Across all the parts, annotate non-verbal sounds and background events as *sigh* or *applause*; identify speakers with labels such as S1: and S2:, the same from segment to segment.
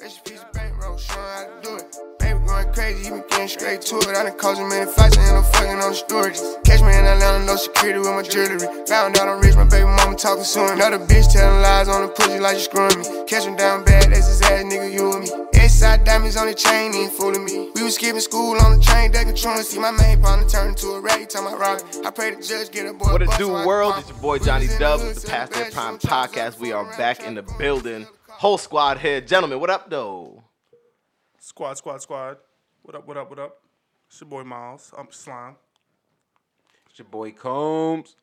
S1: Rest in peace, bankroll, showing how to do it. Baby going crazy, he been getting straight to it. I done caused him many fights, I end up fucking on the storage. Catch me in Atlanta, no security with my jewelry. Found out I'm rich, my baby mama talking soon. Another bitch telling lies on the pussy like you screwing me. Catch him down bad, that's his ass, nigga, you and me. Inside diamonds on the chain, he ain't fooling me. We was skipping school on the train, that controlling. See my main partner turn into a rag, time I rob it. I pray the judge get a boy.
S2: What
S1: a
S2: it
S1: bus
S2: do,
S1: so I can
S2: world?
S1: pop
S2: It's
S1: it.
S2: your boy
S1: We was
S2: Johnny
S1: in the
S2: Dubs
S1: hood
S2: with the
S1: till
S2: Past Their Prime
S1: bedroom,
S2: podcast. We are back in the building. Whole squad here. Gentlemen, what up, though?
S3: Squad, squad, squad. What up, what up, what up? It's your boy Miles. I'm Slime.
S4: It's your boy Combs.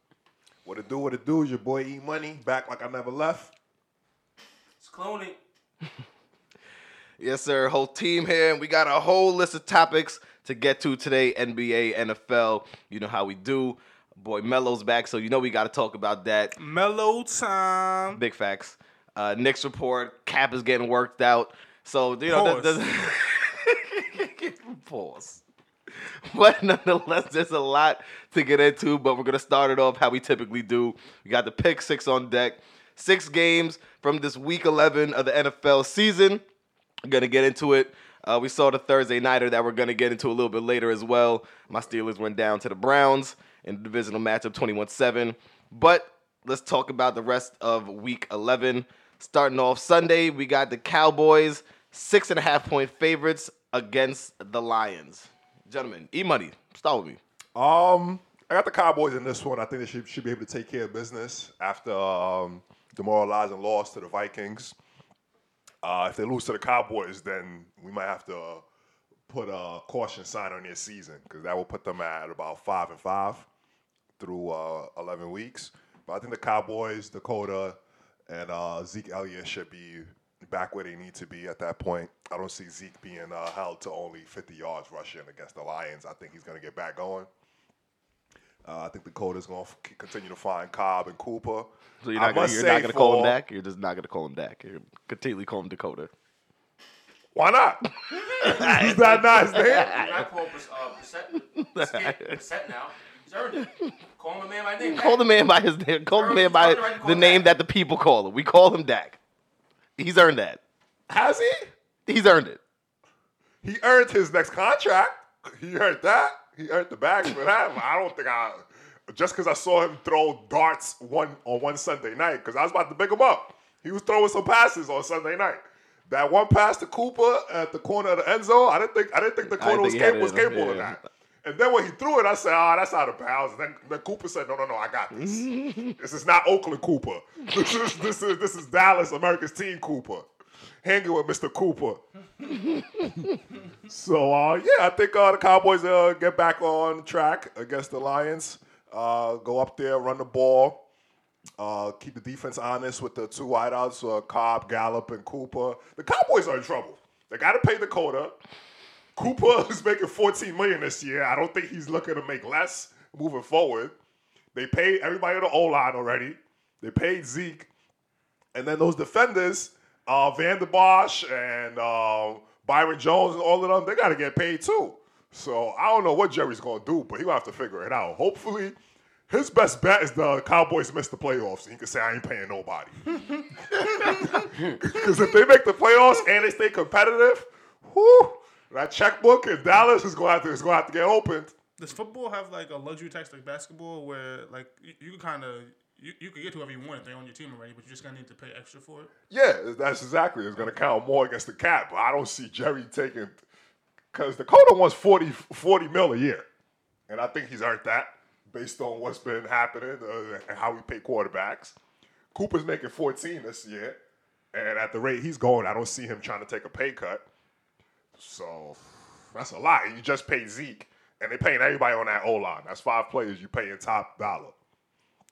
S5: What it do, what it do is your boy E Money back like I never left.
S2: Yes, sir. Whole team here, and we got a whole list of topics to get to today. NBA, NFL. You know how we do. Boy, Melo's back, so you know we got to talk about that.
S3: Mellow
S6: Mm-hmm.
S3: time.
S2: Big facts. Uh, Knicks report. Cap is getting worked out. So you know, there's, there's *laughs* pause. But nonetheless, there's a lot to get into. But we're gonna start it off how we typically do. We got the pick six on deck. Six games from this week 11 of the NFL season. We're gonna get into it. Uh, we saw the Thursday nighter that we're gonna get into a little bit later as well. My Steelers went down to the Browns in the divisional matchup 21-7. But let's talk about the rest of Week 11. Starting off Sunday, we got the Cowboys six and a half point favorites against the Lions. Gentlemen, E Money, start with me.
S5: Um, I got the Cowboys in this one. I think they should, should be able to take care of business after um, demoralizing loss to the Vikings. Uh, if they lose to the Cowboys, then we might have to uh, put a caution sign on their season because that will put them at about five and five through uh, eleven weeks. But I think the Cowboys, Dakota, and uh, Zeke Elliott should be back where they need to be at that point. I don't see Zeke being uh, held to only fifty yards rushing against the Lions. I think he's going to get back going. Uh, I think Dakota's going to continue to find Cobb and Cooper.
S2: So you're
S5: I
S2: not gonna,
S5: must
S2: you're
S5: say
S2: not gonna call him
S5: for-
S2: Dak. You're just not gonna call him Dak. You're continually calling him Dakota.
S5: Why not? Is that not his name?
S7: I call uh, Brissett, Brissett now. He's earned it. Call him a man by name.
S2: Call the man by his name. Call the man by the name that the people call him. We call him Dak. He's earned that.
S5: Has he?
S2: He's earned it.
S5: He earned his next contract. He earned that. He earned the bag for that. I don't think I just because I saw him throw darts one on one Sunday night because I was about to pick him up. He was throwing some passes on Sunday night. That one pass to Cooper at the corner of the end zone. I didn't think I didn't think the
S2: I didn't
S5: corner was,
S2: think he had
S5: cap- was
S2: it in him,
S5: capable of
S2: yeah.
S5: that. And then when he threw it, I said, "Ah, that's out of bounds." And then, then Cooper said, "No, no, no, I got this.
S2: *laughs*
S5: this is not Oakland Cooper. This is this is this is Dallas America's team Cooper, hanging with Mr. Cooper." So uh, yeah, I think uh, the Cowboys uh, get back on track against the Lions. Uh, go up there, run the ball, uh, keep the defense honest with the two wideouts, uh, Cobb, Gallup, and Cooper. The Cowboys are in trouble. They got to pay Dakota. Cooper *laughs* is making 14 million this year. I don't think he's looking to make less moving forward. They paid everybody on the O line already. They paid Zeke. And then those defenders, uh, Van der Bosch and uh, Byron Jones and all of them, they got to get paid too. So I don't know what Jerry's going to do, but he's going to have to figure it out. Hopefully, his best bet is the Cowboys miss the playoffs and he can say, I ain't paying nobody. *laughs* Because if they make the playoffs and they stay competitive, whew, that checkbook in Dallas is going to is gonna have to get opened.
S3: Does football have like a luxury tax like basketball where like you, you can kind of you, you can get to whoever you want if they're on your team already, but you're just gonna need to pay extra for it?
S5: Yeah, that's exactly. It's going to count more against the cap. But I don't see Jerry taking because Dakota wants 40, 40 mil a year, and I think he's earned that based on what's been happening uh, and how we pay quarterbacks. Cooper's making fourteen this year, and at the rate he's going, I don't see him trying to take a pay cut. So that's a lot. And you just paid Zeke, and they're paying everybody on that O line. That's five players you paying top dollar.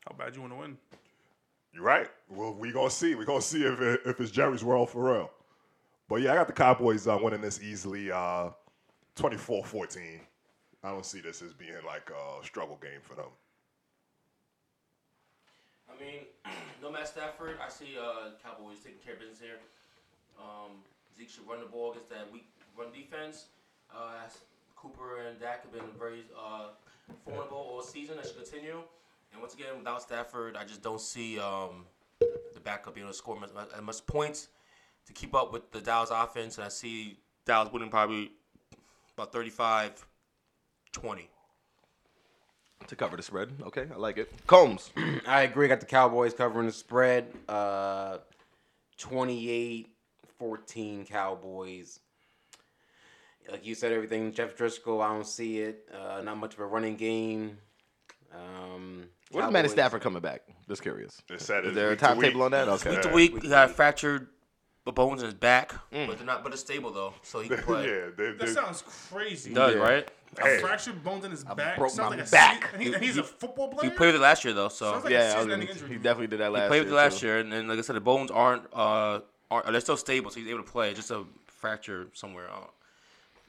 S3: How bad you want to win?
S5: You're right. Well, we gonna see. We gonna see if it, if it's Jerry's world for real. But yeah, I got the Cowboys uh, winning this easily, uh, 24-14. I don't see this as being like a struggle game for them.
S7: I mean, *clears throat* no Matt Stafford. I see uh, Cowboys taking care of business here. Um, Zeke should run the ball against that weak run defense. Uh, as Cooper and Dak have been very uh, formidable all season. That should continue. And once again, without Stafford, I just don't see um, the backup being able to score much, as much points. to keep up with the Dallas offense, and I see Dallas winning probably about 35 20.
S2: to cover the spread. Okay, I like it. Combs.
S4: *clears throat* I agree. Got the Cowboys covering the spread. Uh, 28 14 Cowboys. Like you said, everything. Jeff Driscoll, I don't see it. Uh, not much of a running game. Um,
S2: Where's Matt
S4: Cowboys-
S2: Stafford coming back? Just curious.
S5: They said
S2: Is
S5: it's
S2: there a
S5: week to
S2: timetable
S5: week.
S2: on that?
S5: It's
S2: Okay.
S5: week
S7: Week
S5: to
S7: to
S5: Yeah.
S7: week, he got fractured the bones in his back, but they're not, but it's stable though, so he can play.
S5: *laughs* yeah, they,
S3: That
S5: they,
S3: sounds crazy.
S7: He does,
S2: Yeah.
S7: right?
S3: A
S5: Hey.
S3: fractured bones in his back.
S2: broke
S3: sounds
S2: my
S3: like a
S2: back.
S3: se- and he- he's a football
S7: He
S3: player.
S7: played with it last year though, so
S3: Sounds like
S2: Yeah, I was
S3: season-ending
S2: gonna,
S3: injury
S2: he
S3: to me.
S2: definitely did that last
S7: played
S2: year.
S7: with it last
S2: too.
S7: year, and then like I said, the bones aren't uh are they're still stable, so he's able to play. It's Just a fracture somewhere. I don't,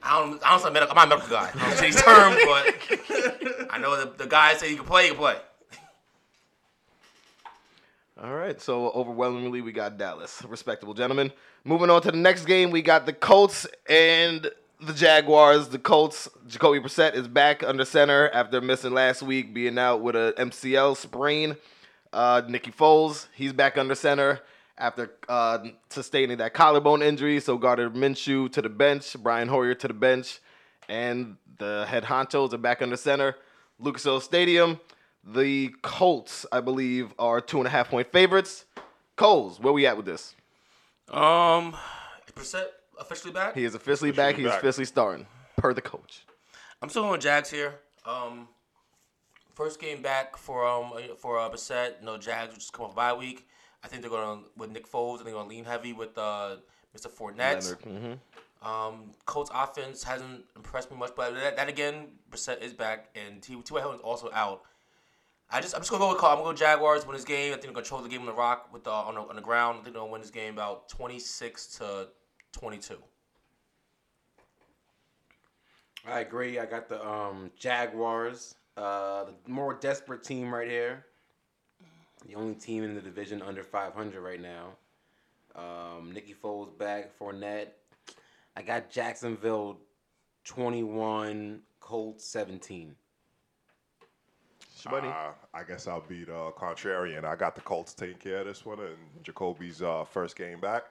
S7: I don't, I don't I'm, medical, I'm not a medical guy. I don't say these terms, but I know the, the guy said he can play. He can play.
S2: All right, so overwhelmingly we got Dallas. Respectable gentlemen. Moving on to the next game, we got the Colts and the Jaguars. The Colts, Jacoby Brissett is back under center after missing last week, being out with a MCL sprain. Uh, Nicky Foles, he's back under center after uh, sustaining that collarbone injury. So Gardner Minshew to the bench, Brian Hoyer to the bench, and the head honchos are back under center. Lucas Oil Stadium. The Colts, I believe, are two and a half point favorites. Coles, where we at with this?
S7: Um, is Brissett officially back.
S2: He is officially back. He is
S5: back.
S2: officially starting, per the coach.
S7: I'm still going Jags here. Um, first game back for um for uh, Bissett. No Jags just come off bye week. I think they're going to with Nick Foles and they're going to lean heavy with uh, Mr. Fournette. Um, Colts offense hasn't impressed me much, but that, that again, Brissett is back and T. T. Y. Hilton is also out. I just I'm just gonna go with Col- I'm gonna go Jaguars win this game. I think they're gonna control the game on the rock with the on the, on the ground. I think they're gonna win this game about 26 to 22.
S4: I agree. I got the um, Jaguars, uh, the more desperate team right here. The only team in the division under 500 right now. Um, Nicky Foles back, Fournette. I got Jacksonville 21, Colts 17.
S2: Shabani.
S5: Uh, I guess I'll be the contrarian. I got the Colts taking care of this one, and Jacoby's uh, first game back.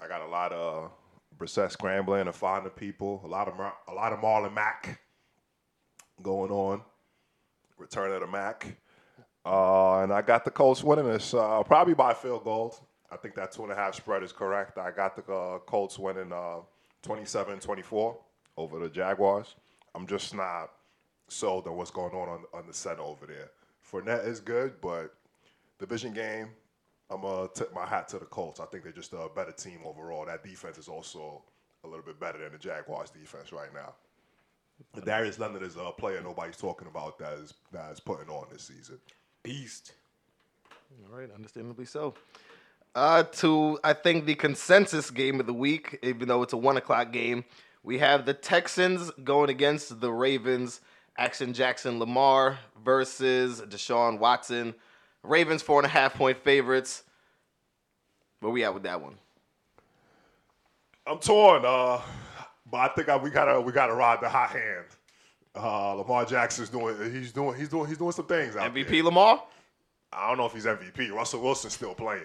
S5: I got a lot of Brissett scrambling and finding people. A lot of Mar- a lot of Marlon Mack going on. Return of the Mack, uh, and I got the Colts winning this uh, probably by field goals. I think that two and a half spread is correct. I got the uh, Colts winning uh, 27-24 over the Jaguars. I'm just not sold on what's going on on, on the center over there. Fournette is good, but division game, I'm gonna tip my hat to the Colts. I think they're just a better team overall. That defense is also a little bit better than the Jaguars' defense right now. Darius Leonard is a player nobody's talking about that is that is putting on this season.
S4: Beast.
S2: All right, understandably so. Uh, to I think the consensus game of the week, even though it's a one o'clock game, we have the Texans going against the Ravens. Action Jackson Lamar versus Deshaun Watson. Ravens four and a half point favorites. Where we at with that one?
S5: I'm torn, uh, but I think I, we gotta we gotta ride the hot hand. Uh, Lamar Jackson's doing he's doing he's doing he's doing some things out
S2: MVP
S5: there.
S2: Lamar.
S5: I don't know if he's MVP. Russell Wilson's still playing.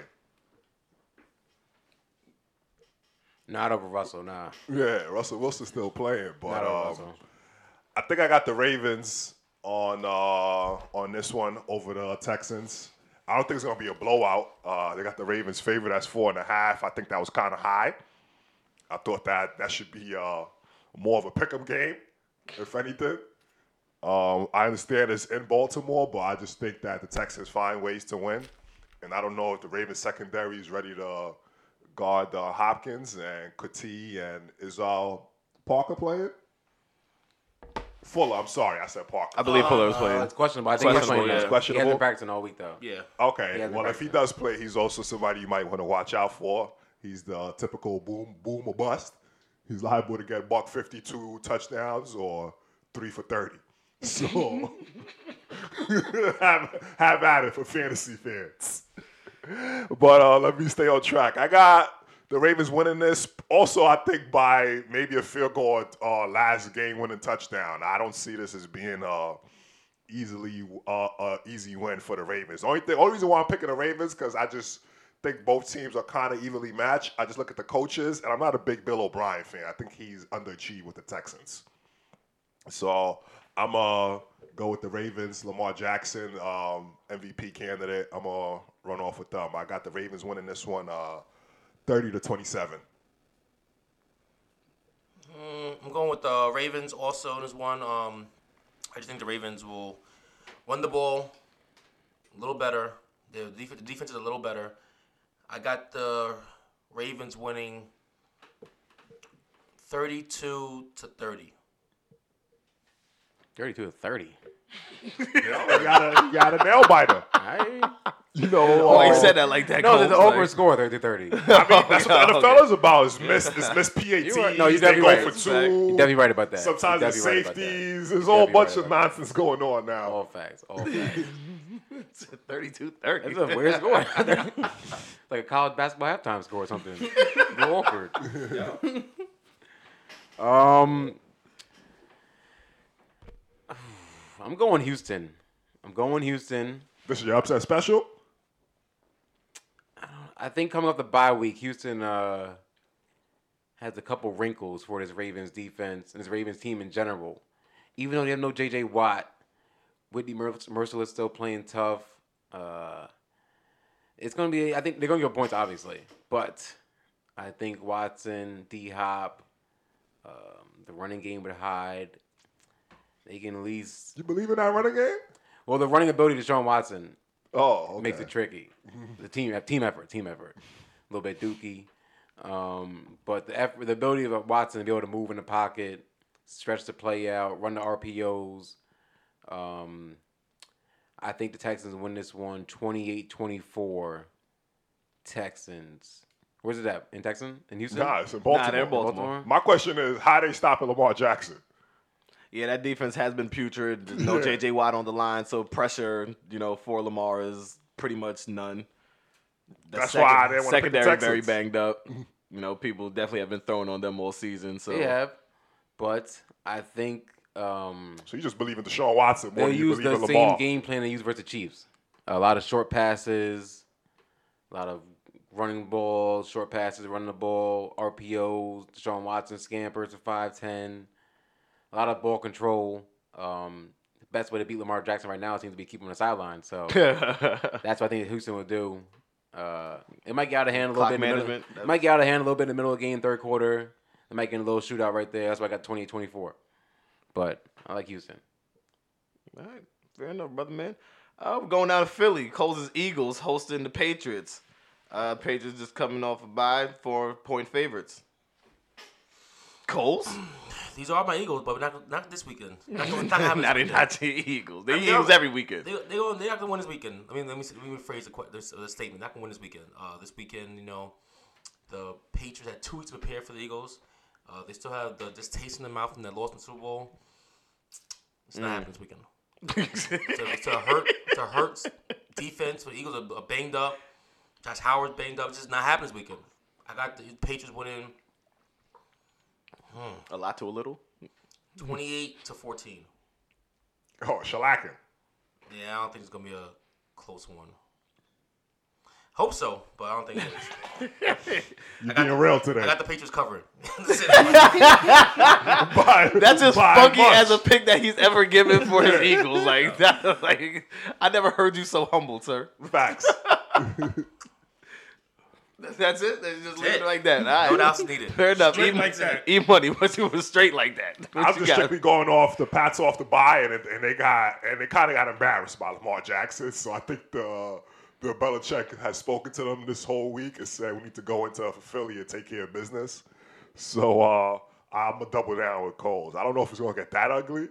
S4: Not over Russell, nah.
S5: Yeah, Russell Wilson's still playing, but
S4: Not over
S5: um,
S4: Russell.
S5: I think I got the Ravens on uh, on this one over the Texans. I don't think it's gonna be a blowout. Uh, they got the Ravens favored as four and a half. I think that was kind of high. I thought that that should be uh, more of a pick'em game, if anything. Um, I understand it's in Baltimore, but I just think that the Texans find ways to win, and I don't know if the Ravens secondary is ready to guard uh, Hopkins and Kuti and is uh, Parker playing? Fuller, I'm sorry, I said Parker.
S2: I believe Fuller was
S4: Uh,
S2: playing.
S4: it's questionable. I think he's
S2: Questionable,
S4: playing.
S2: yeah.
S4: though. He
S5: Questionable.
S4: hasn't practicing all week though.
S7: Yeah.
S5: Okay.
S4: hasn't
S5: well, if he
S4: practiced.
S5: does play, he's also somebody you might want to watch out for. He's the typical boom, boom or bust. He's liable to get buck fifty-two touchdowns or three for thirty. So *laughs* have, have at it for fantasy fans. But uh, let me stay on track. I got the Ravens winning this. Also, I think by maybe a field goal or uh, last game winning touchdown. I don't see this as being uh, easily uh, uh easy win for the Ravens. Only thing, only reason why I'm picking the Ravens because I just think both teams are kind of evenly matched. I just look at the coaches, and I'm not a big Bill O'Brien fan. I think he's underachieved with the Texans. So I'm uh go with the Ravens, Lamar Jackson, um, MVP candidate. I'm gonna run off with them. I got the Ravens winning this one, uh, 30 to 27.
S7: Mm, I'm going with the Ravens also in this one. Um, I just think the Ravens will run the ball a little better. The def- the defense is a little better. I got the Ravens winning 32 to 30.
S4: 32 to 30.
S5: You, know, you got a you got a nail biter.
S4: I,
S5: You know,
S2: Oh,
S5: uh,
S2: he said that like that.
S4: no, the, the
S2: Colts,
S4: over
S2: like-
S4: score 30 30.
S5: I mean,
S4: *laughs*
S2: yeah,
S5: that's
S4: Oh,
S5: what the NFL
S2: okay.
S5: is about. Is miss is miss PATs.
S4: You're right. No, you're
S5: they
S4: definitely
S5: go
S4: right.
S5: for two.
S4: You're definitely right about that.
S5: Sometimes
S4: You're
S5: it's
S4: definitely right about that.
S5: safeties. There's
S4: You're
S5: a whole
S4: definitely
S5: bunch
S4: right
S5: of
S4: about Oh.
S5: nonsense going on now.
S4: All facts. All facts.
S2: Thirty-two, thirty.
S4: That's a weird score. *laughs* like a college basketball halftime score or something. Go awkward. um, I'm going Houston. I'm going Houston.
S5: This is your upset special.
S4: I think coming off the bye week, Houston uh, has a couple wrinkles for this Ravens defense and this Ravens team in general. Even though they have no J.J. Watt, Whitney Mer- Merciless still playing tough. Uh, it's going to be, I think they're going to get points, obviously. But I think Watson, D Hop, um, the running game with Hyde, they can at least,
S5: You believe in that running game?
S4: well, the running ability to Sean Watson
S5: Oh, okay.
S4: makes it tricky. The team team effort, team effort. A little bit dookie. Um, but the effort, the ability of Watson to be able to move in the pocket, stretch the play out, run the RPOs. Um, I think the Texans win this one 28-24. Texans. Where's it at? In Texan? In Houston?
S5: Nah, it's in
S2: Nah, they're
S5: Baltimore.
S2: Baltimore.
S5: My question is, how they stopping Lamar Jackson?
S2: Yeah, that defense has been putrid. There's no JJ Watt on the line, so pressure, you know, for Lamar is pretty much none. The
S5: That's why I didn't wanna pick the
S2: secondary very
S5: Texans.
S2: banged up. You know, people definitely have been throwing on them all season. So *laughs*
S4: They have. But I think um,
S5: So you just believe in Deshaun Watson more
S4: They'll
S5: than you
S4: use
S5: believe
S4: the
S5: in
S4: same
S5: Lamar.
S4: game plan they use versus the Chiefs. A lot of short passes, a lot of running balls, short passes, running the ball, RPOs, Deshaun Watson scampers to 5'10, a lot of ball control. Um, the best way to beat Lamar Jackson right now seems to be keep him on the sideline. So that's what I think Houston will do. Uh, it might get out of hand a little
S2: Clock
S4: bit. in the middle-
S2: management.
S4: it might get out of hand a little bit in the middle of the game, third quarter. It might get a little shootout right there. That's why I got 28 24. But I like Houston.
S2: All right, fair enough, brother man. Uh, we're going down to Philly. Coles' Eagles hosting the Patriots. Uh, Patriots just coming off a bye, four point favorites. Coles? *laughs*
S7: These are my Eagles, but not not this weekend. Not, gonna- not, gonna
S2: not, *laughs*
S7: happen this
S2: not,
S7: weekend.
S2: not the Eagles. They
S7: mean,
S2: Eagles
S7: I'm-
S2: every weekend.
S7: They they gonna, they have to win this weekend. I mean, let me let me rephrase the, que- this, uh, the statement. Not gonna win this weekend. Uh, this weekend, you know, the Patriots had two weeks to prepare for the Eagles. Uh, they still have the just taste in their mouth from that loss in the Super Bowl. It's not happening this weekend. It's a, it's a hurt. It's a hurts defense. The Eagles are, are banged up. Josh Howard's banged up. It's just not happening this weekend. I got the Patriots winning
S2: *laughs* a lot to a little.
S7: twenty-eight to fourteen.
S5: Oh, shellacking.
S7: Yeah, I don't think it's gonna be a close one. Hope so, but I don't think it is.
S4: *laughs*
S5: You're being real today.
S7: I got the Patriots covered. *laughs*
S5: *laughs* By-
S2: That's as
S5: by
S2: funky
S5: much.
S2: as a pick that he's ever given for his Eagles. Like *laughs* that, like I never heard you so humble, sir. *laughs*
S5: facts.
S4: *laughs*
S2: That's it. That's just leave
S7: it.
S2: it like that. All
S7: no
S2: right.
S7: doubt's
S2: *laughs*
S7: needed.
S2: Fair enough.
S3: Straight
S2: E-
S3: like that.
S2: *laughs* E money, but you was straight like that. *laughs* What
S5: I'm
S2: you
S5: just
S2: got?
S5: *laughs* strictly going off the Pats off the bye, and, and they got and they kind of got embarrassed by Lamar Jackson. So I think the the Belichick has spoken to them this whole week and said we need to go into Philly and take care of business. So uh, I'm gonna double down with Coles. I don't know if it's gonna get that ugly.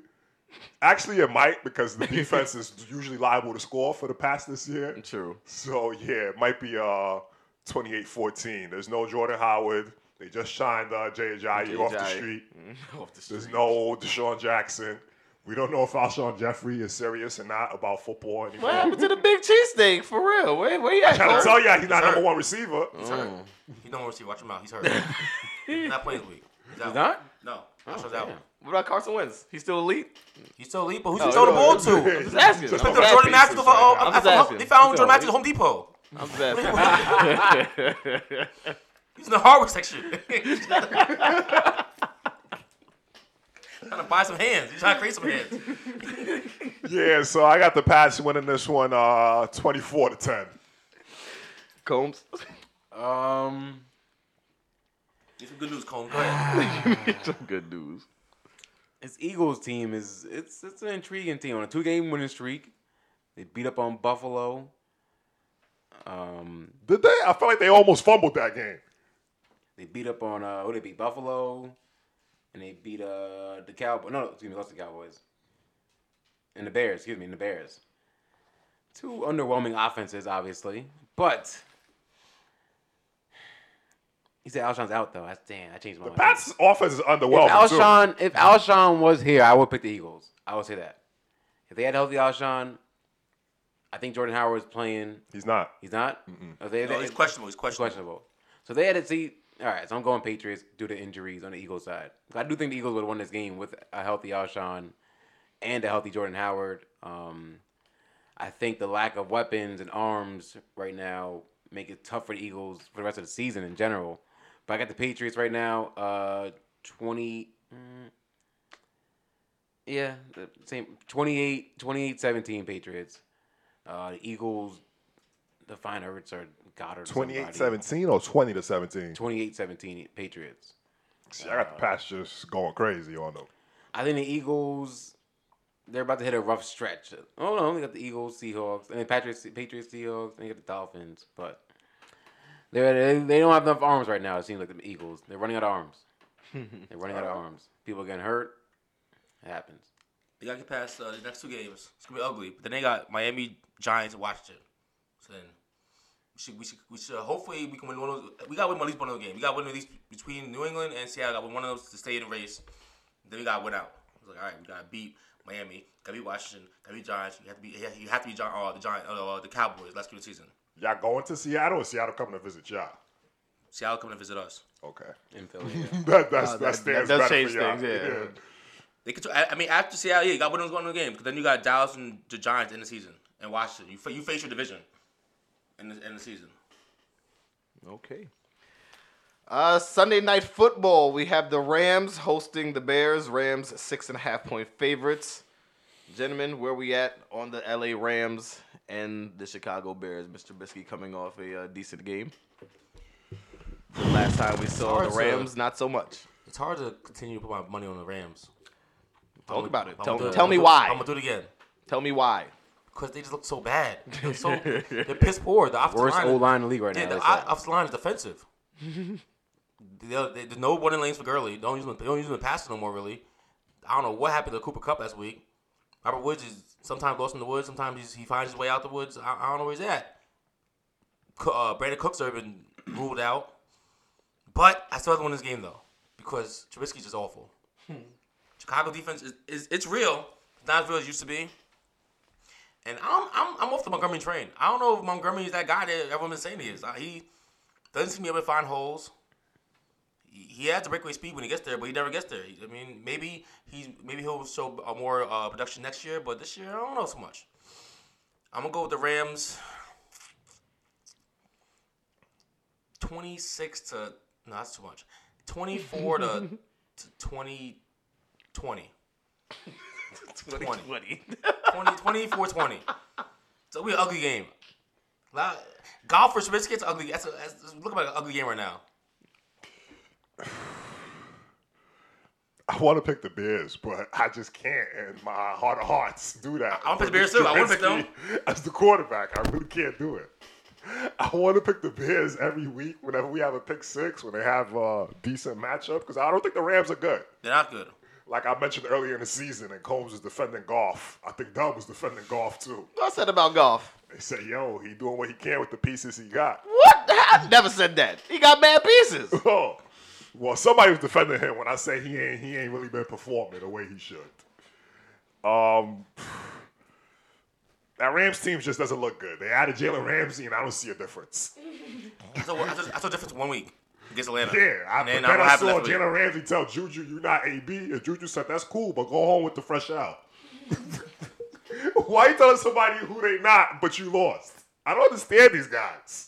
S5: Actually, it might because
S2: *laughs*
S5: the defense is usually liable to score for the Pats this year.
S2: True.
S5: So yeah, it might be uh 28-14. There's no Jordan Howard. They just signed uh, Jay Ajayi off the
S2: Jai.
S5: street.
S2: *laughs* Off the
S5: There's
S2: street.
S5: no Deshaun Jackson. We don't know if Alshon Jeffrey is serious or not about football anymore.
S2: What happened to the big cheesesteak for real? Where where you
S5: *laughs*
S2: at?
S5: Trying to
S2: Cole?
S5: tell you, he's not
S7: hurt.
S5: number one receiver.
S2: Oh.
S5: *laughs*
S7: He's hurt. He don't want to see. Watch him out. He's hurt. He's not playing this week. He's, out.
S4: not?
S7: No.
S2: Oh,
S7: Marshall's out.
S4: damn.
S2: What about Carson Wentz? He's still elite.
S7: He's still
S2: *laughs*
S7: elite, but who you throw the ball to?
S2: Just asking.
S5: Just
S2: I'm
S5: the
S7: Jordan
S2: asking.
S7: Matthews.
S2: I'm
S7: for- oh,
S2: just
S7: I- I-
S2: asking.
S7: they found
S4: He's
S7: Jordan
S2: *laughs*
S4: all
S7: Matthews at Home Depot.
S2: I'm bad. *laughs*
S7: He's in the hardware section. *laughs* trying to buy some hands. He's trying to create some hands.
S5: *laughs* Yeah, so I got the Pats winning this one uh, 24 to 10.
S2: Combs.
S4: Um,
S7: Get some good news, Cone. Go ahead.
S2: Some good news.
S4: This Eagles team is it's it's an intriguing team on a two game winning streak. They beat up on Buffalo. Um,
S5: Did they? I feel like they almost fumbled that game.
S4: they beat up on uh, who they beat Buffalo, and they beat uh the Cowboys. No, no, excuse me, lost to the Cowboys. And the Bears, excuse me, and the Bears. Two underwhelming offenses, obviously, but. He said Alshon's out though. That's damn. I changed my
S5: The
S4: mind.
S5: Pats' offense is
S4: If
S5: underwhelming. too.
S4: Alshon, if Alshon was here, I would pick the Eagles. I would say that. If they had healthy Alshon, I think Jordan Howard is playing.
S5: He's not.
S4: He's not. If they-
S7: No, he's questionable. He's
S4: he's questionable.
S7: questionable.
S4: So they had to see. All right, so I'm going Patriots due to injuries on the Eagles side. I do think the Eagles would have won this game with a healthy Alshon and a healthy Jordan Howard. Um, I think the lack of weapons and arms right now make it tough for the Eagles for the rest of the season in general. But I got the Patriots right now, uh, twenty. mm, yeah, the same 28, 28-17 Patriots. Uh, the Eagles, the fine Hurts are Goddard. or
S5: 28
S4: somebody.
S5: 17 or 20 to 17.
S4: 28-17 Patriots.
S5: I got the Pats just going crazy on them.
S4: I think the Eagles, they're about to hit a rough stretch. Oh no, they got the Eagles, Seahawks, and then Patriots, Patriots, Seahawks, and they got the Dolphins, but they're, they they don't have enough arms right now. It seems like the Eagles, they're running out of
S5: *laughs*
S4: arms. they're running out of arms. People getting hurt. It happens.
S7: They gotta get past uh, the next two games. It's gonna be ugly. But then they got Miami, Giants, and Washington. So then we should we should we should hopefully we can win one of those. We gotta win at least one of those games. We gotta win at least between New England and Seattle. Gotta win one of those to stay in the race. Then we gotta win out. It's like all right, we gotta beat Miami, gotta beat Washington, gotta beat Giants. You have to be you have to be John, uh, the Giant uh, the Cowboys. Last game of the season.
S5: Y'all going to Seattle or Seattle coming to visit y'all?
S7: Seattle coming to visit us.
S5: Okay.
S4: In Philly, yeah.
S5: *laughs* That, that's,
S2: that-
S5: that stands
S2: that
S5: better
S2: changed
S5: for y'all.
S2: things, yeah.
S7: They could. I, I mean, after Seattle, yeah, you got one of those going to games. Because then you got Dallas and the Giants in the season, and Washington. You fa- you face your division in the, in the season.
S2: Okay. Uh, Sunday night football. We have the Rams hosting the Bears. Rams six and a half point favorites. Gentlemen, where we at on the LA Rams and the Chicago Bears? Mr. Biskey coming off a uh, decent game. The last time we saw
S7: hard
S2: the
S7: to-
S2: Rams, not so much.
S7: It's hard to continue to put my money on the Rams.
S2: Talk about it.
S7: I'ma
S2: Tell,
S7: do
S2: tell
S7: I'ma
S2: me
S7: do-
S2: why.
S7: I'm gonna do it again
S2: Tell me why.
S7: because they just look
S2: *laughs*
S7: so bad. They're, so, they're piss poor. The offensive
S4: worst
S7: line,
S4: O line in the league right
S7: yeah,
S4: now.
S7: the
S4: they
S7: o-
S4: said.
S7: offensive line is
S4: *laughs*
S7: defensive. They're- they- there's no running lanes for Gurley. Don't use them. They don't use them in passes no more. Really, I don't know what happened to Cooper Cup last week. Robert Woods is sometimes lost in the woods. Sometimes he's, he finds his way out the woods. I, I don't know where he's at. Co- Uh, Brandon Cooks have been ruled out, but I still have to win this game though because Trubisky's just awful. Chicago defense is, is it's real. It's not as real as it used to be. And I'm I'm I'm off the Montgomery train. I don't know if Montgomery is that guy that everyone's been saying he is. Uh, He doesn't seem to be able to find holes. He, he has the breakaway speed when he gets there, but he never gets there. I mean, maybe he's maybe he'll show uh, more uh, production next year, but this year I don't know so much. I'm gonna go with the Rams. Twenty six to no, that's too much. Twenty four to, to twenty twenty. 20. 20, 24 20. So we an ugly game. Lot- Golf for Trubisky, it's ugly. That's, a, that's it's looking like an ugly game right now.
S5: I want to pick the Bears, but I just can't in my heart of hearts do that.
S7: I wanna pick the Bears, too. I wanna pick them.
S5: Trubisky As the quarterback, I really can't do it. I want to pick the Bears every week whenever we have a pick six, when they have a decent matchup, because I don't think the Rams are good.
S7: They're not good.
S5: Like I mentioned earlier in the season, and Combs was defending golf. I think Dub was defending golf too.
S2: What I said about golf?
S5: They say, yo, he doing what he can with the pieces he got. *laughs*
S2: What? I never said that. He got bad
S7: *laughs*
S2: pieces.
S5: Oh, well, somebody was defending him when I say he ain't he ain't really been performing the way he should. Um, *sighs* that Rams team just doesn't look good. They added Jalen Ramsey, and I don't see a difference.
S7: I saw, I saw, I saw difference one week against Atlanta.
S5: Yeah, I,
S7: And then
S5: but
S7: I
S5: then
S7: don't
S5: I
S7: have
S5: saw
S7: left week.
S5: Jalen Ramsey tell Juju, "You're not AB," and Juju said, "That's cool, but go home with the *laughs* fresh out." Why you telling somebody who they not, but you lost? I don't understand these guys.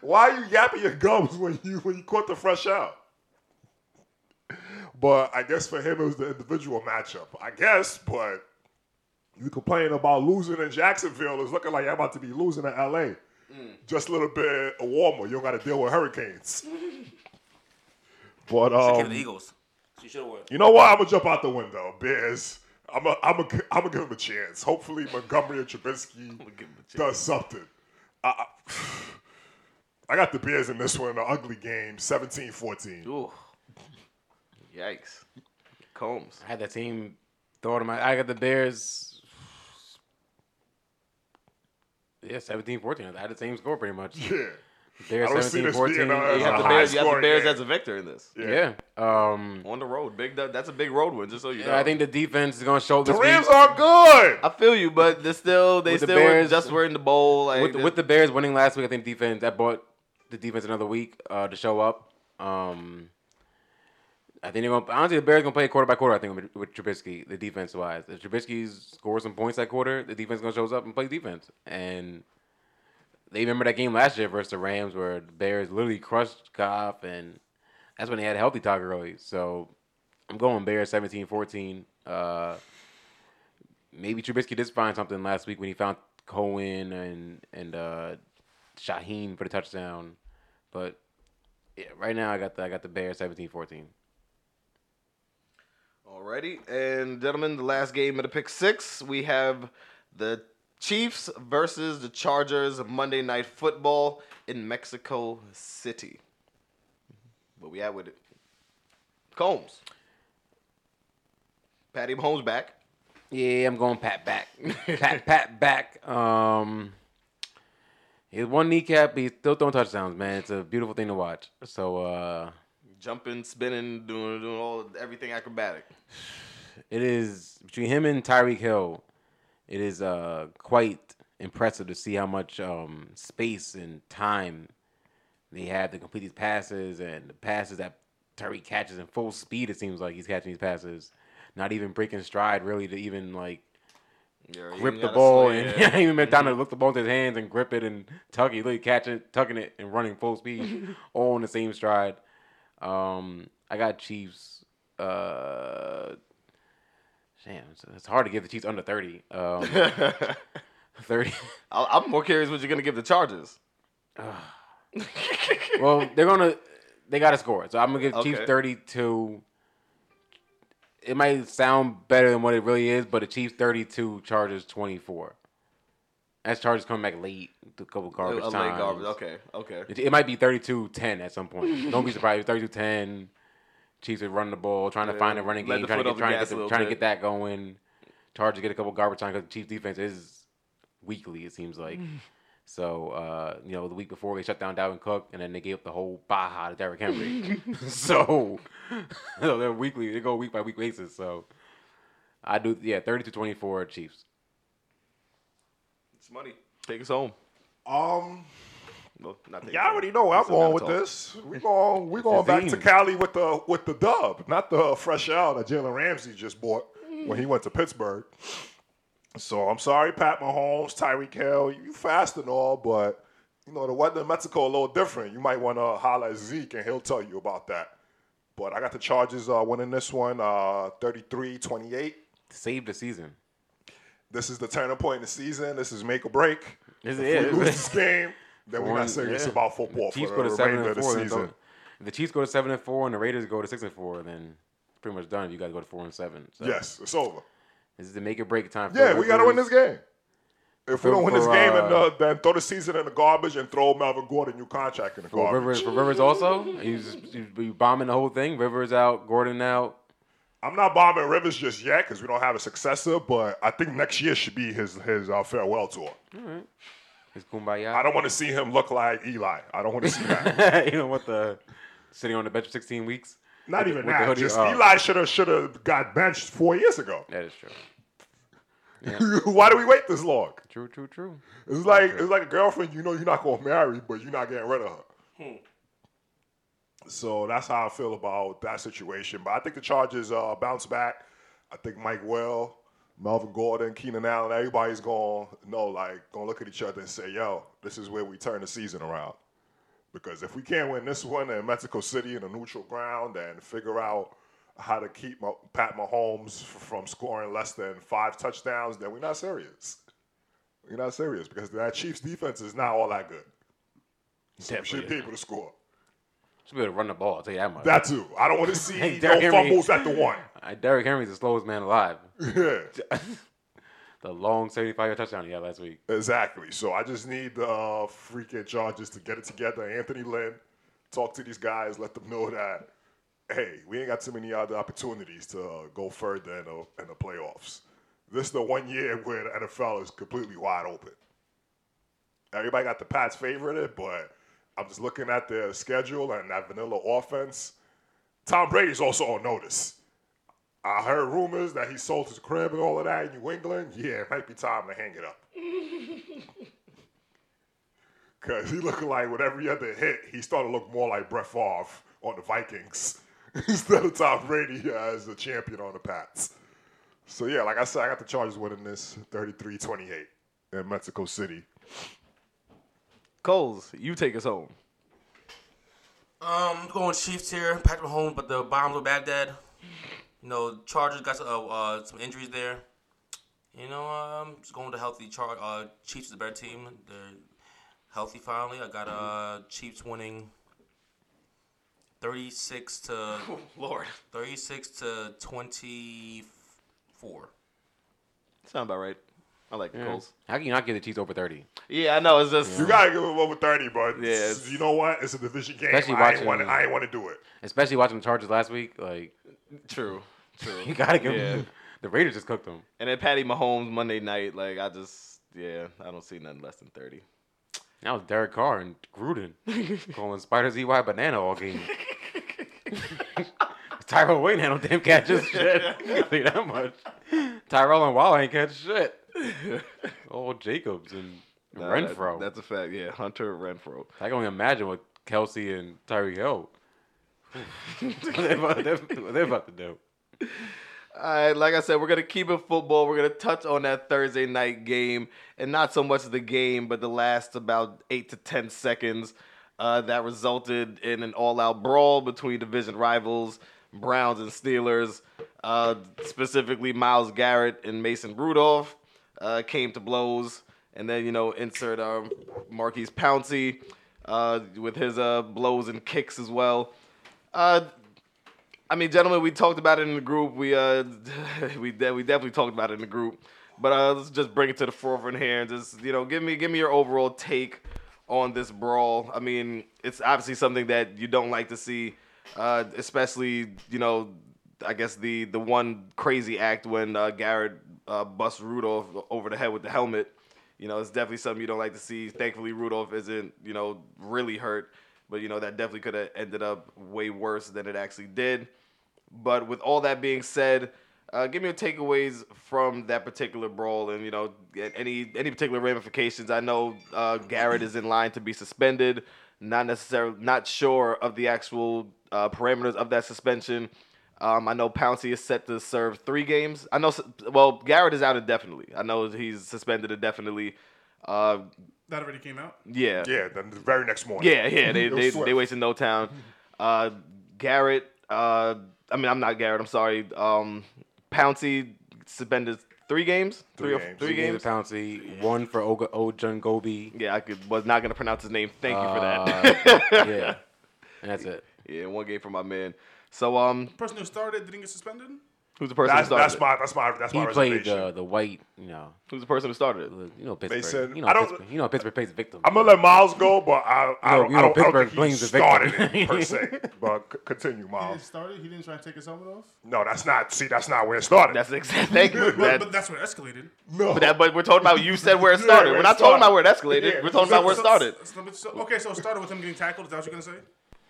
S5: Why are you yapping your gums when you when you caught the fresh out? But I guess for him it was the individual matchup. I guess, but you complain about losing in Jacksonville is looking like you're about to be losing in LA. Just a little bit warmer. You don't got to deal with hurricanes. but
S7: Should
S5: um,
S7: give it the Eagles. She should have won.
S5: you know what? I'm gonna jump out the window. Bears. I'm gonna I'm gonna I'm gonna give him a chance. Hopefully Montgomery and Trubisky does something. I, I, *sighs* I got the Bears in this one, an ugly game, 17-14.
S2: Ooh. Yikes. Combs.
S4: I had that team thrown in my. I got the Bears. Yeah, 17-14. I had the same score pretty much.
S5: *laughs* Yeah,
S4: Bears
S5: I don't see this
S4: 17-14.
S5: being
S2: You
S5: a-
S2: have the
S5: a
S2: Bears,
S5: high
S2: you have the
S5: scoring
S2: Bears
S5: game.
S2: as a victor in this.
S5: *laughs* yeah.
S4: Yeah. Um,
S2: On the road. Big that- that's a big road win, just so you know.
S4: yeah, I think the defense is gonna show
S5: The
S4: this
S5: Rams
S4: week.
S5: are good.
S2: I feel you, but they still they
S4: With the
S2: still were-
S4: Bears-
S2: just were in the bowl. Like,
S4: with, the, with the Bears winning last week. I think defense that bought the defense another week uh, to show up. Um, I think they're gonna honestly the Bears gonna play quarter by quarter. I think with, with Trubisky, the defense wise, if Trubisky scores some points that quarter, the defense gonna shows up and play defense. And they remember that game last year versus the Rams where the Bears literally crushed Goff, and that's when they had a healthy Togarelli. So I'm going Bears 17-14. Uh, maybe Trubisky did find something last week when he found Cohen and and uh, Shaheen for the touchdown. But yeah, right now I got the I got the Bears 17-14.
S2: Alrighty, and gentlemen, the last game of the pick six, we have the Chiefs versus the Chargers Monday Night Football in Mexico City. But we at with it. Combs, Patty Mahomes back.
S4: Yeah, I'm going pat back. *laughs* pat pat back. Um he has one kneecap, but he's still throwing touchdowns, man. It's a beautiful thing to watch. So uh
S2: jumping, spinning, doing doing all everything acrobatic.
S4: it is between him and Tyreek Hill. It is uh, quite impressive to see how much um, space and time they have to complete these passes and the passes that Tyreek catches in full speed. It seems like he's catching these passes, not even breaking stride really to even like
S2: Yeah, you
S4: grip the
S2: gotta
S4: ball
S2: slay
S4: and
S2: it.
S4: *laughs*
S2: Mm-hmm.
S4: yeah, even been down to look the ball into his hands and grip it and tuck it, literally catch it, tucking it and running full
S2: *laughs*
S4: speed, all in the same stride. Um, I got Chiefs. Uh, damn, it's, it's hard to give the Chiefs under thirty.
S2: *laughs*
S4: Um, *laughs* thirty.
S2: I- I'm more curious what you're gonna give the Chargers.
S4: well, they're gonna they got to score, so I'm gonna give Chiefs
S2: Okay.
S4: thirty-two. It might sound better than what it really is, but the Chiefs thirty-two, Chargers twenty-four. That's Chargers coming back late, a couple
S2: A
S4: garbage
S2: late
S4: times.
S2: garbage. Okay, okay.
S4: It, it might be 32-10 at some point. Don't be surprised. 32-10. Chiefs are running the ball, trying to find a running
S2: Let
S4: game,
S2: the
S4: trying
S2: foot
S4: to
S2: off
S4: get,
S2: the
S4: trying to
S2: gas a
S4: get, the,
S2: little
S4: trying to
S2: bit.
S4: get that going. Chargers get a couple garbage time because the Chiefs defense is weakly. It seems like.
S2: Mm-hmm.
S4: So uh, you know, the week before they shut down Dalvin Cook, and then they gave up the whole Baja to
S2: *laughs*
S4: Derrick Henry. *laughs* so, so they're weekly. They go week by week basis. So I do, yeah, 32-24 Chiefs.
S2: It's money. Take us home.
S5: Um,
S2: Well, not take us
S5: y'all
S2: home.
S5: already know where
S2: We
S5: I'm
S2: still gotta
S5: going with
S2: talk.
S5: this. We going we going
S4: It's
S5: back
S4: his
S5: to
S4: team.
S5: Cali with the with the dub, not the fresh out that Jalen Ramsey just bought when he went to Pittsburgh. So I'm sorry, Pat Mahomes, Tyreek Hill, you fast and all, but you know the weather in Mexico a little different. You might want to holler at Zeke and he'll tell you about that. But I got the Chargers uh, winning this one, uh, 33-28.
S4: Save the season.
S5: This is the turning point in the season. This is make or break.
S4: This is
S5: If
S4: it.
S2: *laughs*
S5: we lose this game, then we're
S4: One-
S5: not serious
S4: yeah.
S5: about football
S4: Chiefs
S5: for
S4: go
S5: the
S4: to seven
S5: remainder
S4: and
S5: of the
S4: four. then
S5: season.
S4: don't- If the Chiefs go to seven and four, and the Raiders go to six and four, then it's pretty much done. If you guys go to four and seven, so
S5: Yes, it's over.
S4: this is the make or break time. For
S5: Yeah,
S4: the
S5: we got to win this
S4: Rivers.
S5: game. If
S4: For-
S5: we don't win this
S4: for,
S5: game,
S4: uh,
S5: and, uh, then throw the season in the garbage and throw Melvin Gordon new contract in the
S4: For
S5: garbage.
S4: Rivers, for Rivers also, you, just, you, you bombing the whole thing. Rivers out, Gordon out.
S5: I'm not bombing Rivers just yet because we don't have a successor, but I think next year should be his his uh, farewell tour.
S4: It's
S5: I *laughs*
S4: kumbaya.
S5: don't want to see him look like Eli. I don't want to see that.
S4: *laughs* you know what the sitting on the bench for sixteen weeks. With
S5: Not
S4: the-
S5: even
S4: with the
S5: that.
S4: hoodie
S5: Just
S4: up.
S5: Eli should have should have got benched four years ago.
S4: That is true.
S5: *laughs* Why do we wait this long?
S4: True, true, true.
S5: It's like it's like a girlfriend you know you're not gonna marry, but you're not getting rid of her. So that's how I feel about that situation. But I think the Chargers uh, bounce back. I think Mike Will Melvin Gordon, Keenan Allen, everybody's going to know, like, going to look at each other and say, yo, this is where we turn the season around. Because if we can't win this one in Mexico City in a neutral ground and figure out how to keep Ma- Pat Mahomes f- from scoring less than five touchdowns, then we're not serious. We're not serious because that Chiefs defense is not all that good. So we should be able to score.
S4: Should be able to run the ball. I'll tell you that much.
S5: That too. I don't want to see
S4: Hey, Derrick
S5: no
S4: Henry.
S5: fumbles at the one. *laughs*
S4: Uh, Derrick Henry's the slowest man alive.
S5: Yeah,
S4: The long 75 yard touchdown he had last week.
S5: exactly. So I just need the uh, freaking Chargers to get it together. Anthony Lynn, talk to these guys, let them know that hey, we ain't got too many other opportunities to uh, go further in the, in the playoffs. This is the one year where the NFL is completely wide open. Everybody got the Pats favorite, but I'm just looking at their schedule and that vanilla offense. Tom Brady's also on notice. I heard rumors that he sold his crib and all of that in New England. Yeah, it might be time to hang it up. Cause he looked like with every other hit, he started to look more like Brett Favre on the Vikings *laughs* instead of Tom Brady uh, as the champion on the Pats. So yeah, like I said, I got the Chargers winning this 33-28 in Mexico City.
S2: Coles, you take us home.
S7: Um, I'm going Chiefs here. Patrick Mahomes, but the bombs were Baghdad. You know, Chargers got some, uh, uh, some injuries there. You know, um, just going to healthy. Char- uh, Chiefs is the better team. They're healthy finally. I got uh, Chiefs winning 36 to
S2: Lord,
S7: 36 to 24.
S2: sound about right. I like the Coles.
S4: How can you not get the Chiefs over 30?
S2: Yeah, I know. It's just
S5: You gotta give him over 30, but
S2: Yeah, it's-
S5: you know what? It's a division game.
S4: Especially
S5: I ain't
S4: watching-
S5: wanna I ain't wanna do it.
S4: Especially watching the Chargers last week. Like, *laughs*
S2: true. True.
S4: you got to give
S2: Yeah.
S4: them. *laughs* The Raiders just cooked them.
S2: And then Patty Mahomes Monday night. Like I just yeah, I don't see nothing less than thirty. *laughs*
S4: That was Derek Carr and
S5: *laughs*
S4: Gruden calling Spiders EY banana all game. *laughs* Tyrell Wayne had no damn
S5: *laughs*
S4: catches. Shit. I'll tell you that much. Tyrell and Waller ain't catch shit. Old Jacobs and
S2: Nah, that-
S4: Renfro.
S2: that's a fact. Yeah, Hunter Renfro.
S4: I can only imagine what Kelsey and Tyreek Hill.
S2: *laughs*
S4: what *laughs* they about, what they about to do.
S2: All right, like I said, we're gonna keep it football. We're gonna touch on that Thursday night game, and not so much the game, but the last about eight to ten seconds uh, that resulted in an all-out brawl between division rivals Browns and Steelers. Uh, specifically, Miles Garrett and Mason Rudolph uh, came to blows, and then you know insert um, Marquise Pouncey uh, with his uh, blows and kicks as well. Uh, I mean, gentlemen, we talked about it in the group. We uh, *laughs* we de- we definitely talked about it in the group. But uh, let's just bring it to the forefront here and just you know give me give me your overall take on this brawl. I mean, it's obviously something that you don't like to see, uh, especially you know I guess the the one crazy act when uh, Garrett uh, busts Rudolph over the head with the helmet. You know, it's definitely something you don't like to see. Thankfully, Rudolph isn't, you know, really hurt. But, you know, that definitely could have ended up way worse than it actually did. But with all that being said, uh, give me your takeaways from that particular brawl, and you know a- any any particular ramifications. I know uh, Garrett is in line to be suspended. Not necessarily, not sure of the actual uh, parameters of that suspension. Um, I know Pouncey is set to serve three games. I know, s- well, Garrett is out indefinitely. I know he's suspended indefinitely. Uh,
S3: That already came out.
S2: yeah,
S5: Yeah, then the very next morning.
S2: yeah,
S5: *laughs*
S2: yeah. They
S5: It was
S2: they,
S5: swift.
S2: they wasted no time.
S5: *laughs*
S2: Uh, Garrett. Uh, I mean, I'm not Garrett. I'm sorry. Um, Pouncey suspended three games.
S5: Three
S2: or
S5: games.
S2: three games.
S4: Pouncey, one for Oga Ojun Gobi.
S2: Yeah, I could was not gonna pronounce his name. Thank you for that.
S4: Uh, yeah. And that's it.
S2: *laughs* yeah, one game for my man. So um,
S3: The person who started didn't get suspended.
S2: who's the person
S5: That's,
S2: who started?
S5: that's
S2: it?
S5: my that's my that's
S4: He
S5: my
S4: played uh,
S5: reservation.
S4: the, the white, you know,
S2: Who's the person who started it?
S4: the- you know Pittsburgh.
S5: said-
S4: you know
S5: I don't-
S4: Pittsburgh. You know Pittsburgh plays victims.
S5: I'm gonna let Miles go, but I, I,
S4: You know-
S5: don't,
S4: you
S5: I
S4: know
S5: don't, I
S4: Pittsburgh
S5: don't think he
S4: blames the victim.
S5: started it per se.
S4: *laughs*
S5: But c- continue,
S3: He
S2: Oh.
S3: didn't
S5: Miles.
S3: start it. He didn't try to take his helmet off.
S5: No, that's not. See, that's not where it started.
S2: That's exactly. *laughs* Thank
S5: *laughs*
S2: you.
S3: But,
S2: That,
S3: but that's where it escalated.
S5: no.
S2: that- but we're talking about you said where it
S5: *laughs* Yeah,
S2: started.
S5: where
S2: we're
S5: it
S2: not talking about where it
S5: started.
S2: escalated.
S5: Yeah.
S2: We're talking about where it
S3: So-
S2: started.
S3: so- so- so- okay, so it started with him getting tackled. Is that what you're gonna say?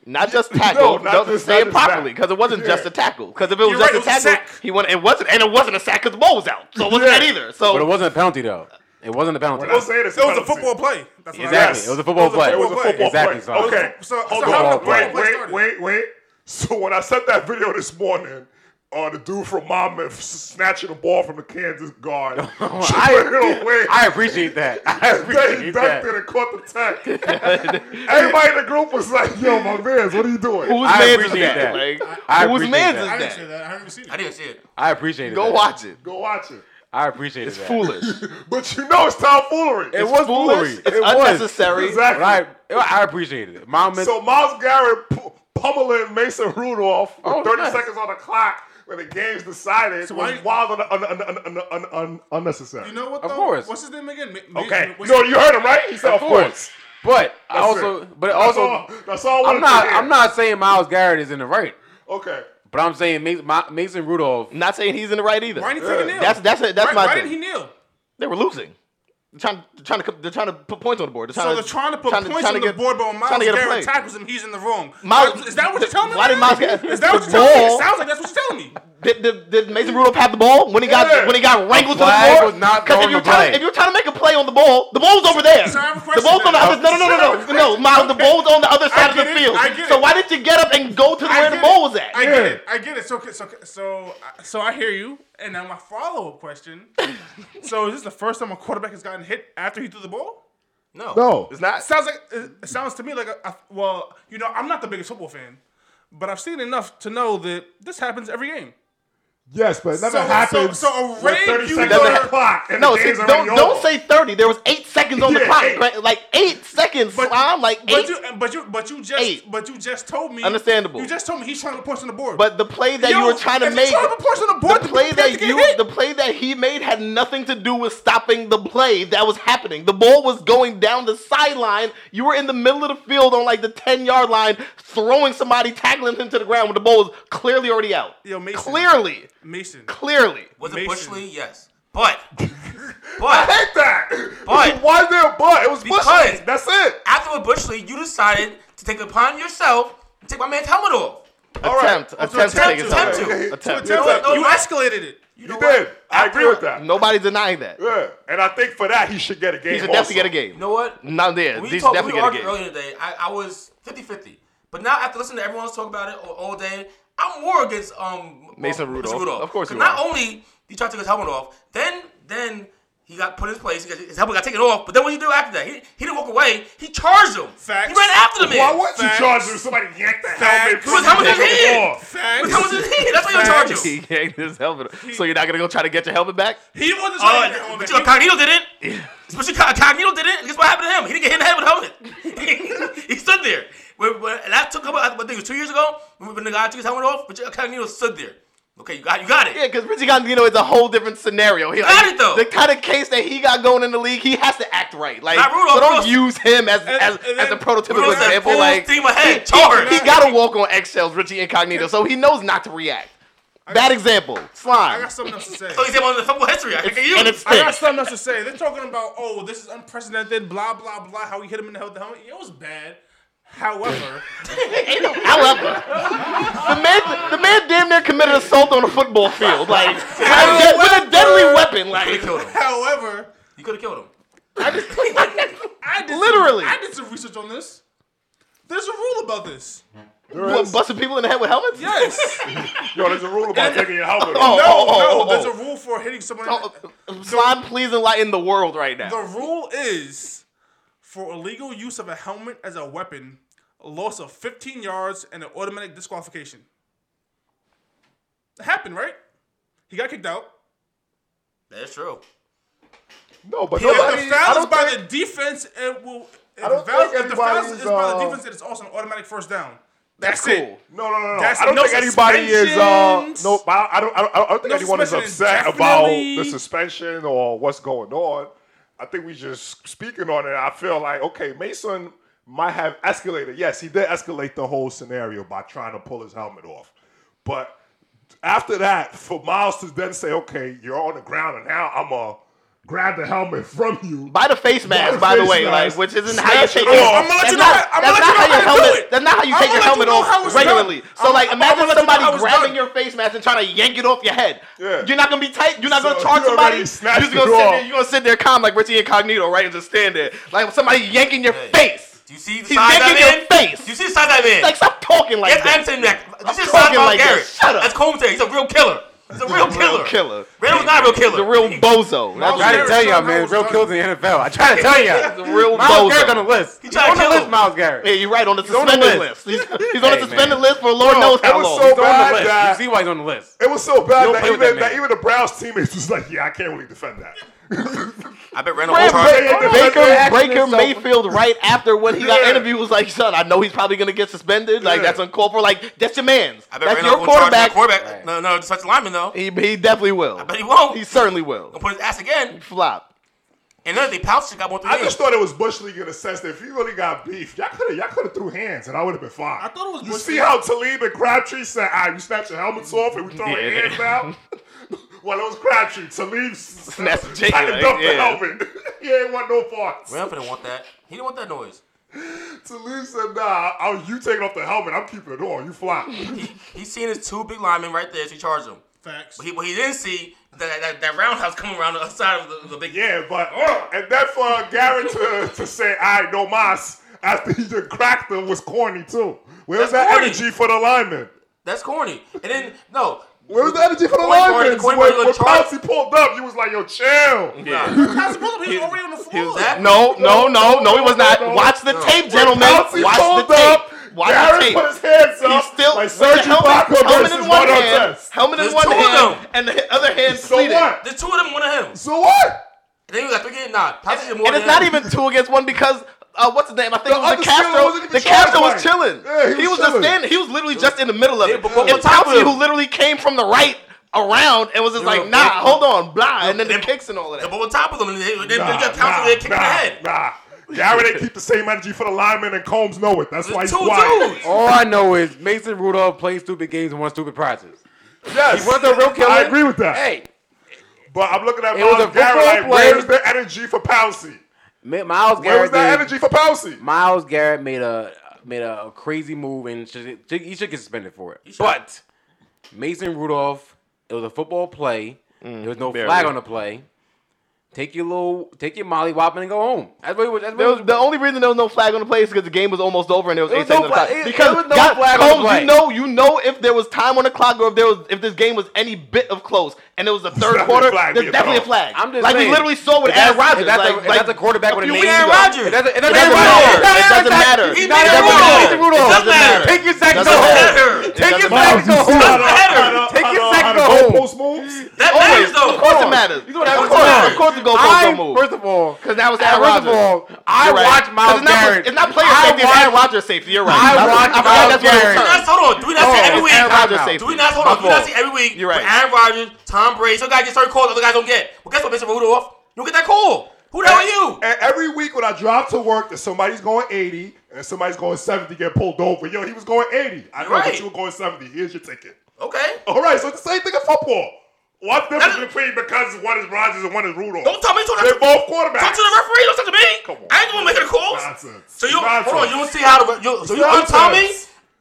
S2: Not just tackle.
S5: not
S2: don't
S5: just-
S2: say
S5: not
S2: it
S5: just that.
S2: properly because it wasn't just a tackle. Because if it was
S3: You're right,
S2: just
S3: it
S2: a
S3: was a
S2: tackle,
S3: sack.
S2: he wouldn't. It wasn't, and it wasn't a sack because the ball was out, so it wasn't that either. So
S4: But it wasn't a penalty, though. It wasn't a penalty.
S5: We're not saying it's
S3: It was a
S5: penalty.
S3: football play. That's what I
S4: Exactly.
S5: Yes.
S4: It was a football
S3: It was a
S4: play.
S5: It was a
S3: Football play.
S5: football play.
S4: Exactly, sorry.
S5: Okay.
S3: So- so
S5: Hold
S3: how
S5: on.
S3: did the
S5: Wait,
S3: play
S5: wait,
S3: started?
S5: wait, wait. So when I sent that video this morning, or the dude from Monmouth s- snatching the ball from the Kansas guard.
S4: *laughs*
S5: Straight away.
S4: I, I
S2: *laughs*
S4: appreciate that. I
S5: *laughs* they
S4: appreciate
S5: dunked it
S4: that.
S5: and caught the tech.
S4: *laughs*
S5: Everybody in the group was like, "Yo, my man's, what are you doing?"
S2: Whose
S4: I
S2: man's is
S4: appreciate
S2: that?
S4: that.
S2: Like,
S4: I
S2: whose
S4: appreciate
S2: man's
S4: that.
S2: is
S6: I
S2: that?
S6: didn't say that. I haven't seen it.
S7: I didn't see it.
S4: I appreciate
S2: Go
S4: that.
S2: watch it.
S5: Go watch it.
S4: I appreciate
S2: It's
S4: that.
S2: foolish.
S5: But you know it's tomfoolery.
S4: It was foolery.
S2: Foolish. It's unnecessary.
S5: Exactly.
S4: But I, I appreciated it. Mom meant
S5: So Miles Garrett pu- pummeling Mason Rudolph with
S4: Oh,
S5: 30
S4: nice.
S5: seconds on the clock when the game's decided
S6: So
S5: was
S6: why-
S5: wild and un- un- un- un- un- unnecessary.
S6: You know what? Though?
S4: Of course.
S6: What's his name again? Ma- Ma-
S5: okay.
S6: what's-
S5: No, you heard him right. He said, "Of course."
S4: But I
S5: That's Oh,
S4: also,
S5: it.
S4: but
S5: That's
S4: also,
S5: all- that's all. I
S4: I'm
S5: wanted to
S4: not.
S5: hear.
S4: I'm not saying Miles Garrett is in the right,
S5: Okay.
S4: but I'm saying Mason, Ma- Mason Rudolph.
S2: Not saying he's in the right either.
S6: Why didn't he take a kneel?
S2: Uh, That's that's it. That's
S6: why,
S2: my
S6: Why
S2: thing.
S6: didn't he kneel?
S2: They were losing. They're trying, they're trying to they're trying to put points on the board. They're
S6: So
S2: trying
S6: they're
S2: to,
S6: trying to put points
S2: trying
S6: on
S2: to
S6: the
S2: get-
S6: board, but when
S2: trying
S6: Miles
S2: to get a
S6: Garrett
S2: play.
S6: tackles him, he's in the wrong.
S2: Miles-
S6: is that what you're telling me?
S2: Why did
S6: right
S2: Miles
S6: now?
S2: get-
S6: Is that what you're
S2: the
S6: telling me? It
S2: ball-
S6: sounds like that's what you're telling me.
S2: Did, did, did Mason Rudolph have the ball when he got
S5: Yeah.
S2: when he got wrangled to
S4: The
S2: the
S4: flag
S2: floor?
S4: was not
S2: Because if
S4: on
S2: you're
S4: the
S2: trying
S4: play.
S2: if you're trying to make a play on the ball, the ball's over there.
S6: So I have a
S2: the
S6: question
S2: ball's on the
S6: then.
S2: other. No, no, no, no,
S6: So I have
S2: no,
S6: a *laughs*
S2: no,
S6: question.
S2: Miles. The
S6: Okay.
S2: ball's on the other side of the
S6: get it.
S2: field.
S6: I get
S2: So
S6: it.
S2: why did you get up and go to
S6: I
S2: where the
S6: get
S2: ball
S6: it.
S2: was at?
S6: I get it.
S5: Yeah.
S6: I get it. So, so, so, uh, so I hear you. And now my follow
S2: *laughs*
S6: up question. so is this the first time a quarterback has gotten hit after he threw the ball?
S7: No.
S5: No.
S2: It's not.
S6: Sounds like it sounds to me like a, a well, you know, I'm not the biggest football fan, but I've seen enough to know that this happens every game.
S5: Yes, but it never
S6: So- so-
S5: happens.
S6: so a
S5: with
S6: raid
S5: 30
S6: you
S5: seconds on
S2: were-
S5: the clock. And
S2: No,
S5: the
S2: see,
S5: game's
S2: don't
S5: already
S2: don't
S5: over.
S2: say thirty. There was eight seconds on the
S5: Yeah,
S2: clock,
S5: eight.
S2: right? like eight seconds. But, like
S6: But
S2: eight.
S6: you, but you, but you just,
S2: Eight.
S6: but you just told me.
S2: Understandable.
S6: You just told me he's trying to push on the board.
S2: But the play that
S6: Yo,
S2: you were trying to
S6: if
S2: make,
S6: you're trying to push on the board,
S2: the
S6: then
S2: play
S6: you have to
S2: that
S6: get
S2: you,
S6: hit.
S2: the play that he made had nothing to do with stopping the play that was happening. The ball was going down the sideline. You were in the middle of the field on like the ten yard line, throwing somebody, tackling him to the ground when the ball was clearly already out.
S6: Yo, Mason.
S2: Clearly,
S6: Mason,
S2: clearly.
S7: Was it
S6: Mason.
S7: Bushley? Yes. But,
S5: I *laughs*
S7: but
S5: hate that.
S7: But-
S5: why is there a but? It was
S7: Because-
S5: Bushley. That's it.
S7: after with Bushley, you decided to take it upon yourself to take my man's helmet off.
S2: Attempt, attempt, to
S7: attempt
S2: take
S7: to-
S2: his helmet.
S7: attempt
S5: to-
S2: attempt.
S5: to
S6: But
S7: No,
S6: you
S7: what?
S6: escalated it.
S7: You
S5: He
S7: know
S5: did.
S7: what?
S5: I agree with that.
S2: Nobody's denying that.
S5: Yeah, and I think for that he should get a game.
S2: He should
S5: also.
S2: definitely get a game.
S7: You know what?
S2: Not there.
S7: We
S2: He's
S7: talked,
S2: definitely
S7: we
S2: get a
S7: argued
S2: game.
S7: earlier today. I, I was 50-50. But now after listening to everyone else talk about it all, all day, I'm more against um
S2: Mason Rudolph. Of course
S7: 'Cause
S2: you
S7: not
S2: are.
S7: only he tried to take his helmet off, then then he got put in his place. He got, his helmet got taken off. But then what did he do after that? He, he didn't walk away. He charged him.
S6: Facts.
S7: He ran after the
S5: Why
S7: man.
S5: would you
S6: Facts.
S5: charge him? Somebody yanked the helmet.
S6: Facts.
S5: from
S7: How much
S5: him on
S7: is
S5: the
S7: he?
S5: ball.
S6: Facts.
S7: But how
S5: *laughs*
S7: was his hand? That's why you charge him.
S2: *laughs* He yanked his helmet. So you're not gonna go try to get your helmet back?
S6: He wasn't
S7: Uh,
S6: trying to get home.
S7: but you know, Cognito didn't. Especially Cog- Cognito didn't. Guess what happened to him? He didn't get hit in the head with a
S2: *laughs*
S7: helmet. he stood there. When, when, and that took about, I think it was two years ago, when, when the guy took his helmet off, but Cognito stood there. Okay, you got, you got it.
S2: Yeah, because Richie Gandino is a whole different scenario. He,
S7: Got it, though.
S2: The kind of case that he got going in the league, he has to act right. Like,
S7: Not Rudolph,
S2: so don't
S7: Rudolph.
S2: use him as as,
S6: and
S2: as a
S6: then
S2: prototypical
S7: Rudolph said,
S2: example.
S7: "Full
S2: Like,
S7: steam ahead,
S2: he,
S7: charge."
S2: he gotta walk on eggshells, Richie Incognito, so he knows not to react. Bad example,
S6: I
S2: slime,
S6: got something else to say.
S2: Oh,
S7: So he's able to football history. I can use.
S2: and
S7: *laughs*
S2: it's
S6: I got
S2: stinks.
S6: something else to say. They're talking about, oh, this is unprecedented, blah, blah, blah, how he hit him in the head. The helmet. It was bad.
S2: *laughs*
S6: However,
S2: However, the man the man damn near committed assault on a football field,
S7: *laughs*
S2: like with a dead- with a deadly weapon,
S7: You could
S2: like
S7: have killed him.
S6: however,
S7: You could have killed him.
S6: I did
S2: Literally.
S6: Some, I did some research on this. There's a rule about this.
S2: what, busting people in the head with helmets.
S6: Yes.
S5: Yo, there's a rule about taking your helmet
S2: *laughs* Oh,
S5: off.
S6: no,
S2: oh,
S6: no.
S2: oh, oh,
S6: There's
S2: oh.
S6: a rule for hitting someone. in
S2: Oh,
S6: the-
S2: slime, please enlighten the world right now.
S6: The rule is for illegal use of a helmet as a weapon, a loss of 15 yards and an automatic disqualification. It happened, right? He got kicked out.
S7: That's true.
S5: No, but
S6: If
S5: nobody.
S6: the
S5: I
S6: foul is
S5: don't
S6: by
S5: think,
S6: the defense, it will. If,
S5: I
S6: the
S5: don't
S6: foul,
S5: think
S6: if the foul
S5: anybody's,
S6: is by the
S5: uh,
S6: defense, then it's also an automatic first down.
S2: That's
S6: That's,
S2: cool.
S6: it.
S5: no, no, no, no.
S6: That's
S5: I don't
S6: no
S5: think anybody is. Uh,
S6: suspensions.
S5: no, I I don't. I don't, I don't think
S6: No
S5: anyone is
S6: suspensions,
S5: upset about the
S6: definitely.
S5: suspension or what's going on. I think we just speaking on it. I feel like okay, Mason might have escalated. Yes, he did escalate the whole scenario by trying to pull his helmet off, but after that, for Miles to then say, "Okay, you're on the ground, and now I'm gonna grab the helmet from you."
S2: By the face mask, by the
S5: face
S2: way, like
S5: mask.
S2: which isn't how you
S5: Smash it
S2: take
S5: off.
S2: your
S6: let
S5: I'ma
S2: That's
S6: you know
S2: not
S6: how- I'ma
S2: that's
S6: let
S2: not
S6: you know
S2: how your
S6: how to do
S2: helmet.
S6: it.
S2: That's not how you
S6: I'ma
S2: take your
S6: let you
S2: helmet
S6: know how
S2: off
S6: it's done.
S2: regularly. So
S6: I'ma-
S2: like,
S6: I'ma
S2: imagine
S6: let you know how
S2: somebody
S6: it's
S2: grabbing
S6: done.
S2: your face mask and trying to yank it off your head.
S5: Yeah.
S2: You're not gonna be tight. You're not
S5: So
S2: gonna charge
S5: you
S2: somebody.
S5: already
S2: You're just gonna
S5: snatched
S2: sit
S5: it off.
S2: there. You're gonna sit there calm like Richie Incognito, right, and just stand there like somebody yanking your
S7: Hey.
S2: face.
S7: Do you see the
S2: He's
S7: size of
S2: yanking
S7: that
S2: your
S7: man?
S2: face.
S7: Do you see the size of that man?
S2: Like stop talking like
S7: Yes, I'm
S2: that.
S7: saying that. I'm
S2: just
S7: just talking
S2: talking
S7: about
S2: like that.
S7: Garrett.
S2: Shut up.
S7: That's Combs. He's a real killer. He's a real killer.
S2: killer.
S7: Randall's not a real killer.
S2: The real bozo.
S4: I'm trying to
S3: Garrett
S4: tell y'all,
S3: somehow
S4: man.
S3: was
S4: Real
S3: done.
S4: kills in the NFL. I try to tell
S2: The
S4: y'all.
S2: real
S4: Miles
S2: bozo.
S4: Garrett on the list. He's
S7: tried to
S4: on the
S7: kill
S4: list,
S7: him.
S4: Miles Garrett.
S2: Yeah, you're right on the
S4: on the
S2: suspended list.
S4: list.
S2: He's, he's on the
S4: Hey,
S2: suspended
S4: man.
S2: list for Lord
S5: No,
S2: knows
S5: it
S2: how
S5: was
S2: long.
S5: so
S4: He's on
S5: bad
S4: the list.
S5: that-
S4: You see why he's on the list.
S5: It was so bad
S4: Don't
S5: that
S4: play
S5: even,
S4: with
S5: that,
S4: that man.
S5: even the Browns teammates was like, yeah, I can't really defend that.
S7: I bet Randall
S2: Brad
S7: was hard.
S4: Oh,
S2: Baker,
S5: Pitt. Hold on,
S2: Baker,
S4: Baker action
S2: Baker
S4: is so-
S2: Mayfield right after when he got
S5: Yeah.
S2: interviewed was like, son, I know he's probably gonna get suspended. Like
S5: Yeah.
S2: that's uncalled for. Like that's your man's.
S7: I bet
S2: That's
S7: Randall
S2: your
S7: won't charge that
S2: quarterback.
S7: quarterback.
S4: Right.
S7: No, no, such lineman though.
S2: He, he definitely will.
S7: I bet he won't.
S2: He
S7: He's
S2: certainly will.
S7: gonna put his ass again.
S2: Flop.
S7: And then if they pounced, it got more three
S5: I just
S7: names.
S5: thought it was Bush League in the sense that if you really got beef, y'all could have y'all could have threw hands and I would have been fine.
S3: I thought it was
S5: You
S3: Bush
S5: see
S3: League.
S5: how Talib and Crabtree said, "Ah, you snatch your helmets off and we throw
S2: Yeah.
S5: hands out." *laughs* well, it was Crabtree. Talib s- *laughs*
S2: Snatched the
S5: tried to
S2: jacket,
S5: dump
S2: yeah.
S5: the helmet. *laughs* he ain't want no parts.
S7: Randall didn't want that. He didn't want that noise.
S5: Talib said, "Nah, I, you taking off the helmet. I'm keeping it on. You flop."
S7: He, he's seen his two big linemen right there, so he charged them.
S3: Facts.
S7: But he, what he didn't see that, that, that roundhouse coming around the other side of the, the big.
S5: yeah, but uh, and then for Garrett to, to say, "I no mas," after he just cracked them was corny too. Where was
S7: That's
S5: that
S7: corny.
S5: energy for the linemen?
S7: That's corny. And then no.
S5: Where was the energy for the
S7: Corey
S5: linemen?
S7: Martin- Corey
S5: When,
S7: Martin
S5: when
S7: looked hard.
S5: Pouncey pulled up, you was like, "Yo, chill."
S7: Nah.
S3: How's it possible? He was already on the
S2: He
S3: floor.
S2: was no, no, no, no, he was not. Watch the tape, gentlemen. Watch
S5: Pouncey pulled
S2: the
S5: up.
S2: tape. Watch the
S5: Garrett
S2: tape.
S5: put his hands up.
S2: He's still
S5: like
S2: with the
S5: Serge
S2: helmet,
S5: Ibaka
S2: helmet
S5: versus
S2: in one
S5: Ron
S2: hand,
S5: Artest.
S2: helmet in
S7: There's
S2: one
S7: two of
S2: hand,
S7: them.
S2: and the other hand
S5: So
S2: sleeved.
S5: what?
S7: There's two of them, one of him.
S5: So what?
S7: And then you got three games. Nah, Pouncey did more
S2: And
S7: than
S2: it's not
S7: him.
S2: even two against one because uh, what's his name? I think it was
S5: other
S2: the
S5: Steeler
S2: Castro.
S5: wasn't even
S2: The Castro was
S5: trying to
S2: chilling.
S5: fight. Yeah, he
S2: he
S5: was
S2: was just
S5: chilling.
S2: standing. He was literally just in the middle of
S7: Yeah,
S2: it.
S7: but- but
S2: And
S7: what's top of
S2: Pouncey,
S7: him?
S2: who literally came from the right around and was just
S7: Yeah,
S2: like,
S7: but-
S2: nah, hold on, blah, and then the
S7: Yeah, but-
S2: kicks and all of
S7: But
S2: that.
S7: on top of them, and they, they, they got Pouncey there kicking the head.
S5: Nah. Garrett ain't keep the same energy for the linemen, and Combs know it. That's
S7: There's
S5: why he's
S7: two
S5: quiet.
S7: dudes.
S4: All I know is Mason Rudolph plays stupid games and won stupid prizes.
S5: Yes,
S4: He was a real killer.
S5: I agree with that.
S4: Hey,
S5: But I'm looking at
S4: It was
S5: Miles
S4: a
S5: Garrett like,
S4: football
S5: where's
S4: play.
S5: the energy for Pouncey?
S4: Ma- Miles
S5: Where was
S4: Garrett.
S5: that
S4: did-
S5: energy for Pouncey?
S4: Miles Garrett made a made a crazy move and should, he should get suspended for it. But Mason Rudolph, it was a football play. there was no
S2: Mm, barely.
S4: flag on the play. Take your little, take your molly whopping and go home. That's what he was. That's what
S2: There
S4: he
S2: was, the only reason there was no flag on the play is because the game was almost over and there was
S4: There
S2: eight
S4: was
S2: seconds on the
S4: no flag-
S2: clock.
S4: it-
S2: Because
S4: there was no
S2: God-
S4: flag on the
S2: Combs,
S4: play.
S2: you know, you know if there was time on the clock or if there was if this game was any bit of close and it was the third
S5: definitely
S2: quarter,
S5: a flag
S2: there's
S5: being
S2: definitely a flag.
S5: thrown.
S4: I'm just
S2: like we
S4: saying,
S2: literally saw with
S4: if
S2: Aaron
S4: that's-
S2: Rodgers.
S4: if that's a-
S2: like,
S4: if
S2: like
S4: that's a quarterback
S2: a
S4: with a
S2: few
S4: name,
S2: weeks
S7: Aaron
S2: ago.
S7: Rodgers.
S4: It doesn't, it
S2: It
S4: doesn't
S2: doesn't matter.
S4: matter.
S2: It doesn't matter.
S4: He's
S2: He's
S4: not
S2: Aaron
S4: Aaron
S2: Rodgers.
S4: Rodgers. Mason Rudolph.
S2: It doesn't matter.
S4: Take your sack
S2: Doesn't
S4: and go
S2: matter.
S4: home.
S2: It
S4: Take your
S2: doesn't
S4: sack and go
S5: Miles, you see how the-
S4: home.
S5: how the-
S4: Take
S5: how
S4: your
S5: the-
S4: sack
S5: how
S4: and
S5: the
S4: go home.
S5: goalpost moves?
S7: That
S2: Always.
S7: matters though.
S2: Of course it matters.
S4: You know what I'm
S2: Of course,
S4: saying?
S2: of course the goalpost don't
S4: I'm,
S2: move.
S4: First of all,
S2: Because now it's
S4: I-
S2: Aaron
S4: first
S2: Rodgers.
S4: of all, I
S2: You're right.
S4: watch
S2: 'Cause
S4: Miles
S2: it's not,
S4: Garrett.
S2: It's not player
S4: I
S2: safety. It's
S4: watch-
S2: Aaron Rodgers safety. You're right.
S4: I watch
S2: forgot
S4: Miles
S2: that's what it's
S4: Garrett.
S7: Do we
S2: termed.
S7: not, hold on. Do we not see
S4: Oh,
S7: every week?
S2: Aaron Rodgers
S4: timeout.
S2: safety.
S7: Do we not hold on?
S2: My
S7: Do we not
S2: fault.
S7: see every week?
S2: You're right.
S7: with Aaron Rodgers, Tom Brady. Some guys get certain calls, other guys don't get. Well, guess what, Mr. Rudolph? You get that call. Who the hell are you?
S5: And every week when I drive to work, that somebody's going 80 and somebody's going 70 get pulled over. Yo, he was going 80. I know,
S7: Right.
S5: but you were going 70. Here's your ticket.
S7: Okay.
S5: All right, so it's the same thing in football. What's the difference
S7: That's-
S5: between because one is Rodgers and one is Rudolph?
S7: Don't tell me to
S5: They're both quarterbacks.
S7: talk to the referee. Don't talk to me.
S5: Come on.
S7: I ain't the one making the calls.
S5: Nonsense.
S7: So you
S5: Nonsense.
S7: hold on. You don't see how the you, so you
S5: Nonsense.
S7: tell me.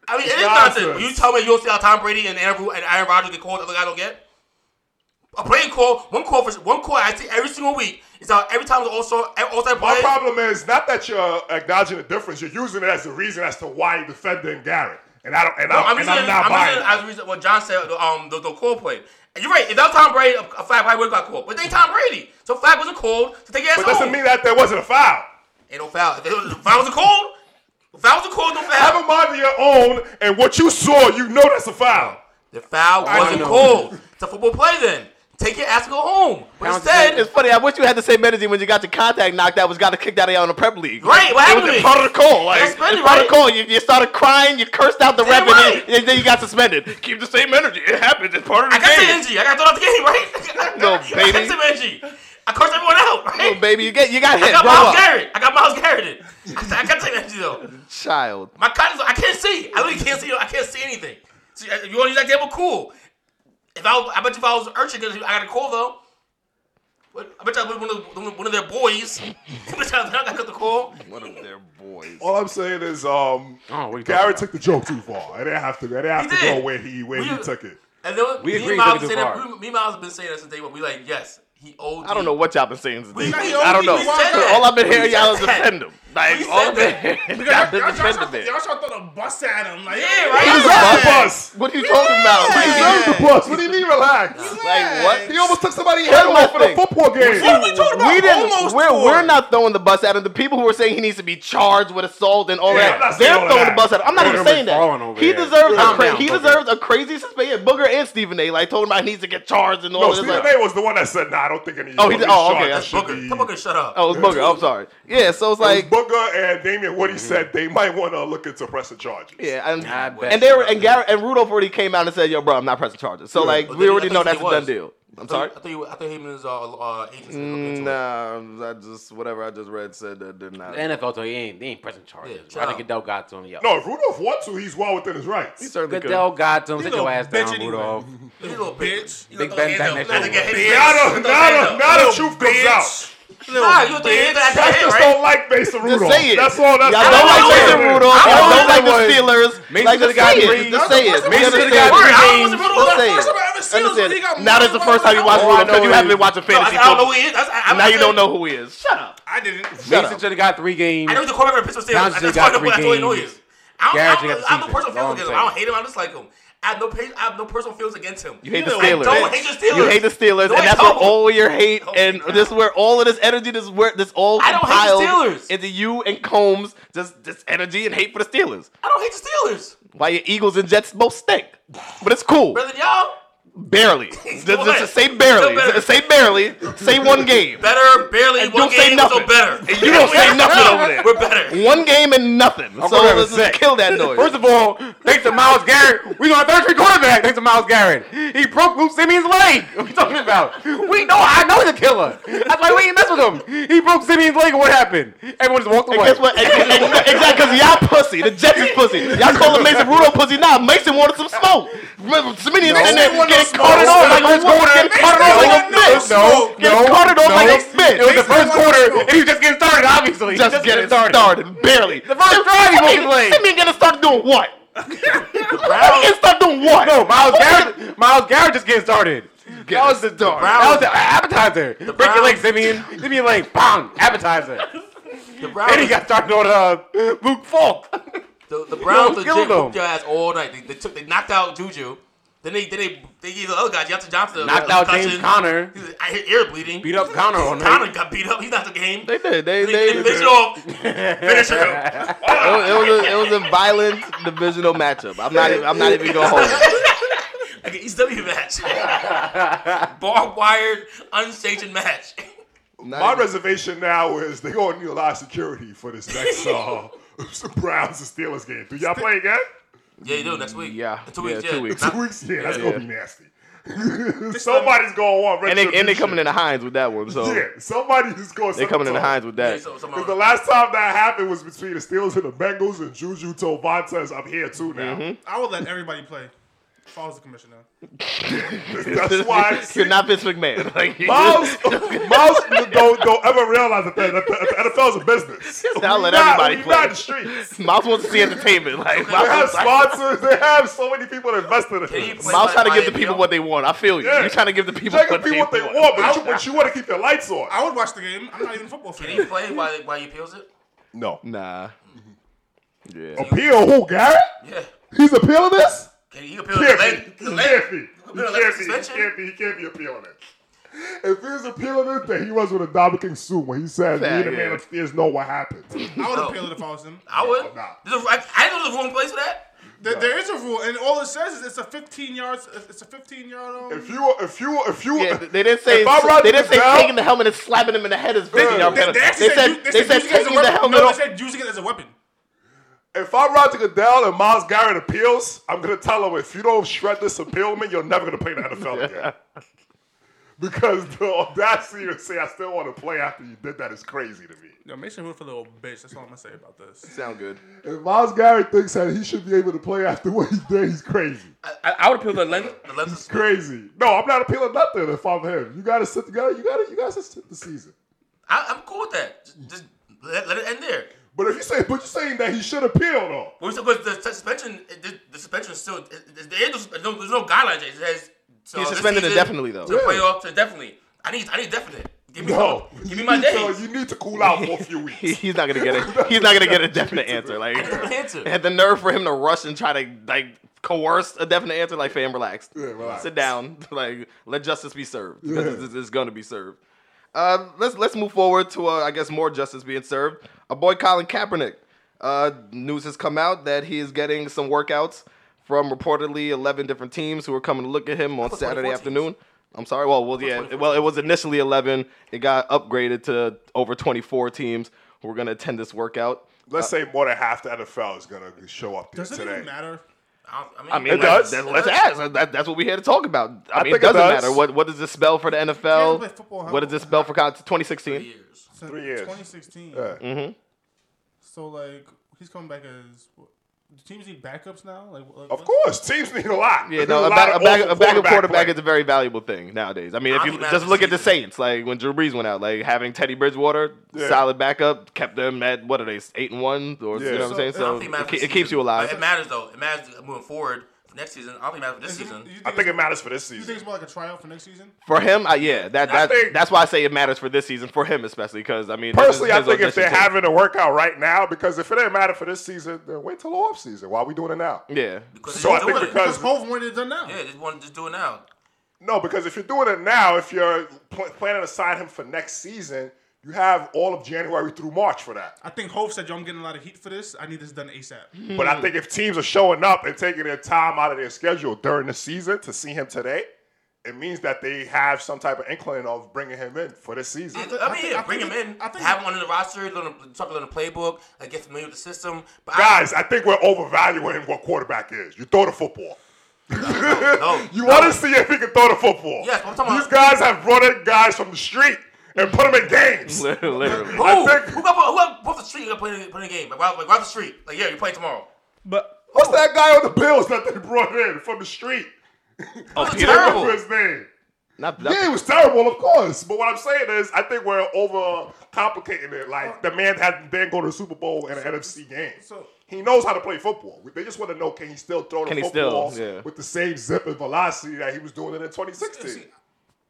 S7: I mean, it is nonsense.
S5: Nonsense.
S7: You tell me you don't see how Tom Brady and Aaron, and Aaron Rodgers get called, other guys don't get. A playing call, one call for one call. I see every single week. It's how every time it's also all-star
S5: My
S7: play.
S5: problem is not that you're acknowledging the difference. You're using it as a reason as to why you're defending Garrett. And I don't. And,
S7: No,
S5: I'm,
S7: I'm
S5: and
S7: using
S5: I'm not
S7: I'm
S5: buying.
S7: using
S5: it.
S7: as a reason what John said. Um, the, the call play. And you're right. If that was Tom Brady, a, a flag probably would have got called. But they Tom Brady, so flag wasn't called. So take your ass
S5: but
S7: home.
S5: doesn't mean that there wasn't a foul.
S7: Ain't no foul. If, it was, if foul was called, if foul was called, no foul.
S5: Have a mind of your own, and what you saw, you know that's a foul.
S7: The foul
S4: I
S7: wasn't
S4: know.
S7: called. It's a football play then. Take your ass and go home. But
S4: Pounce
S7: instead,
S4: it.
S2: It's funny. I wish you had the same energy when you got your contact knocked out. Was got to kicked out of y'all in the prep league.
S7: Right,
S2: It
S7: what happened
S2: was
S7: to me?
S2: Part of the call. Like,
S7: That's
S2: it's part
S7: funny,
S2: of
S7: right?
S2: the call. You, you started crying. You cursed out the ref,
S7: Damn
S2: and,
S7: right.
S2: then, and then you got suspended. Keep the same energy. It happens. It's part of the
S7: I got
S2: game.
S7: some energy. I got thrown out the game, *laughs* right?
S2: No,
S7: I
S2: baby.
S7: got some energy. I cursed everyone out, right?
S2: Little baby, you get you got
S7: I
S2: hit.
S7: got
S2: Grow
S7: Miles
S2: up,
S7: Garrett. I got Miles Garrett. in. *laughs* I said, I got some energy though.
S2: child.
S7: My cut is I can't see. I literally can't see. I can't see anything. So if you want to use that example? Cool. If I, was- I bet you if I was urgent, 'cause I got a call though. But I bet you I was one of, the- one of their boys. *laughs* I bet you I got the call.
S2: One of their boys.
S5: All I'm saying is, um,
S4: Oh, what are you
S5: Garrett
S4: talking
S5: took the joke too far. I didn't have to. I didn't have
S7: He
S5: to go
S7: did.
S5: where he where
S7: We-
S5: he took it.
S7: And then
S4: We agree
S7: me and
S4: he took
S7: Miles
S4: it
S7: been
S4: too
S7: saying that.
S4: far.
S7: Me and Miles have been saying that since day one. We like, yes, he owed.
S2: I don't know what y'all been saying today.
S3: got- he
S2: I
S3: only
S2: don't know.
S3: we said
S2: Cause
S3: that.
S2: All I've been hearing
S7: We
S2: y'all is
S7: said that.
S2: defend him. Like
S7: We
S2: all I've
S7: said
S3: Because y'all,
S2: been y'all been
S3: y'all, y'all,
S2: defending
S3: y'all,
S2: him.
S3: y'all throwing a bus at him. Like,
S7: Yeah,
S3: yeah,
S7: right?
S3: right?
S2: He was a bust
S5: bus.
S2: What are you talking about?
S5: He deserves the bus. What do you mean, relax?
S2: Like what?
S5: He almost took somebody's head
S2: That's my
S5: off in a
S2: thing.
S5: football game.
S3: What are we talking about?
S2: we didn't.
S3: Almost
S2: We're,
S3: four.
S2: we're not throwing the bus at him. The people who are saying he needs to be charged with assault and all
S5: Yeah, I'm
S2: that,
S5: not
S2: they're
S5: saying all
S2: throwing
S5: that.
S2: the bus at him. I'm not
S4: Booger
S2: even
S4: been
S2: saying
S4: falling
S2: that.
S4: over
S2: He
S4: here.
S2: deserves a
S4: Calm
S2: cra-
S4: down,
S2: he
S4: Booger.
S2: deserves a crazy suspension. Booger and Stephen A. Like told him I needs to get charged and all
S5: No,
S2: of this.
S5: Stephen
S2: Like,
S5: A was the one that said, nah, I don't think any of
S2: Oh, he
S5: these
S2: did- oh,
S5: shots
S2: okay,
S5: that
S2: that's
S5: should
S7: Booger,
S5: be-
S7: tell Booger, shut up.
S2: oh, it's Booger. I'm sorry. Yeah. So it's
S5: Like
S2: like Mm-hmm.
S5: Booger and Damian Woody said they might want to look into pressing charges.
S2: yeah. And,
S4: I bet
S2: and they were and Garrett and Rudolph already came out and said, "Yo, bro, I'm not pressing charges." So like
S7: But
S2: we
S7: then
S2: already
S7: I
S2: know
S7: thought
S2: that's
S7: he
S2: a
S7: was.
S2: done deal. I'm
S7: I
S2: sorry.
S7: thought, you, I thought him and his uh, uh, agents.
S2: Mm,
S7: Mm,
S2: *laughs* Nah, I just whatever I just read said that they're not.
S4: The NFL told you, they ain't, they ain't pressing charges.
S7: Yeah,
S4: I
S7: shut
S4: think
S7: up.
S4: Goodell got to him. Yo.
S5: No, if Rudolph wants to, he's well within his rights.
S2: He certainly could.
S4: Goodell got to him. Sit
S3: little
S4: your ass
S3: bitch
S4: down,
S3: anyway.
S4: Rudolph.
S7: You little bitch. You
S4: Big
S7: little
S4: Ben
S7: hands
S4: back
S7: up.
S4: next
S7: Let
S4: to
S7: nigga
S4: him.
S7: hit his
S5: Now the,
S7: face.
S5: now the, now the truth comes out.
S7: Nah, you think he
S5: I
S7: got that
S5: just
S7: hit, right?
S5: don't like Mason Rudolph.
S2: say it.
S5: That's all. That's
S2: Y'all don't
S5: all I'm
S2: like Mason
S5: saying.
S2: Rudolph.
S5: I
S2: Y'all
S5: don't
S2: don't like the
S5: like
S2: Steelers.
S4: Mason
S2: Like,
S4: should've
S2: just
S4: got
S2: say
S4: three.
S2: it. Just say it.
S4: Mason should've got
S2: Understand.
S4: three
S7: I wasn't
S4: games.
S7: Rudolph.
S2: Let's
S7: That's the first
S2: say it.
S7: time I ever seen him. so he got
S2: Understand. Now
S7: more
S2: that's the first
S7: than
S2: time you
S7: one
S2: watch
S7: of
S2: Rudolph because you
S4: is-
S2: haven't been watching
S7: them. No, I
S2: fantasy
S7: I don't
S2: football.
S7: know who he is. That's- I- I'm
S2: Now
S7: not
S2: you don't
S7: saying-
S2: know who he is. Shut up.
S3: I didn't.
S2: Shut
S4: Mason
S2: up.
S4: should have got three games.
S7: I know he's the quarterback of the Pittsburgh Steelers.
S4: Giants
S7: At this
S4: got
S7: point,
S4: three
S7: I don't even know who he
S4: games.
S7: is. I don't, I
S4: Garrett, you got the
S7: don't, I have no
S4: season. All
S7: personal feelings
S4: I'm
S7: against him.
S4: saying.
S7: I don't hate him. I dislike him. I have no, pa- I have no personal feelings against him.
S2: You hate the
S3: know, I
S2: Steelers.
S7: I don't hate the Steelers.
S2: You hate the Steelers,
S7: No, I
S2: and that's where
S7: don't.
S2: all your hate
S7: Oh,
S2: and
S7: God.
S2: this is where all of this energy, this where this all
S7: I don't hate the
S2: compiled
S7: Steelers.
S2: into you and Combs. Just this energy and hate for the Steelers.
S7: I don't hate the Steelers.
S2: Why your Eagles and Jets both stink, but it's cool.
S7: Better than y'all. *laughs*
S2: Barely. Just,
S7: Go ahead.
S2: just say barely.
S7: Still better.
S2: Say barely. Say one game.
S7: Better, barely
S2: And
S7: one
S2: don't say
S7: game, so
S2: nothing.
S7: better.
S2: And you
S7: *laughs*
S2: don't say nothing over there.
S7: We're better.
S2: One game and nothing. So
S4: gonna have
S2: let's
S4: a
S2: just
S4: sec.
S2: kill that noise.
S4: First of all, thanks to Miles Garrett, we got a third string quarterback. Thanks to Miles Garrett, he broke Luke Simeon's leg. What are you talking about? We know, I know he's a killer. That's why we ain't mess with him. He broke Simeon's leg, and what happened? Everyone just walked away.
S2: and guess what? And, and, and, exactly, because y'all pussy. The Jets is pussy. Y'all calling Mason Rudolph pussy. Nah, Mason wanted some smoke. Remember, Simeon
S3: Mason wanted no
S2: Oh, no, getting, getting carted
S3: smoke.
S2: off like a
S4: Mason
S2: woman.
S4: wanted
S2: Getting carted
S3: no
S2: off like
S3: smoke.
S2: a bitch.
S3: No,
S4: No,
S2: Getting
S4: no,
S2: carted off
S4: no.
S2: like a bitch.
S4: It was the
S3: Mason
S4: first
S3: wanted
S4: quarter,
S3: smoke.
S4: and he was just getting started. Obviously,
S2: Just, getting started. Barely. The
S4: first drive he broke his leg.
S2: Simeon gonna start doing what? Simeon start doing what?
S4: No, Miles Garrett, Miles Garrett just getting started. that was the
S2: started.
S4: That was the appetizer. Break your leg,
S7: Browns-
S4: Simeon. Simeon leg, bang,
S2: *laughs*
S4: appetizer. Then he
S7: The Browns,
S4: got started on uh, Luke Falk.
S7: the, the Browns
S4: Yo,
S7: legit
S4: killed him.
S7: whooped your ass all night. They, they took, they knocked out Juju. Then they, then they, they gave the other guy Johnson Johnson. a
S4: Knocked out James
S7: concussion.
S4: Conner.
S7: He's- I hit ear bleeding.
S4: Beat up Conner on
S7: Conner
S4: night.
S7: got beat up. He's not the game.
S2: They did. They,
S7: They, they,
S2: they,
S7: finish it
S2: *laughs*
S7: off. Finish him.
S2: It was, it was a, it was a violent divisional matchup. I'm not even, I'm not even going home.
S7: Like an ECW match. *laughs* Barbed wired, unsanctioned match.
S5: My reservation now is they're gonna need a lot of security for this
S2: *laughs*
S5: next uh, *laughs* Browns and Steelers game. Do y'all play again?
S7: Yeah, you do next week.
S2: Yeah,
S7: In two
S2: yeah,
S7: weeks.
S2: two
S7: Yeah,
S2: weeks.
S5: Two weeks? Yeah, that's gonna
S2: yeah.
S5: be nasty. *laughs* Somebody's gonna want
S2: and
S5: retribution.
S2: they and they coming in the Hines with that one. So
S5: Yeah, somebody's going.
S2: they coming in the Hines with
S7: Yeah,
S2: that.
S7: so, so
S5: Because the last time that happened was between the Steelers and the Bengals, and Juju told Vontaze, "I'm here too now."
S2: Mm-hmm.
S3: I would let everybody play. If I was the commissioner,
S5: *laughs*
S2: *laughs*
S5: That's why
S2: you're not Vince McMahon. Like,
S5: *laughs* Miles,
S2: *laughs*
S5: Miles don't, don't ever realize that the, that the, that the NFL is a business.
S2: not
S5: We
S2: let
S5: not,
S2: everybody
S5: we
S2: play.
S5: not the streets.
S2: Miles wants to see entertainment. Like
S5: They have
S2: Miles,
S5: sponsors. They have so many people that invest in
S7: Can you
S5: it.
S7: play
S2: Miles trying to give
S7: Miami
S2: the people
S7: Heat?
S2: what they want. I feel you.
S5: Yeah.
S2: You're trying to give the people
S5: They
S2: what
S5: can
S2: they,
S5: be what they
S2: want.
S5: want, but you, but you want to keep your lights on.
S3: I would watch the game. I'm not even a football
S7: Can you
S3: fan.
S7: play while while you peels it?
S5: No.
S2: Nah. Yeah.
S5: Appeal who, Garrett?
S7: Yeah.
S5: He's appealing this?
S7: Can you appeal the
S5: Can't
S7: leg?
S5: be.
S7: The
S5: He
S7: leg.
S5: can't be. He
S7: Appeal the
S5: can't be. He
S7: suspension?
S5: can't be. He can't be appealing it. If he was appealing it, then he was with a Dominic King soon when he said,
S2: Yeah,
S5: me and the man
S2: yeah.
S5: upstairs know what happened. *laughs*
S3: I would
S7: No.
S3: appeal it if I was them.
S7: I would.
S5: Nah.
S7: There's a- I I know there's a wrong place for that.
S3: There, there is a rule, and all it says is it's a 15 yards. It's a 15 yard. Um,
S5: If you, were- if you, were- if you, were-
S2: Yeah, they didn't say
S5: If I ride
S2: they didn't
S5: the
S2: say
S5: bell-
S2: taking the helmet and slapping him in the head is 50 yard
S3: they,
S2: penalty.
S3: they actually
S2: They said
S3: u-
S2: they
S3: using it
S2: said
S3: as a
S2: taking the
S3: weapon.
S2: helmet
S3: no,
S2: off.
S3: They said using it as a weapon.
S5: if I ride to Goodell and Miles Garrett appeals, I'm gonna tell him if you don't shred this appealment, you're never gonna play in the NFL again. *laughs* Because the audacity to say I still want to play after you did that is crazy to me.
S3: Yo, Mason Rudolph a little bitch. That's all I'm gonna say about this.
S2: Sound good.
S5: If Miles Garrett thinks that he should be able to play after what he did, he's crazy.
S7: I, I would appeal the length. The length of
S5: crazy. No, I'm not appealing nothing if I'm him. You gotta sit. You gotta. You gotta. You gotta sit the season.
S7: I, I'm cool with that. Just, just let, let it end there.
S5: But if you say, but you're saying that he should appeal though.
S7: But we said- but the suspension, the, the suspension is still. It, it, there is no, there's no guideline. It says so
S2: He's
S7: this
S2: suspended
S7: season
S2: indefinitely, though.
S7: To
S2: Yeah.
S7: playoff to definitely. I need I need definite. Give me
S5: No,
S7: some- Give me my
S5: need to- *laughs*
S7: days.
S5: you need to cool out for a few
S2: He-
S5: weeks.
S2: he's not gonna get a he's not gonna get a definite answer. Like
S7: Definite answer.
S2: had the nerve for him to rush and try to like coerced a definite answer, like fam, relax.
S5: relax.
S2: Sit down. *laughs* Like let justice be served because it's- it's, it's gonna be served. Uh, let's let's move forward to uh, I guess more justice being served. Our boy Colin Kaepernick. Uh, news has come out that he is getting some workouts from reportedly 11 different teams who are coming to look at him on
S7: thought
S2: Saturday
S7: 24
S2: afternoon. I'm sorry. Well, well, yeah. it- Well, it was initially 11. It got upgraded to over 24 teams who are gonna attend this workout.
S5: Let's say more than half the NFL is gonna show up there
S3: Does it
S5: today.
S3: even matter?
S7: I, don't- I mean,
S2: I mean,
S5: It
S2: let's,
S5: does.
S2: let's- let's ask. That- that's what we here to talk about. I, mean, it
S5: think it
S2: doesn't
S5: does.
S2: matter. What what does this spell for the NFL?
S3: play football, huh?
S2: What does this spell for con- 2016?
S7: years.
S3: Since
S5: Three years.
S3: 2016.
S5: Yeah.
S2: Mm-hmm.
S3: So like he's coming back as what, do teams need backups now? Like, like
S5: Of
S3: what?
S5: course, teams need a lot.
S2: Yeah, no, a,
S5: lot
S2: back, a,
S5: of
S2: back,
S5: awful
S2: a backup quarterback
S5: play.
S2: is a very valuable thing nowadays. I mean, if
S7: I'll
S2: you
S7: be mad
S2: just
S7: this
S2: look at the
S7: season.
S2: Saints, like when Drew Brees went out, like having Teddy Bridgewater,
S5: Yeah.
S2: solid backup, kept them at what are they eight and one, or you
S5: Yeah.
S2: know what I'm saying?
S5: So-
S7: I don't
S2: So
S7: think
S2: it,
S7: matters
S2: ke-
S7: for
S2: it keeps
S7: season.
S2: you
S7: But it
S2: alive.
S7: matters though. It matters moving forward for next season. I don't think it matters for
S3: Is
S7: this
S3: it-
S7: season.
S3: do you
S5: I think
S3: it's-
S5: it matters for this
S3: you think
S5: season.
S3: it's more like a tryout for next season?
S2: For him, I, yeah, that,
S5: I
S2: that
S5: think-
S2: that's why I say it matters for this season. For him especially, because I mean, this is
S5: Personally, I
S2: his
S5: think if
S2: audition
S5: they're
S2: tape.
S5: having a workout right now, because if it didn't matter for this season, then wait till the off season. Why are we doing it now?
S2: yeah,
S7: Because
S5: So
S7: they're
S5: I think
S7: doing it.
S5: because
S3: Because Hove wanted it done now.
S7: yeah, just want to just do it now.
S5: No, because if you're doing it now, if you're pl- planning to sign him for next season, you have all of January through March for that.
S3: I think Hove said, "Yo, I'm getting a lot of heat for this. I need this done ASAP."
S5: But
S7: Mm.
S5: I think if teams are showing up and taking their time out of their schedule during the season to see him today, it means that they have some type of inkling of bringing him in for this season.
S7: I,
S3: think- I
S7: mean,
S3: think-
S7: yeah,
S3: I
S7: bring
S3: think-
S7: him in.
S3: I think-
S7: have him on the roster. Learn, the- start to learn the playbook. Like, get familiar with the system. But
S5: Guys, I think we're overvaluing what quarterback is. You throw the football.
S7: I, no,
S5: You want to see if he can throw the football.
S7: Yes, I'm talking
S5: These
S7: about-
S5: guys have brought in guys from the street and put them in
S7: *laughs*
S5: games.
S2: literally.
S7: Who?
S5: I think-
S7: who got who got off the street? Got playing playing a game like right, like right off the street. Like yeah, you're playing tomorrow.
S3: But
S5: What's that guy on the Bills that they brought in from the street?
S2: Oh,
S7: That's
S2: Peter?
S7: terrible.
S5: What's his name?
S2: Not, not
S5: Yeah, it was terrible, of course. But what I'm saying is, I think we're over complicating it. Like
S2: Oh.
S5: the man had then go to the Super Bowl and an NFC game.
S3: so-
S5: he knows how to play football. They just want to know can he still throw
S2: Can
S5: the
S2: he
S5: football
S2: still? Yeah.
S5: with the same zip and velocity that he was doing it in 2016.
S3: see,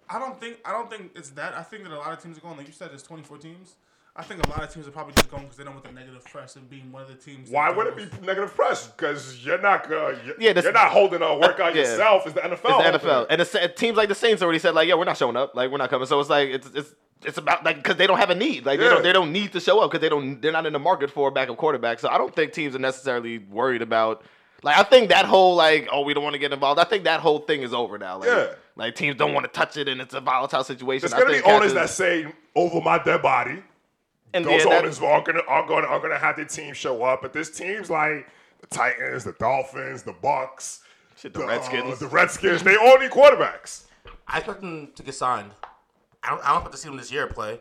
S3: I don't think I don't think it's that. I think that a lot of teams are going. Like you said, it's 24 teams. I think a lot of teams are probably just going because they don't want the negative press and being one of the teams. that
S5: Why
S3: goes-
S5: would it be negative press? Because you're not uh, you're,
S2: Yeah, that's-
S5: you're not holding a
S2: *laughs*
S5: workout
S2: yeah.
S5: yourself. It's the NFL.
S2: It's the
S5: holding
S2: NFL,
S5: it.
S2: and the, Sa- teams like the Saints already said like, "Yeah, we're not showing up. Like, we're not coming." So it's like it's it's it's about like because they don't have a need. Like they
S5: Yeah.
S2: don't they don't need to show up because they don't they're not in the market for a backup quarterback. So I don't think teams are necessarily worried about. Like I think that whole like oh we don't want to get involved. I think that whole thing is over now. Like,
S5: Yeah.
S2: like teams don't want to touch it, and it's a volatile situation.
S5: There's
S2: I
S5: gonna be
S2: think
S5: owners that
S2: Captain's-
S5: say over my dead body.
S2: and
S5: Those
S2: yeah, that-
S5: owners are gonna are gonna are gonna have their team show up, but this teams like the Titans, the Dolphins, the Bucks,
S2: Shit, the Redskins.
S5: the Redskins. They all need quarterbacks.
S7: I expect him to get signed. I don't. I don't expect to see him this year play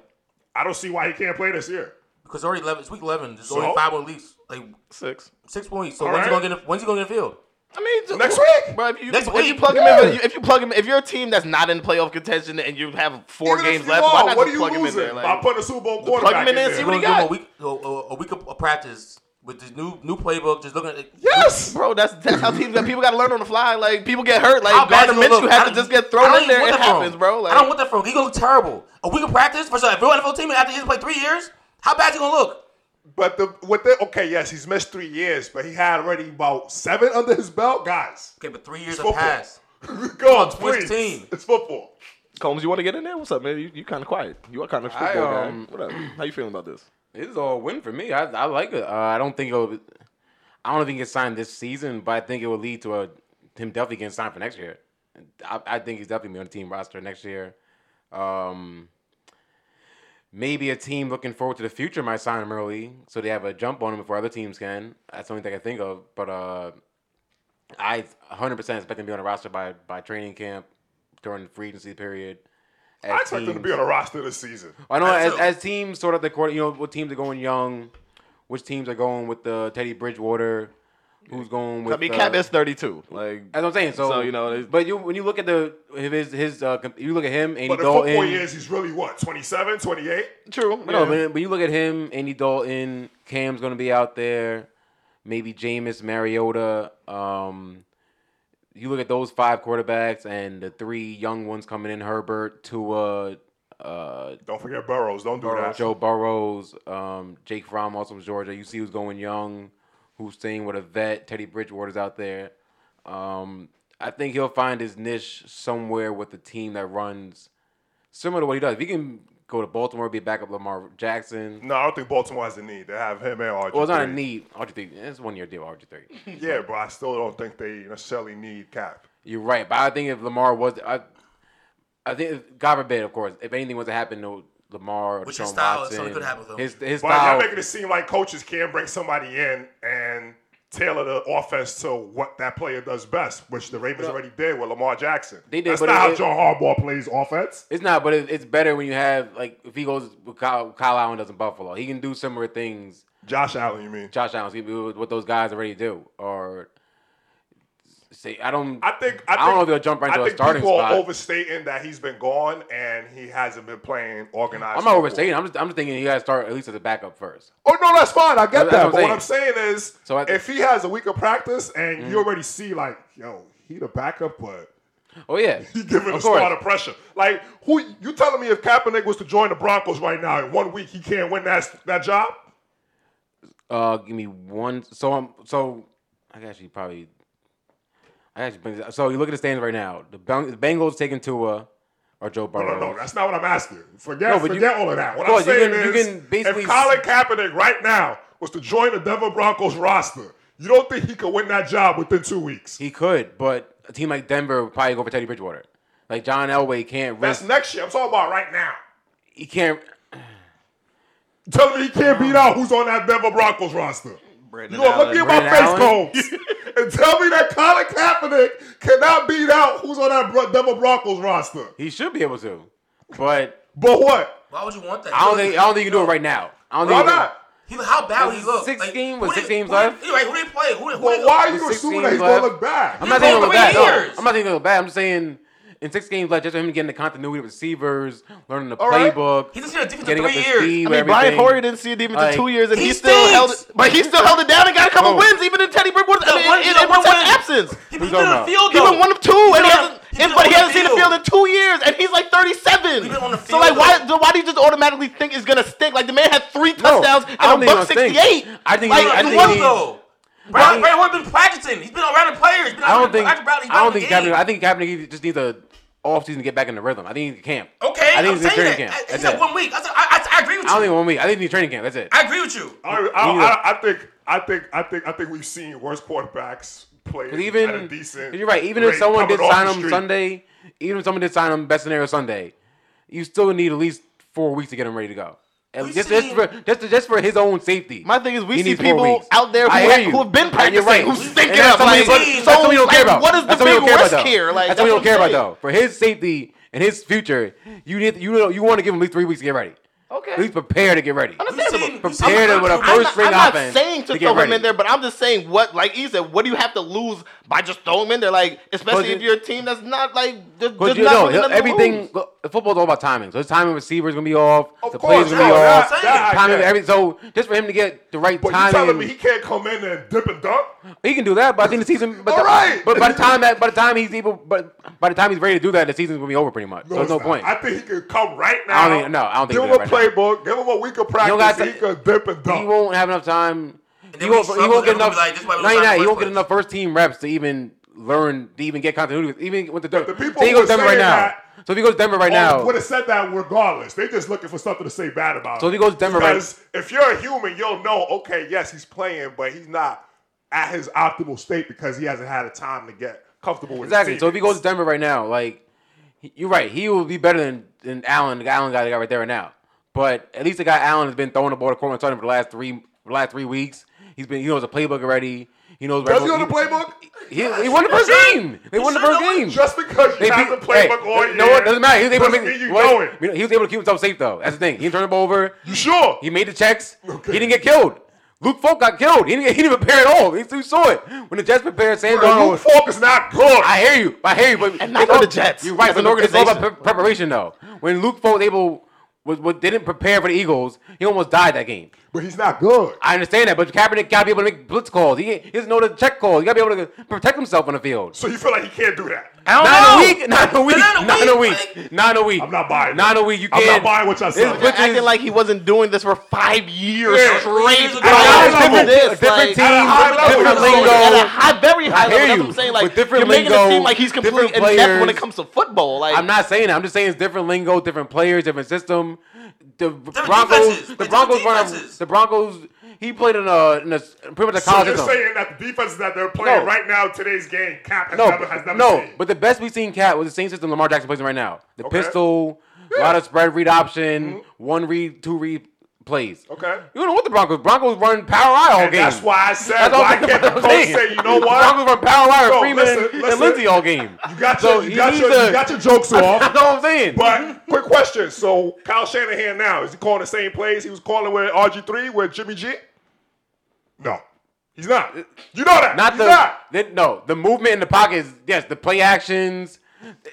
S5: I don't see why he can't play this year.
S7: because already eleven. It's week eleven. There's
S5: So?
S7: only five more weeks. Like
S2: six.
S7: six more weeks. So when's
S5: right.
S7: he gonna get? In, when's he gonna get in the field?
S2: I mean, just-
S5: Next week?
S2: bro. If you,
S7: Next
S2: if
S7: week?
S2: you plug
S5: Yeah.
S2: him in, for- if you plug him, if you're a team that's not in playoff contention and you have four
S5: Even if
S2: games
S5: you
S2: left,
S5: are,
S2: why not
S5: what
S2: just
S5: are you
S2: plug him in
S5: losing
S2: there? Like,
S5: by putting a Super Bowl
S2: plug
S5: quarterback
S2: him in there and see
S5: there?
S2: what he
S7: We're gonna
S2: got.
S7: give him a week, a, a- a week of of oh, practice with this new new playbook. Just looking at it.
S5: Yes,
S2: Bro, that's that's how teams that people gotta learn on the fly. Like people get hurt.
S7: How
S2: Like
S7: bad
S2: Gardner
S7: he gonna
S2: Minshew
S7: look?
S2: has
S7: I
S2: to
S7: don't- e-
S2: just get
S7: I
S2: thrown
S7: don't
S2: in
S7: even
S2: there. It
S7: want that from him.
S2: happens, bro. Like
S7: I don't want that from him. He gonna look terrible. A week of practice versus every NFL team after he's played three years. How bad he gonna look?
S5: but the with the okay, yes, he's missed three years, but he had already about seven under his belt, guys. *laughs*
S7: Okay, but three years have
S5: football.
S7: passed.
S5: Go on,
S7: Twist
S5: please.
S7: team.
S5: It's football.
S2: Combs, you want to get in there? What's up, man? You, you kind of quiet. You are kind of football
S4: I, um,
S2: guy. What up? How you feeling about this?
S4: This is all win for me. I, I like it. Uh, I don't think it'll, I don't think it's signed this season, but I think it will lead to a him definitely getting signed for next year. I, I think he's definitely gonna be on the team roster next year. Um, maybe a team looking forward to the future might sign him early, so they have a jump on him before other teams can. That's the only thing I can think of. But uh, I 100% expect him to be on the roster by by training camp during the free agency period.
S5: I expect him to be on the roster this season.
S4: I know as,
S7: That's it.
S4: as teams sort of the quarter, you know, what teams are going young, which teams are going with the Teddy Bridgewater, who's going with.
S2: I mean,
S4: uh,
S2: Cap is 32. Like
S4: That's what I'm saying. So,
S2: So, you know, it-
S4: but you when you look at the his his uh, comp- you look at him Andy
S5: But in football
S4: Dalton.
S5: years, he's really what 27, 28?
S2: true.
S4: No, man, when you look at him, Andy Dalton, Cam's gonna be out there, maybe Jameis Mariota. Um, you look at those five quarterbacks and the three young ones coming in: Herbert, Tua, uh,
S5: Don't forget Burrows. Don't do that.
S4: Joe Burrows, um, Jake Fromm, also from Georgia. You see who's going young, who's staying with a vet. Teddy Bridgewater's out there. Um, I think he'll find his niche somewhere with a team that runs similar to what he does. If he can go to Baltimore, be a backup Lamar Jackson.
S5: No, I don't think Baltimore has a need. They have him and RG.
S4: Well, it's not a need. RG three. eh, It's one year deal. RG three.
S5: Yeah, but I still don't think they necessarily need cap.
S4: You're right, but I think if Lamar was, I, I think if, God forbid, of course, if anything was to happen to Lamar or
S7: Which
S4: Deshaun
S7: his style is
S4: Watson,
S7: something could happen to him.
S4: His his
S5: But
S4: style.
S5: you're making it seem like coaches can bring somebody in and tailor the offense to what that player does best, which the Ravens already did with Lamar Jackson.
S4: They did,
S5: That's
S4: but
S5: not how
S4: it-
S5: John Harbaugh plays offense.
S4: It's not, but it, it's better when you have like if he goes with Kyle, Kyle Allen does in Buffalo, he can do similar things.
S5: Josh Allen, you mean?
S4: Josh Allen's he can do what those guys already do, or say I don't.
S5: I think I,
S4: I don't
S5: think,
S4: know if they'll jump right
S5: I
S4: into a
S5: think
S4: starting
S5: people
S4: spot.
S5: are overstating that he's been gone and he hasn't been playing organized.
S4: I'm not
S5: football.
S4: overstating. I'm just I'm just thinking he got to start at least as a backup first.
S5: Oh no, that's fine. I
S4: That's
S5: get that.
S4: what
S5: but
S4: I'm
S5: what I'm saying is,
S4: So I- Mm.
S5: if he has a week of practice and you already see like, yo, he the backup, but
S4: Oh
S5: *laughs*
S4: yeah,
S5: he giving
S4: *laughs*
S5: the
S4: of course.
S5: starter pressure. Like, who you telling me if Kaepernick was to join the Broncos right now in one week, he can't win that that job?
S4: Uh, give me one. So I'm so I actually probably I actually bring this up. so you look at the standings right now. The Beng- the Bengals taking Tua or Joe
S5: No,
S4: Burrow.
S5: no, no, that's not what I'm asking. Forget,
S4: No, but you-
S5: forget all of that. What
S4: Of
S5: I'm
S4: course, you
S5: saying
S4: can- you
S5: is,
S4: can basically-
S5: if Colin Kaepernick right now was to join the Denver Broncos roster, you don't think he could win that job within two weeks?
S4: He could, but a team like Denver would probably go for Teddy Bridgewater. Like John Elway can't
S5: That's
S4: risk.
S5: next year. I'm talking about right now.
S4: he can't.
S5: Tell me he can't beat out who's on that Denver Broncos roster.
S2: Brandon
S5: You gonna
S2: Allen.
S5: look me in my
S4: Brandon
S5: face,
S4: Allen?
S5: Combs, *laughs* and tell me that Colin Kaepernick cannot beat out who's on that Bro- Denver Broncos roster.
S4: He should be able to, but
S5: But what?
S7: Why would you want that?
S4: I don't think I don't think you can do it right now. I don't
S5: Why
S4: think you can-
S5: not?
S7: He, how bad would he
S4: Is
S7: look?
S4: six
S7: Like,
S4: game-
S7: who
S4: was
S7: they-
S4: six games
S7: who they-
S4: left?
S7: Anyway, who they play? Who they? Who
S5: But
S7: they
S5: why are you
S4: Six
S5: assuming
S4: games
S5: that he's
S4: left.
S5: gonna look bad?
S4: I'm
S7: You
S4: not thinking
S7: told
S4: about bad.
S7: him three
S4: No,
S7: years.
S4: I'm not thinking about bad. I'm just saying in six games left, just him getting the continuity of receivers, learning the
S5: All right.
S4: playbook,
S7: He's been in the defense for
S4: getting up
S7: three
S4: to
S7: years.
S4: speed.
S2: I
S4: with
S2: mean, Brian
S4: everything.
S2: Hoyer didn't see a defense
S4: Like,
S2: for two years, and
S7: He
S2: he, still
S7: stinks.
S2: held it. But he still held it down and got a couple
S4: Oh.
S2: wins, even in Teddy Bridgewater.
S7: Yeah,
S2: I mean,
S7: one-
S2: in,
S7: yeah,
S2: in
S7: one
S2: one
S7: time.
S2: absence.
S7: He been
S4: talking
S7: on the
S4: about?
S7: field
S2: He's
S7: though.
S2: been one of two, and he
S7: on-
S2: hasn't,
S7: he's been
S2: but he
S7: on the
S2: hasn't seen the
S7: field.
S2: field in two years, and he's like 37.
S7: He's been on the
S2: so like,
S7: field,
S2: why,
S7: though.
S2: why do you just automatically think it's gonna stick? Like the man had three
S4: No,
S2: touchdowns
S4: I don't
S2: and a buck
S4: think he's gonna
S2: 68.
S4: stink. I think he-
S2: like,
S4: I
S7: Like,
S4: think
S7: he
S2: what-
S7: was
S4: he-
S7: though.
S4: Brian-
S7: Brian Brian Hoyer been practicing. He's been around the players. He's been
S4: I
S7: out
S4: don't
S7: of the-
S4: think.
S7: out of the- out of the
S4: I don't think
S7: game.
S4: Kaepernick. I think Kaepernick just needs a off season to get back in the rhythm. I think he needs camp.
S7: Okay,
S4: I think
S7: I'm
S4: he's in training
S7: saying
S4: camp.
S7: that. He
S4: That's
S7: said
S4: it.
S7: one week. I, said, I, I, I agree with
S4: I don't
S7: you.
S4: think one week. I think he needs training camp. That's it.
S7: I agree with you.
S5: I, I,
S4: Neither.
S5: I, I think I think I think I think we've seen worse quarterbacks play
S4: 'Cause
S5: at a
S4: even
S5: decent.
S4: you're right. Even if
S5: rate
S4: someone did
S5: coming off
S4: sign
S5: the
S4: him
S5: street.
S4: Sunday, even if someone did sign him best scenario Sunday, you still need at least four weeks to get him ready to go. And
S7: We've
S4: just, just
S7: seen-
S4: for just, just for his own safety.
S2: My thing is, we
S4: He
S2: see
S4: needs four
S2: people
S4: weeks.
S2: out there who,
S4: I hear
S2: have,
S4: you.
S2: who have been
S4: And you're
S2: practicing,
S4: right.
S2: who's
S4: And
S2: thinking
S4: that's
S2: up. Like,
S4: something we-
S7: so,
S4: that's something we don't care
S2: like,
S4: about.
S2: what is the
S4: That's something
S2: big
S4: we don't care
S2: risk
S4: about, though.
S2: here? Like,
S4: that's what we don't
S2: that's what
S4: care about
S2: I'm saying.
S4: though. For his safety and his future, you need you know you want to give him at least three weeks to get ready.
S2: Okay.
S4: At least prepare to get ready.
S2: Understandable.
S7: We've seen- we've seen
S4: Prepare to
S7: him
S4: with a
S7: recruit- I'm
S4: first string
S2: I'm not
S4: offense.
S2: saying to, throw
S4: to get ready.
S2: him in there, but I'm just saying what, like he said, what do you have to lose by just throwing him in there? Like, especially
S4: But
S2: if
S4: it-
S2: you're a team that's not like th-
S4: But
S2: there's
S4: you
S2: not
S4: know,
S2: really nothing to
S4: everything.
S2: lose.
S4: look, Football's all about timing. So his timing receiver is gonna be off.
S5: Of
S4: the
S5: course,
S4: play's gonna be
S5: no,
S4: off.
S5: that-
S4: the
S5: that I
S4: timing,
S5: get.
S4: every, so just for him to get the right
S5: But you
S4: timing,
S5: telling me he can't come in and dip and dunk?
S4: he can do that. But I think the season. But
S5: All
S4: the,
S5: right.
S4: But by the time that, by the time he's able, but by the time he's ready to do that, the season's gonna be over pretty much. so there's
S5: it's
S4: no
S5: not.
S4: point.
S5: I think he could come right now.
S4: don't think- no, I don't think
S5: Give
S4: he
S5: him a
S4: could right
S5: playbook. Give him a week of practice.
S4: got
S5: He
S4: to-
S5: could dip and
S4: he
S5: dunk.
S4: won't have enough time.
S7: then
S4: He
S7: when
S4: won't,
S7: he
S4: he won't
S7: struggles,
S4: get
S7: everyone
S4: enough.
S7: will be like, this is why we
S4: not
S7: don't
S4: even
S7: sign
S4: that. He
S7: him
S4: won't get
S7: first.
S4: enough first team reps to even learn to even get continuity. with- Even with the,
S5: the people
S4: so he
S5: who
S4: goes
S5: are
S4: Denver right
S5: saying
S4: now.
S5: that-
S4: so if he goes Denver right now,
S5: would have said that regardless. They just looking for something to say bad about.
S4: So if he
S5: him.
S4: goes Denver right-
S5: because if you're a human, you'll know. Okay, yes, he's playing, but he's not at his optimal state because he hasn't had a time to get comfortable with his
S4: Exactly. So if he
S5: teammates.
S4: goes to Denver right now, like he- you're right, he will be better than, than Allen, the guy- Allen guy they got right there right now. But at least the guy Allen has been throwing the ball to Cortland Sutton for the last three the last three weeks. He's been he knows the playbook already. He knows
S5: does he on the playbook?
S4: He, he won the first game. They won the
S7: sure
S4: first
S7: don't-
S4: game.
S5: Just because you
S4: They
S5: have
S4: beat-
S5: the playbook
S4: hey,
S5: all
S4: you
S5: year,
S4: know what? Doesn't matter. He was able to
S5: doesn't
S4: make
S5: mean you
S4: well,
S5: know it.
S4: you know, He was able to keep himself safe though. That's the thing. He didn't turn the ball over.
S5: You sure?
S4: He made the checks.
S5: Okay.
S4: He didn't get killed. Luke Folk got killed. He didn't, he didn't *laughs* prepare at all. He, he saw it when the Jets prepared. Sam Darnold
S5: Luke
S4: was
S5: Falk is not good.
S4: I hear you. I hear you. But
S2: And not on the Jets.
S4: You're right.
S2: As
S4: But
S2: an
S4: Norgan is all about
S2: organization.
S4: pre- preparation, though. When Luke Foles able was, was didn't prepare for the Eagles, he almost died that game.
S5: but he's not good.
S4: I understand that, but Kaepernick gotta be able to make blitz calls. He, he doesn't know the check calls. He gotta be able to protect himself on the field.
S5: So you feel like he can't do that.
S7: I don't
S4: Not
S7: know.
S4: in a week. Not in a week.
S7: Not in a
S4: Not in a
S7: week,
S4: week. Not in a week.
S5: I'm not buying
S4: Not in
S5: that.
S4: a week. You
S5: I'm
S4: can't.
S5: not buying what y'all
S4: It's-
S5: selling.
S4: but
S5: Out
S4: this-
S2: acting like he wasn't doing this for five years
S5: Yeah.
S2: straight.
S7: Years ago.
S2: I don't
S5: At a high
S2: know
S5: level.
S2: this,
S4: Different
S2: like-
S4: teams, At
S5: a high level,
S4: different
S5: it's so-
S4: lingo.
S2: At a high, very high level. That's
S4: I hear you,
S2: what I'm saying. Like
S4: but different
S2: you're making
S4: lingo,
S2: it seem like he's completely
S4: different
S2: inept when it
S4: players.
S2: comes to football. Like
S4: I'm not saying that. I'm just saying it's different lingo, different players, different system. The
S7: defenses.
S4: Broncos. The
S7: Different
S4: Broncos run
S7: defenses.
S4: a, The Broncos. He played in a, in a pretty much a
S5: So
S4: college
S5: you're
S4: system.
S5: saying that the defenses that they're playing
S4: No.
S5: right now, today's game, Cap has
S4: no,
S5: never has never
S4: no.
S5: seen.
S4: But the best we've seen Cat was the same system Lamar Jackson plays in right now. The
S5: Okay. Mm-hmm.
S4: pistol, a lot of spread read option, one read, two read plays.
S5: Okay.
S4: You don't know what the Broncos. Broncos run power eye all
S5: and
S4: game.
S5: that's why I said,
S4: That's all
S5: why
S4: I'm-
S5: can't the
S4: I'm
S5: coach
S4: saying.
S5: say, you know
S4: The
S5: what?
S4: Broncos run power wire,
S5: Bro,
S4: Freeman,
S5: listen,
S4: and
S5: listen.
S4: Lindsey all game.
S5: You got
S4: So
S5: your, you
S4: he
S5: got
S4: needs
S5: your,
S4: to-
S5: you got your jokes
S4: *laughs*
S5: off.
S4: That's all I'm saying.
S5: But
S4: Mm-hmm.
S5: quick question. So Kyle Shanahan now, is he calling the same plays he was calling with RG3 with Jimmy G? No. He's not. You know that.
S4: not
S5: He's
S4: the,
S5: not.
S4: the- no the movement in the pocket is yes the play actions.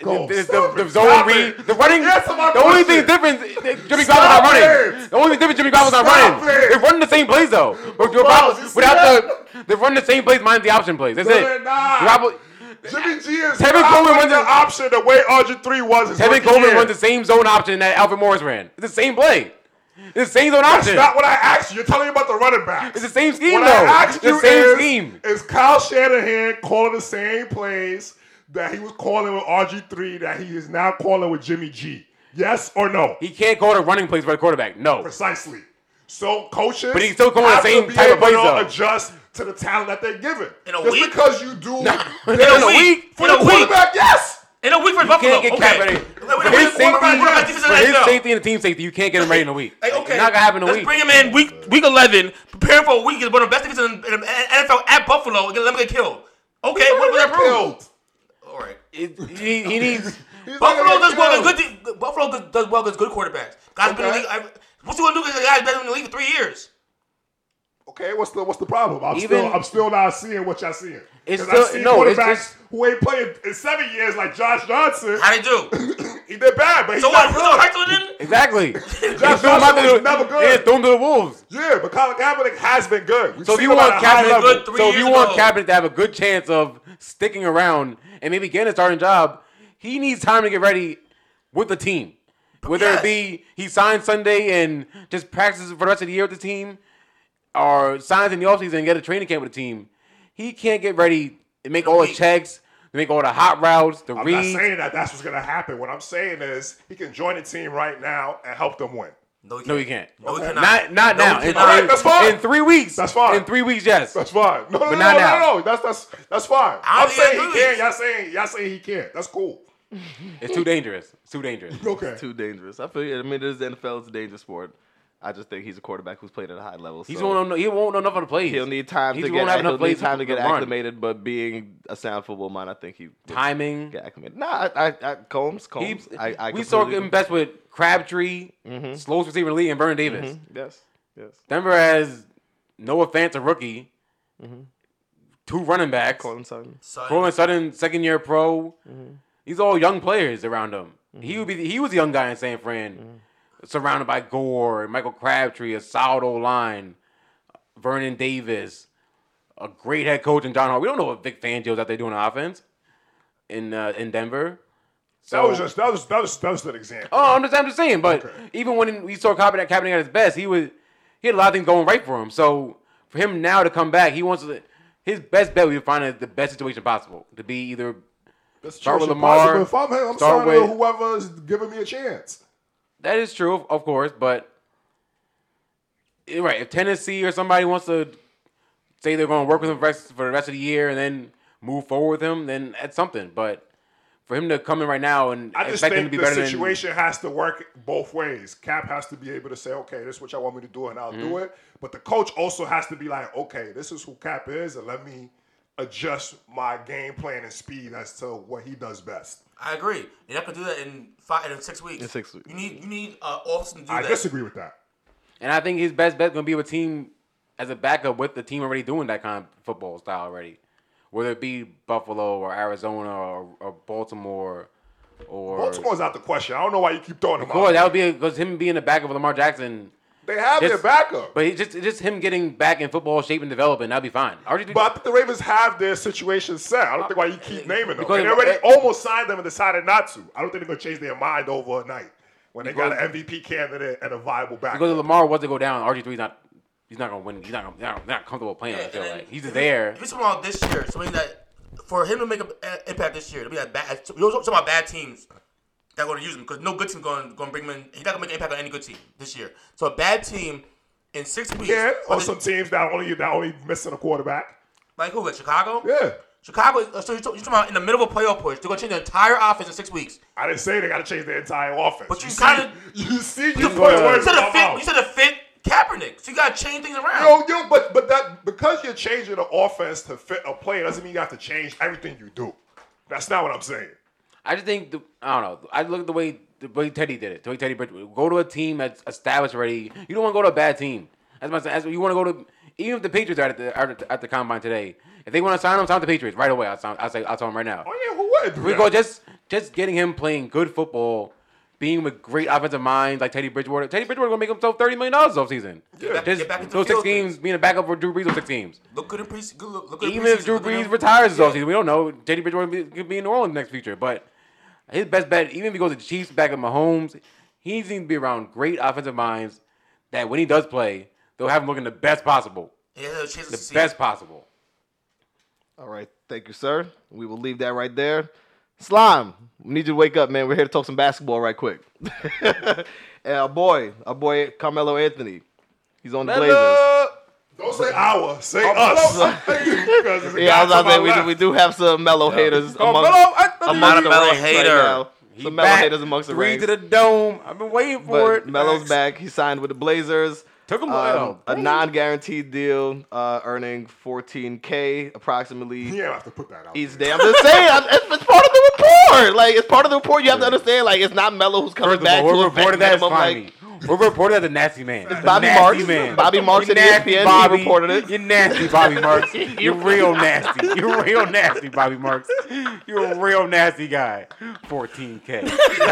S5: Go,
S4: the, the-
S5: stop
S4: the-
S5: it,
S4: the zone
S5: stop
S4: read,
S5: it.
S4: the running.
S5: Answer my
S4: The only thing
S5: question.
S4: difference, is Jimmy
S5: Stop
S4: Garoppolo's not running.
S5: it.
S4: The only difference, Jimmy Garoppolo's not
S5: Stop
S4: running.
S5: it.
S4: They're running the same plays though, but
S5: Bro,
S4: Garoppolo-
S5: you see
S4: without the they're running the same plays minus the option plays. That's
S5: No,
S4: it.
S5: they're not.
S4: Garoppolo-
S5: Jimmy G is
S4: Tevin
S5: not
S4: Coleman
S5: running
S4: runs
S5: the
S4: a-
S5: option the way RG3 was his
S4: Tevin
S5: rookie
S4: Coleman
S5: year.
S4: runs the same zone option that Alvin Morris ran. It's the same play. It's the same zone
S5: That's
S4: option.
S5: not what I asked you. You're telling me about the running backs.
S4: It's the same scheme
S5: what
S4: though.
S5: I asked
S4: the
S5: you
S4: same
S5: is,
S4: scheme.
S5: is Kyle Shanahan calling the same plays that he was calling with RG3 that he is now calling with Jimmy G? Yes or no?
S4: He can't call the running plays for the quarterback. No.
S5: Precisely. So coaches,
S4: But he's still calling the
S5: have to
S4: same
S5: be
S4: type of
S5: able
S4: plays,
S5: to
S4: though.
S5: Adjust to the talent that they're given.
S7: In a
S5: Just
S7: week?
S5: because you do
S4: in
S5: this
S4: a week?
S5: for
S7: In
S5: the
S7: a week?
S5: quarterback, yes.
S7: In a week for Buffalo.
S4: can't get
S7: okay.
S4: Kaepernick.
S7: Wait, wait,
S4: For his
S7: wait, quarterback,
S4: safety,
S7: quarterback, defense,
S4: for his
S7: NFL.
S4: safety and the team safety, you can't get him ready in a week.
S7: Like,
S4: It's
S7: okay,
S4: not gonna happen in a
S7: Let's
S4: week.
S7: bring him in week week eleven. Prepare him for a week is one of the best defenses in, in the NFL at Buffalo. And let him get killed. Okay, what was that prove?
S5: Killed.
S7: All right.
S4: It- he, he
S7: *laughs*
S4: needs.
S5: He's not
S7: Buffalo
S5: gonna
S7: does
S5: get
S7: well
S5: killed.
S7: against good. de- Buffalo does- does well against good quarterbacks. Guys been in the
S5: Okay.
S7: league. I, what's you gonna do against a guy who's been in the league for three years?
S5: Okay, what's the what's the problem? I'm
S4: Even-
S5: still I'm still not seeing what y'all seeing.
S4: It's
S5: Because
S4: still-
S5: I see
S4: no,
S5: quarterbacks
S4: it's just-
S5: who ain't playing in seven years like Josh Johnson.
S7: How they do?
S5: *coughs* he did bad, but he's
S7: So what?
S5: not good.
S7: Who's gonna hurt them then?
S4: Exactly. Josh
S5: Johnson was never good.
S4: Yeah, threw him to the Wolves.
S5: Yeah, but Colin Kaepernick has been good. We've
S4: So if
S5: seen
S4: you
S5: him
S4: want
S5: at a high
S4: Kaepernick,
S5: level.
S7: good three
S4: so if you
S7: years
S4: want
S7: ago.
S4: Kaepernick to have a good chance of sticking around and maybe getting a starting job, he needs time to get ready with the team. Whether
S7: yes.
S4: it be he signs Sunday and just practices for the rest of the year with the team, or signs in the offseason and get a training camp with the team, he can't get ready and make all the
S7: week.
S4: checks, make all the hot routes, the
S5: I'm not
S4: reads.
S5: saying that that's what's gonna happen. What I'm saying is he can join the team right now and help them win.
S4: No, he can't.
S7: No, he
S4: Not
S7: cannot.
S4: not
S7: No, he
S4: now. In,
S7: cannot.
S4: in-
S5: That's fine.
S4: in three weeks.
S5: That's fine.
S4: In three weeks, yes.
S5: That's fine. No, no, no,
S4: not
S5: no,
S4: now.
S5: no, no. That's that's that's fine.
S7: I
S5: I'm
S7: don't think
S5: saying
S7: I
S5: he
S7: agree with
S5: can.
S7: you.
S5: Y'all saying y'all saying he can. That's cool.
S4: It's too dangerous. It's too dangerous.
S5: Okay.
S2: too dangerous. I feel. you. I mean, this is the NFL. It's a dangerous sport. I just think he's a quarterback who's played at a high level.
S4: He's
S2: so-
S4: won't know, he won't know enough of the plays.
S2: He'll need time
S4: He
S2: to
S4: just
S2: get
S4: won't have
S2: he'll
S4: enough
S2: need
S4: plays
S2: time to get
S4: run.
S2: acclimated, but being a sound football mind, I think he would
S4: Timing.
S2: get acclimated. Nah, I, I, I Combs,
S4: He,
S2: Combs. I, I
S4: we saw
S2: completely- Mm-hmm.
S4: him best with Crabtree, slowest receiver in the league, and Vernon Davis.
S2: Yes, yes.
S4: Denver has Noah Fant, a rookie, two running backs,
S2: Mm-hmm. Colin Sutton. Mm-hmm.
S4: Corlin Sutton, second year pro. These all young players around him. He would be he was a young guy in San Fran,
S2: Mm-hmm.
S4: surrounded by Gore, Michael Crabtree, a solid old line, Vernon Davis, a great head coach in John Hart. We don't know what Vic Fangio's out there doing on offense in uh, in Denver. So
S5: That was just that was that was that was an example.
S4: Oh, I'm just, I'm just saying. But
S5: Okay.
S4: even when we saw Kaepernick, Kaepernick at his best, he was he had a lot of things going right for him. So for him now to come back, he wants to, his best bet would be to find the best situation possible to be either
S5: That's
S4: Start with
S5: true.
S4: Lamar.
S5: But If I'm him,
S4: Start
S5: I'm starting with
S4: with-
S5: whoever's giving me a chance.
S4: that is true, of- of course, but eh, right if Tennessee or somebody wants to say they're going to work with him for rest- for the rest of the year and then move forward with him, then that's something. But for him to come in right now and
S5: I just
S4: expect him
S5: think
S4: to be
S5: the
S4: better
S5: situation has to work both ways. Cap has to be able to say, okay, this is what y'all want me to do, and I'll do
S4: Mm-hmm.
S5: it. But the coach also has to be like, okay, this is who Cap is, and let me adjust my game plan and speed as to what he does best.
S7: I agree. You're not gonna do that in five in six weeks.
S2: In six weeks.
S7: You need you need uh, Austin to do
S5: I
S7: that.
S5: disagree with that.
S4: than and I think his best bet going to be with team as a backup with the team already doing that kind of football style already, whether it be Buffalo or Arizona or, or Baltimore or
S5: Baltimore's out the question. I don't know why you keep throwing
S4: Of
S5: him
S4: course,
S5: out.
S4: that would be because him being the backup of Lamar Jackson
S5: They have their
S4: Just-
S5: backup. But,
S4: But it's just it's just him getting back in football shape and developing, that'll be fine. RG3
S5: I think the Ravens have their situation set. I don't think why you keep naming them.
S4: Because-
S5: They already almost signed them and decided not to. I don't think they're going to change their mind overnight when they got an MVP candidate and a viable backup.
S4: because if Lamar was to go down, RG3's not he's not gonna win. He's not gonna they're not, they're not comfortable playing. I
S7: and
S4: feel
S7: then
S4: like he's
S7: if
S4: just
S7: we-
S4: there.
S7: If you're talking about this year, so mean that for him to make an impact this year, to be that bad. You're talking about bad teams that are going to use him because no good team going to bring him in. He's not going to make an impact on any good team this year. So a bad team in six weeks.
S5: yeah,
S7: but
S5: or some teams that only that only missing a quarterback.
S7: like who? Like Chicago.
S5: Yeah.
S7: Chicago. is- So you're talking about in the middle of a playoff push, they're going to change the entire offense in six weeks.
S5: I didn't say they got to change their entire offense.
S7: But you
S5: see-
S7: kinda-
S5: you see, you
S7: You
S5: put words in
S7: said
S5: my
S7: a fit.
S5: mouth.
S7: You said a fit Kaepernick. So you got to change things around.
S5: No, yo, but but that because you're changing the offense to fit a play doesn't mean you have to change everything you do. That's not what I'm saying.
S4: I just think the, I don't know. I look at the way the way Teddy did it. The way Teddy Bridgewater go to a team that's established already. You don't want to go to a bad team. That's my that's, you want to go to even if the Patriots are at the are at the combine today. If they want to sign him, sign the Patriots right away. I'll sign, I'll say I'll tell him right now.
S5: Oh yeah, who would? do
S4: We
S5: that?
S4: go just just getting him playing good football, being with great offensive minds like Teddy Bridgewater. Teddy Bridgewater gonna make himself thirty million dollars off season.
S7: back-
S4: just
S7: get back into
S4: those six
S7: the field thing.
S4: games being a backup for Drew Brees those six games.
S7: Look good in preseason. Good look, look good in
S4: Even if
S7: preseason,
S4: Drew
S7: look good
S4: Brees
S7: in-
S4: retires this
S7: Yeah.
S4: offseason, we don't know. Teddy Bridgewater be- could be in New Orleans next future, but his best bet, even if he goes to the Chiefs back at Mahomes, he needs to be around great offensive minds that when he does play, they'll have him looking the best possible,
S7: Yeah, he has a chance to
S4: the
S7: succeed.
S4: best possible.
S2: All right, thank you, sir. We will leave that right there. Slime, we need you to wake up, man. We're here to talk some basketball right quick. *laughs* and our boy, our boy Carmelo Anthony, he's on the Blazers.
S5: Don't say our, say us. *laughs* because it's a
S2: Yeah, I was
S5: guy to
S2: out
S5: my
S2: there. We do,
S5: left.
S2: we do have some mellow haters amongst, amongst the
S7: Mello
S2: ranks right
S7: hater.
S2: now.
S4: He
S2: Some mellow
S4: back,
S2: haters amongst the
S4: three
S2: ranks.
S4: to the dome. I've been waiting for
S2: But
S4: it.
S2: Melo's back. He signed with the Blazers.
S4: Took him
S2: um,
S4: well.
S2: a non-guaranteed deal, uh, earning 14k
S4: *laughs*
S2: approximately.
S5: Yeah, I have to put that out.
S2: Each day. I'm just saying, I'm- it's, it's part of the report. Like, it's part of the report. You have to understand, like, it's not Mello who's coming
S4: First
S2: back
S4: of all,
S2: to
S4: we're
S2: a vet
S4: reported that as
S2: minimum,
S4: Finey.
S2: like,
S4: We're reported as a nasty man. The
S2: Bobby
S4: nasty
S2: Marks.
S4: Man.
S2: Bobby Marks
S4: You
S2: at
S4: nasty,
S2: ESPN, he
S4: Bobby.
S2: reported it.
S4: You're nasty, Bobby *laughs* Marks. You're real nasty. You're real nasty, Bobby Marks. You're a real nasty guy. 14K. *laughs* You're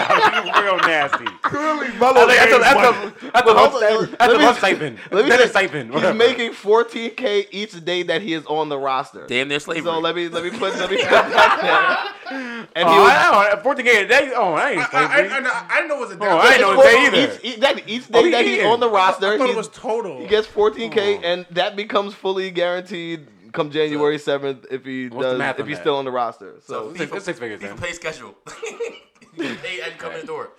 S4: real nasty.
S5: Clearly, Melo
S4: That's a-
S5: James
S4: that's
S5: won.
S4: a- that's a
S2: hold
S4: rough
S2: on,
S4: stipend. That's a
S2: let me-
S4: rough stipend.
S2: *laughs* let me
S4: That's a
S2: finish.
S4: stipend.
S2: He's
S4: whatever.
S2: making 14k each day that he is on the roster.
S7: Damn near slavery.
S2: So let me let me put
S4: *laughs*
S2: let me put that there. And he
S4: Oh,
S2: was,
S4: I don't know, 14K a day? Oh, I ain't
S6: I, I, I,
S4: stipend.
S6: I, I didn't know it was a
S4: Oh, I
S6: down.
S4: didn't know
S2: it's
S4: that
S2: total-
S4: either.
S2: Each, exactly. Each day
S4: Oh, he
S2: that he's
S4: is.
S2: on the roster,
S6: I thought
S2: he's-
S6: it was total.
S2: he gets
S4: Oh.
S2: 14k, and that becomes fully guaranteed come January 7th if he
S4: What's the
S2: does
S4: math
S2: if
S4: on
S2: he's
S4: that?
S2: still on the roster. So
S4: Six- it's six figures,
S7: He's
S4: man.
S7: pay schedule. *laughs* Pay and come in the door.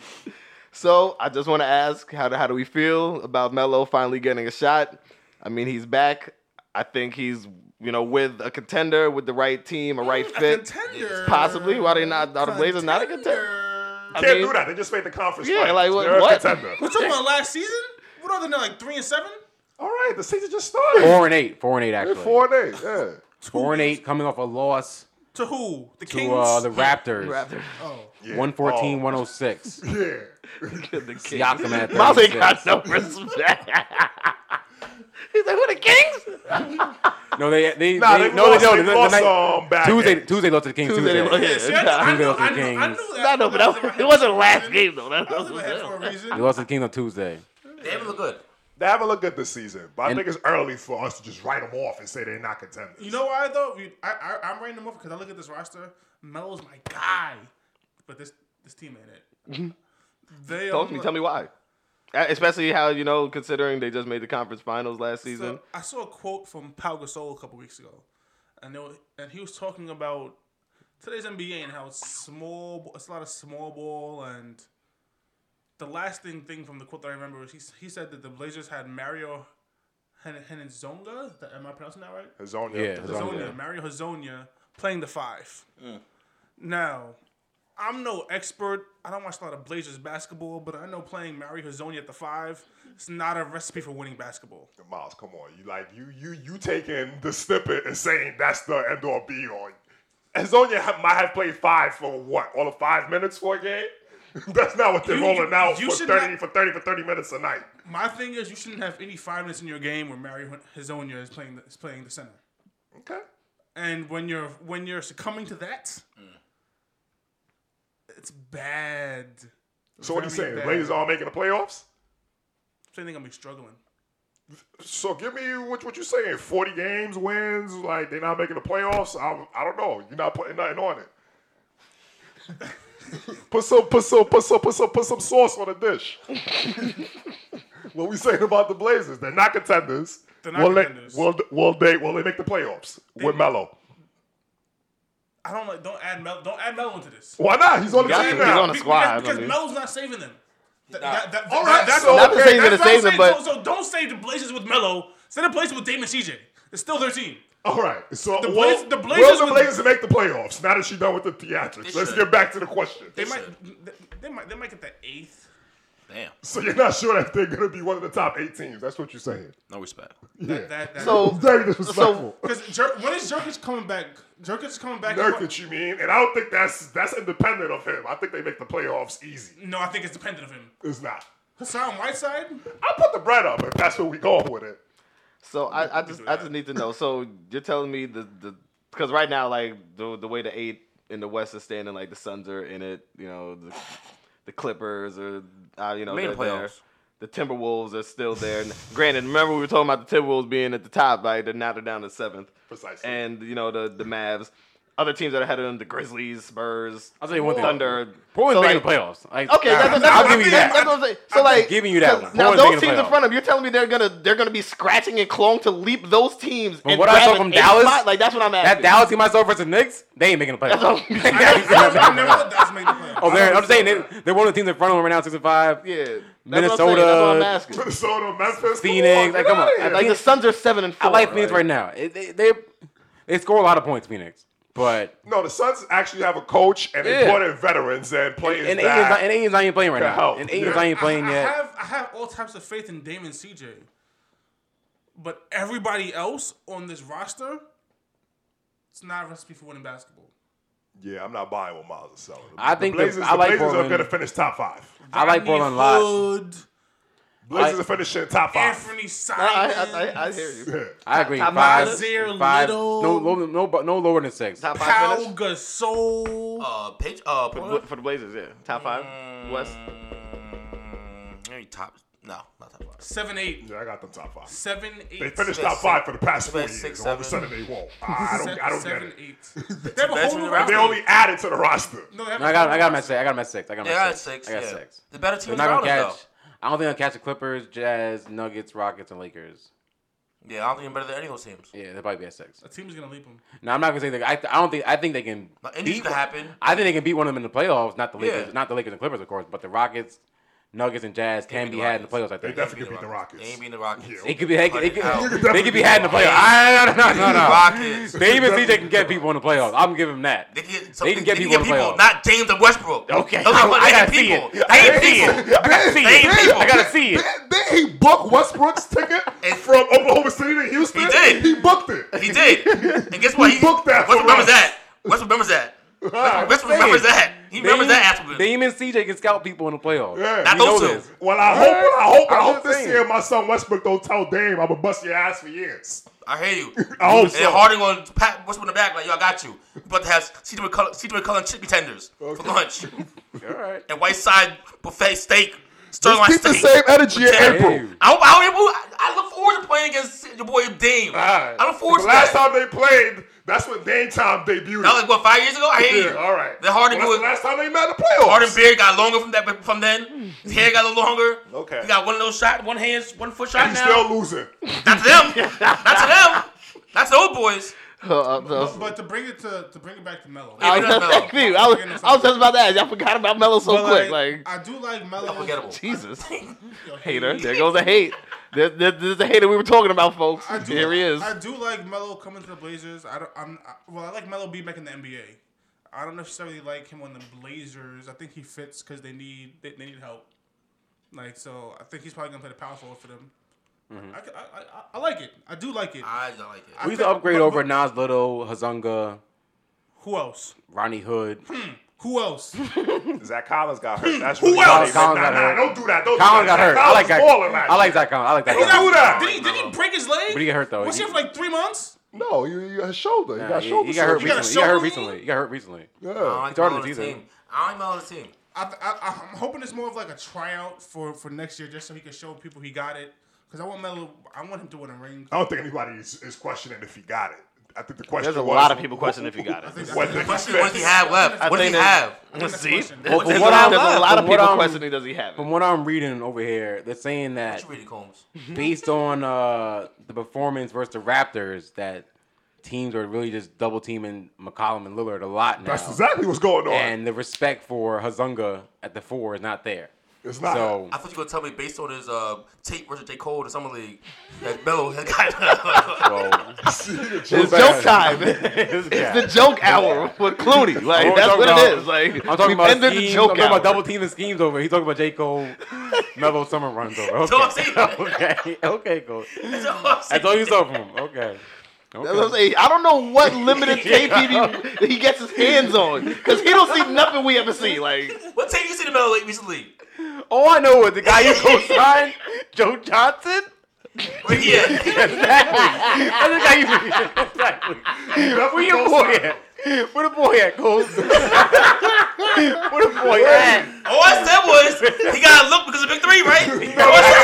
S2: So I just want to ask, how do, how do we feel about Melo finally getting a shot? I mean, he's back. I think he's you know with a contender, with the right team, a right
S6: Mm, A
S2: fit.
S6: contender.
S2: Possibly. Why they not? Are the Blazers not a contender?
S6: contender.
S2: I
S5: Can't
S2: mean,
S5: do that. They just made the conference.
S2: Yeah,
S5: finals.
S2: like, what-
S5: They're a
S2: what?
S5: contender.
S6: We're talking about last season. What are they now, like three and seven?
S5: All right, the season just started.
S4: Four and eight. Four and eight,
S5: They're
S4: actually.
S5: Four days. Yeah.
S4: Four and eight coming off a loss
S6: To who? The Kings.
S4: to uh, the Raptors.
S2: Raptors.
S6: oh.
S5: yeah.
S4: 114, 106.
S5: Oh, yeah.
S2: *laughs*
S4: Siakam at
S2: Molly
S4: 36.
S2: got no respect. *laughs* he's like, who the Kings?
S4: No, they they,
S5: Nah,
S4: they,
S5: they
S4: no,
S5: lost-
S4: they don't.
S5: they
S4: The- the
S5: lost,
S4: night-
S5: um, back
S4: Tuesday,
S5: end.
S4: Tuesday lost to the Kings.
S2: Tuesday
S4: Tuesday,
S2: they lost-
S6: Yeah, see, I, knew- I, knew,
S4: Who
S6: I,
S4: goes to
S6: knew, I knew
S4: Kings?
S6: that.
S2: No, no, but that was, it wasn't last game though. That,
S6: I
S2: that
S6: was in
S2: was
S6: my head for a reason.
S4: they lost to the Kings on Tuesday.
S7: They haven't looked good.
S5: They haven't looked good this season, but I
S4: And-
S5: think it's early for us to just write them off and say they're not contenders.
S6: You know why though? We, I, I I'm writing them off because I look at this roster. Melo's my guy, but this this team
S2: *laughs*
S6: ain't it. they
S2: Talk
S6: are-
S2: to me. Tell me why. Uh, Especially how you know, considering they just made the conference finals last season.
S6: So, I saw a quote from Pau Gasol a couple weeks ago, and they were, and he was talking about today's NBA and how it's small. It's a lot of small ball, and the last thing thing from the quote that I remember was he, s- he said that the Blazers had Mario Hen- Henizonga. That- Am I pronouncing that right?
S5: Hazonia.
S4: Yeah,
S6: Hazonia,
S4: Hazonia.
S6: Mario Hazonia playing the five. Now, I'm no expert. I don't watch a lot of Blazers basketball, but I know playing Mario Hazonia at the five is not a recipe for winning basketball.
S5: Miles, come on. You like you you you taking the snippet and saying that's the end all be all. Hazonia ha- might have played five for what? All of five minutes for a game? *laughs* that's not what they're
S6: You-
S5: rolling
S6: you-
S5: out
S6: you
S5: for
S6: should
S5: thirty
S6: not-
S5: for thirty for thirty minutes a night.
S6: My thing is, you shouldn't have any five minutes in your game where Mario Hazonia is playing the, is playing the center.
S5: Okay.
S6: And when you're when you're succumbing to that, it's bad.
S5: So what are
S6: Very
S5: you saying? The
S6: bad.
S5: Blazers aren't making the playoffs?
S6: saying they're gonna be struggling.
S5: So give me what what you saying? Forty games wins, like they're not making the playoffs. I, I don't know. You're not putting nothing on it.
S2: *laughs*
S5: put some put some put some put some put some sauce on a dish. what we saying about the Blazers? They're not contenders.
S6: They're not
S5: will
S6: contenders.
S5: They, will, will they will they make the playoffs with Melo?
S6: I don't like. Don't add Mel. Don't add Melo into this.
S5: Why not? He's on the
S2: got
S5: team
S2: to. He's
S5: now.
S2: on the squad,
S6: because,
S2: buddy.
S6: because Melo's not saving them. Th- that-
S4: not.
S6: that-
S5: All
S6: that-
S5: right,
S6: that's
S5: so-
S6: what-
S5: Not to
S6: okay,
S5: say he's
S6: that's
S2: gonna
S6: what I'm
S2: save them,
S6: saying.
S2: but-
S6: so, so don't save the Blazers with Melo. Send the Blazers with Damon CJ. It's still their team.
S5: All right. So
S6: The
S5: the
S6: Blaz-
S5: will,
S6: the
S5: the
S6: Blazers
S5: Blazers will
S6: would-
S5: the Blazers make the playoffs? Now that she's done with the theatrics,
S7: They
S5: let's
S7: should.
S5: get back to the question.
S6: They might, they- they might, they might get the eighth.
S7: Damn.
S5: So you're not sure that they're going to be one of the top eight teams? That's what you're saying?
S7: No respect.
S5: Yeah. *laughs*
S6: That, that,
S2: So
S5: Very disrespectful.
S6: because Jer- when is Jerkic coming back? Jerkic is coming back.
S5: Nurkic, you mean? And I don't think that's that's independent of him. I think they make the playoffs easy.
S6: No, I think it's dependent of him.
S5: It's not.
S6: Hassan Whiteside.
S5: I put the bread up if that's where we going with it.
S2: So I, I just I just need to know. So you're telling me the the because right now like the the way the eight in the West is standing, like the Suns are in it. You know, the, the Clippers are uh, you know
S7: Made
S2: they're
S7: the
S2: there.
S7: playoffs.
S2: The Timberwolves are still there. And granted, remember we were talking about the Timberwolves being at the top, like they're now they're down to seventh.
S5: Precisely.
S2: And you know the the Mavs, other teams that are ahead of them, the Grizzlies, Spurs,
S4: I'll tell you one thing.
S2: Thunder.
S4: Portland's
S2: So,
S4: making
S2: like,
S4: the playoffs. Like,
S2: Okay,
S4: nah,
S2: that's, that's,
S4: I'll
S2: that's-
S4: give you
S2: that's-
S4: that.
S2: that's what I'm saying. So
S4: I'm
S2: like,
S4: giving you that
S2: because
S4: one.
S2: Now
S4: Portland's
S2: those
S4: making the
S2: teams in
S4: playoffs.
S2: front of you, you're telling me they're gonna they're gonna be scratching and clawing to leap those teams.
S4: But
S2: and
S4: what I
S2: grab
S4: saw
S2: an
S4: from
S2: eight
S4: Dallas-
S2: spot? like that's what I'm
S4: That
S2: asking.
S4: Dallas team I saw versus the Knicks, they ain't making the
S2: That's all-
S4: playoffs.
S6: I never, I never thought Dallas made the playoffs.
S4: *laughs* oh, they're, *laughs* I'm just saying they, they're one of the teams in front of them right now, six and five.
S2: yeah, that's
S4: Minnesota-
S2: What I'm, saying. That's
S4: *laughs*
S2: what I'm asking.
S5: Minnesota, Memphis,
S4: Phoenix, like, come on.
S5: get outta here.
S2: Like the Suns are seven and four.
S4: I like Phoenix right now. It- they, they they score a lot of points, Phoenix, but
S5: no, the Suns actually have a coach and they
S4: Yeah.
S5: brought in veterans and players
S4: and Aiden's
S5: that-
S4: not, and Aiden's not even playing right now.
S5: help.
S4: And Aiden's not even playing
S6: I, I
S4: yet.
S6: have I have all types of faith in Damon CJ, but everybody else on this roster, it's not a recipe for winning basketball.
S5: Yeah, I'm not buying what Miles is selling.
S4: I
S5: The
S4: think
S5: Blazers,
S4: the- I like
S5: the Blazers are
S4: Portland.
S5: going to finish top five.
S4: I like
S6: Rodney
S4: Portland a lot. Ah.
S6: Hood,
S5: Blazers
S4: I-
S5: are finishing top five.
S6: Anthony
S2: I,
S6: Simons.
S2: I, I, I hear you.
S5: *laughs* Yeah.
S4: I agree.
S2: Top
S4: Five,
S6: Isaiah
S4: five,
S6: Little.
S4: no, no, no, no lower than six.
S2: Top five
S6: Pau
S2: finish
S6: Gasol.
S7: Uh, pitch. Uh,
S2: for,
S7: Portland?
S2: the- for the Blazers. Yeah, top
S6: Mm.
S2: five West.
S7: Mm, any top? No, not top five.
S6: Seven eight.
S5: Yeah, I got them top five.
S6: Seven eight.
S5: They finished
S7: Six,
S5: top five for the past four
S7: six,
S5: years.
S7: six,
S5: All of a
S7: seven.
S5: sudden they won't. I don't, I don't get
S6: seven
S5: it.
S6: eight. They have a
S7: That's
S6: whole
S7: when
S6: new
S7: the
S6: roster.
S5: They only added to the roster.
S6: No, they have
S4: No,
S6: a
S4: I got,
S6: whole
S4: I got him
S6: new
S4: at six. I got him at six. I got him
S7: They
S4: at
S7: got
S4: six.
S7: six.
S4: I got
S7: yeah.
S4: six.
S7: The better team
S4: They're
S7: is
S4: not gonna
S7: around
S4: catch.
S7: us,
S4: I don't think they'll catch the Clippers, Jazz, Nuggets, Rockets, and Lakers.
S7: though. Yeah, I don't think they're better than any of those teams.
S4: Yeah, they'll probably be at six.
S6: roster. A team's gonna leap them.
S4: Now I'm not gonna say that. I, I don't think. I think they can.
S7: Like, anything could
S4: one-
S7: happen.
S4: I think they can beat one of them in the playoffs. Not the Lakers.
S7: Yeah.
S4: Not the Lakers and Clippers, of course, but the Rockets, Nuggets, and Jazz can
S7: beat
S4: be
S7: the
S4: had in the playoffs.
S7: Rockets.
S4: I
S5: They
S4: think.
S5: definitely could beat the
S7: They
S5: Rockets.
S7: ain't being the Rockets.
S5: Yeah.
S4: It could be. They could, they could,
S7: Out.
S4: they could be had in the playoffs. I, no, no, no, no.
S7: Rockets.
S4: They even see they can get people in the playoffs. I'm giving them that.
S7: They can get,
S4: They
S7: something,
S4: can get people in the playoffs.
S7: not James and Westbrook.
S4: Okay,
S7: Those
S4: I
S7: are
S4: gotta
S7: fucking
S4: see
S7: people.
S4: it. I
S7: They
S4: gotta see
S7: ain't
S4: it. I gotta see
S7: people. They ain't
S4: it.
S7: people.
S4: I gotta see it.
S5: Didn't, didn't he book Westbrook's ticket
S7: And-
S5: from Oklahoma City to Houston?
S7: He did.
S5: He booked it.
S7: He did. And guess what?
S5: He booked that
S7: Westbrook
S5: for
S7: remembers
S5: us.
S7: that. Westbrook remembers that.
S5: Ah,
S7: Westbrook
S4: saying.
S7: remembers that. He remembers
S4: Dame-
S7: that afterwards.
S4: Dame and CJ can scout people in the playoffs.
S5: Yeah.
S4: We
S7: Not
S4: know
S7: those two.
S4: this.
S5: Well, I hope, I hope, I
S4: I'm
S5: hope
S4: just
S5: this
S4: saying.
S5: year my son Westbrook don't tell Dame I'm gonna bust your ass for years.
S7: I hear you.
S5: I hope
S7: and
S5: so.
S7: Harding on Pat Westbrook in the back like, yo, I got you. We about to have CJ McCullough, CJ McCullough chicken tenders for lunch
S4: All right.
S7: and Whiteside buffet steak, Sterling
S5: Keep
S7: steak.
S5: the same energy in
S7: Damn.
S5: April.
S7: I, hope- I, hope- I look forward to playing against your boy Dame.
S5: Alright.
S7: I look forward
S5: The
S7: to
S5: last
S7: that.
S5: time they played, that's when Dame time debuted.
S7: That was like what five years ago. I hear
S5: yeah,
S7: you.
S5: all right.
S7: Then Harden
S5: well,
S7: was
S5: that's the last time they met in the playoffs.
S7: Harden beard got longer from that from then. His hair got a little longer.
S5: Okay.
S7: He got one of those shot, one hands, one foot shot
S5: He's
S7: now.
S4: *laughs*
S5: still losing.
S7: Not
S5: *laughs*
S7: to them. Not to them. Not to the old boys.
S2: Uh, uh,
S6: But to bring it to to bring it back to Melo.
S2: *laughs* I was,
S7: Even though-
S2: thank you. I was, I was just about to ask. I forgot about Melo so
S6: But,
S2: quick. Like,
S6: I do like Melo. *laughs*
S7: Unforgettable.
S2: Jesus.
S6: Yo,
S2: Hater.
S6: he-
S2: There goes a hate. There, there, there's the hater we were talking about, folks.
S6: I do,
S2: Here he is.
S6: I do like Melo coming to the Blazers. I don't. I'm I, well. I like Melo being back in the NBA. I don't necessarily like him on the Blazers. I think he fits because they need they, they need help. Like so, I think he's probably gonna play the power forward for them.
S2: Mm-hmm.
S6: I, c- I- I- I- I like it. I do like it.
S7: I don't like it.
S4: We need to upgrade over Nas Little, Hazunga,
S6: Who else?
S4: Ronnie Hood.
S7: Hmm.
S6: Who else?
S5: Zach Collins got hurt. That's
S6: Who
S5: really
S6: else?
S5: funny.
S4: Collins got
S5: nah, Hmm, nah,
S4: hurt.
S5: Don't do that. Don't
S4: Colin
S5: do that.
S4: got hurt.
S5: Zach
S4: I like
S5: Collins
S4: that.
S5: balling last
S4: I like
S5: year.
S4: that. Colin. I like that.
S5: Don't
S4: Colin.
S5: do that.
S6: Did he, did he break his leg?
S4: But he got hurt, though.
S6: Was he
S4: He-
S6: for like three months?
S5: No, you, you got shoulder. You
S4: Nah,
S5: got
S4: he,
S5: shoulder.
S4: he got hurt
S5: surgery.
S6: You got a
S4: recently. He got hurt
S6: shoulder?
S4: recently. He got hurt recently.
S7: I don't
S5: Yeah.
S7: like
S4: It's hard
S7: Melo on
S4: to do
S7: the
S4: that.
S5: *laughs*
S7: team. I don't like Melo on the team.
S3: I, th- I, I'm hoping it's more of like a tryout for, for next year, just so he can show people he got it. Because I want Melo, I want him to win a ring.
S5: I don't think anybody is, is questioning if he got it. I think the question
S2: There's a
S5: was,
S2: lot of people questioning if he got it.
S3: That's-
S5: What the
S3: that's-
S5: question
S3: that's-
S5: was
S4: he had left.
S3: that's-
S4: What did he have?
S2: *laughs*
S3: that's the
S2: See,
S3: question.
S2: there's,
S4: From
S2: there's
S4: what
S2: a,
S4: I'm-
S2: there's a lot of
S4: from what
S2: people
S4: I'm-
S2: questioning does he have it.
S4: From what I'm reading over here, they're saying that
S7: What you read, Combs?
S4: based on uh, the performance versus the Raptors, that teams are really just double teaming McCollum and Lillard a lot now.
S5: That's exactly what's going on.
S4: And the respect for Hazunga at the four is not there.
S5: It's not.
S4: So
S7: I thought you were gonna tell me based on his uh, tape versus J Cole to Summer League that Melo had *laughs* got. uh,
S4: well,
S2: It's joke time. *laughs* it's the joke hour with Clooney. Like
S4: I'm
S2: that's
S4: talking
S2: what it
S4: about-
S2: is. Like
S4: I'm talking
S2: we've
S4: about
S2: ended the
S4: schemes,
S2: joke
S4: I'm talking
S2: hour.
S4: about double teaming schemes over. He's talking about J Cole, Mellow Summer runs over.
S7: *laughs* That's what I'm
S5: *laughs*
S4: Okay,
S7: saying.
S4: okay, okay, cool.
S7: *laughs* That's all I'm
S4: I
S7: saying.
S4: told you so from him. Okay.
S2: That's what I'm saying. I don't know what
S4: *laughs*
S2: limited tape he, that he gets his hands on because he don't see nothing we ever see. Like
S7: What tape you seen Melo late recently?
S4: Oh, I know what the guy you co-signed, Joe Johnson. *laughs*
S7: Right here.
S4: That's the guy you exactly. Where your boy at? Where the boy at, Cole? Where the boy at?
S7: *laughs* All I said was he got a look because of Big Three,
S4: *laughs*
S7: right? That's all I said.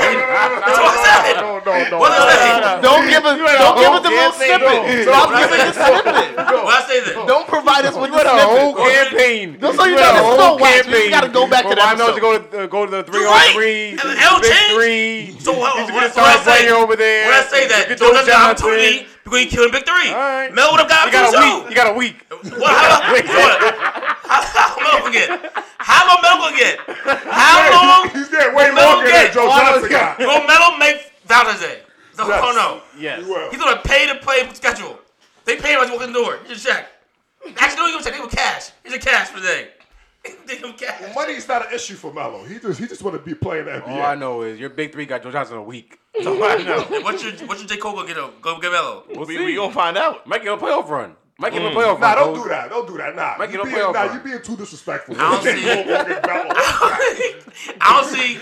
S7: That's all I said.
S5: No, no, no.
S7: What I said.
S2: don't give us don't give us the little snippet. So
S7: *laughs*
S2: I'm giving the snippet.
S7: What I say then?
S2: Don't provide us with the
S4: What a whole
S2: snippet.
S4: campaign.
S2: That's all you
S4: What a
S2: got. This is
S4: whole
S2: no wax. We just
S4: campaign.
S2: gotta go back to
S4: Well,
S2: the
S4: Why not
S2: episode.
S4: you go to uh, go to the three
S7: right.
S4: on three,
S7: And the L
S4: big
S7: change.
S4: three?
S7: So what?
S4: He's
S7: What,
S4: gonna start
S7: what, what I say?
S4: playing over there.
S7: When I say
S4: Look
S7: that,
S4: at
S7: Joe
S4: Joe
S7: doesn't have an
S4: Johnson.
S7: opportunity because he killed Big Three.
S4: All right.
S7: Melo would have
S4: You
S7: got
S4: got a
S7: him
S4: week.
S7: too.
S4: You got a week.
S7: What?
S4: *laughs*
S7: How long? What? How, how long gonna get? How long Melo gonna get?
S4: *laughs*
S7: How long?
S5: He's there way
S7: Melo
S5: longer than
S7: get-
S5: Joe
S4: Why
S5: Johnson
S4: was-
S5: got.
S7: Will Melo make Valentine's Day? No,
S5: Yes.
S7: oh no.
S4: Yes.
S5: Well,
S7: He's on a pay to play schedule. They pay him as you walk in the door. You just check. Actually, don't even check. They give him cash. He's a cash for the day. *laughs* They give him cash.
S5: money's not an issue for Melo. He just he just want to be playing the NBA.
S4: All Oh, I know is your big three got Joe Johnson a week. That's all I know.
S7: What's your What's your J Cole gonna get? Him? Go get Melo.
S4: We'll
S2: We,
S4: see.
S2: we gonna find
S4: *laughs*
S2: out.
S4: Might get a playoff run. Might get a playoff run.
S5: Nah, don't
S4: Cole.
S5: do that. Don't do that. Nah,
S4: Make it
S5: you
S4: a
S5: being,
S4: playoff
S5: nah,
S4: run.
S5: you being too disrespectful.
S7: I don't see it.
S5: see.
S7: *laughs* I don't see.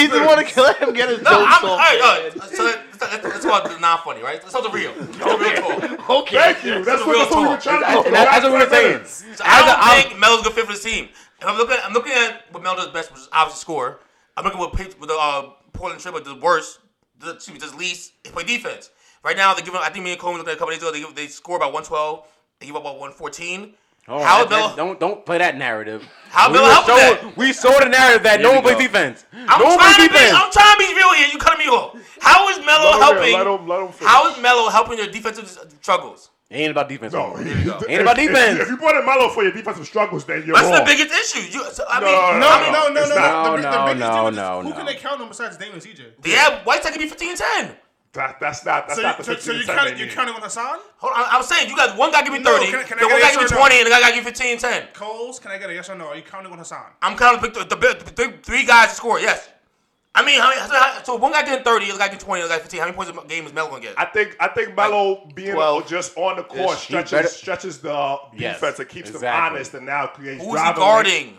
S2: He just want to let him get his
S7: No,
S2: jokes
S7: I'm, all
S2: off.
S7: right, all right. So that, that's, that's called the non funny, right? That's not the real. That's the real talk.
S2: Okay.
S5: Thank you. That's what,
S7: real
S5: that's what we were
S7: talk.
S5: trying to
S4: That-
S5: do.
S4: that- that's what we were saying.
S7: So I
S4: As a-
S7: don't
S4: I'm-
S7: think Melo's gonna fit for this team. If I'm looking, I'm looking at what Mel does best, which is obviously score. I'm looking what Pit- what the uh, Portland Trail Blazers does worst, the, excuse me, does least is play defense. Right now, they're giving. I think me and Coleman looked at it a couple days ago. They give, they score about 112. They give up about 114.
S4: Oh,
S7: how
S4: that- that-
S7: Melo?
S4: don't don't play that narrative.
S7: How
S4: we
S7: Melo
S4: were
S7: help with
S4: showing-
S7: that?
S4: We saw the narrative that no
S2: we
S4: one plays
S2: go.
S4: defense.
S7: I'm
S4: no one plays
S7: trying to be.
S4: defense.
S7: I'm trying to be real here. You cutting me off. How is Melo
S5: Let him in.
S7: helping?
S5: Let him- let him finish.
S7: how is Melo helping their defensive struggles?
S4: It ain't about defense.
S5: No,
S4: Cole.
S5: he-
S4: Ain't about
S5: if- if-
S4: defense.
S5: If, you brought in Melo for your defensive struggles, then you're
S7: That's
S5: wrong.
S7: the biggest issue. You, so, I
S5: No,
S7: mean,
S5: no,
S3: No,
S7: I mean,
S3: no, no,
S5: it's
S3: no,
S5: not.
S3: no. The,
S4: No,
S3: the, the biggest
S4: no,
S3: deal is
S4: no,
S3: who
S4: no.
S3: can they count on besides Dame and CJ?
S7: yeah, Whiteside can be 15 10.
S5: That, that's not. That's
S3: So,
S5: not
S3: you,
S5: the
S3: so, so
S5: 15
S3: you
S5: ten
S3: counting,
S5: they
S3: you're
S5: need.
S3: counting on Hassan?
S7: Hold on, I'm saying you got one guy give me
S3: No,
S7: 30,
S3: can I- can I
S7: the
S3: get
S7: one
S3: a
S7: guy
S3: yes
S7: give me
S3: or no?
S7: 20, and the guy gotta give me 15 10.
S3: Coles, can I get a yes or no? Are you counting on Hassan?
S7: I'm counting the, the, the, the three, three guys to score, yes. I mean, how many, so, how- so one guy getting 30, the other guy getting 20, the other guy 15. How many points a game is Melo gonna get?
S5: I think I think Melo being
S2: 12.
S5: just on the court
S2: Yes, he
S5: stretches
S4: better-
S5: stretches the
S4: Yes,
S5: defense and keeps
S4: exactly.
S5: them honest and now creates
S7: Who's he
S5: driving lanes.
S7: guarding?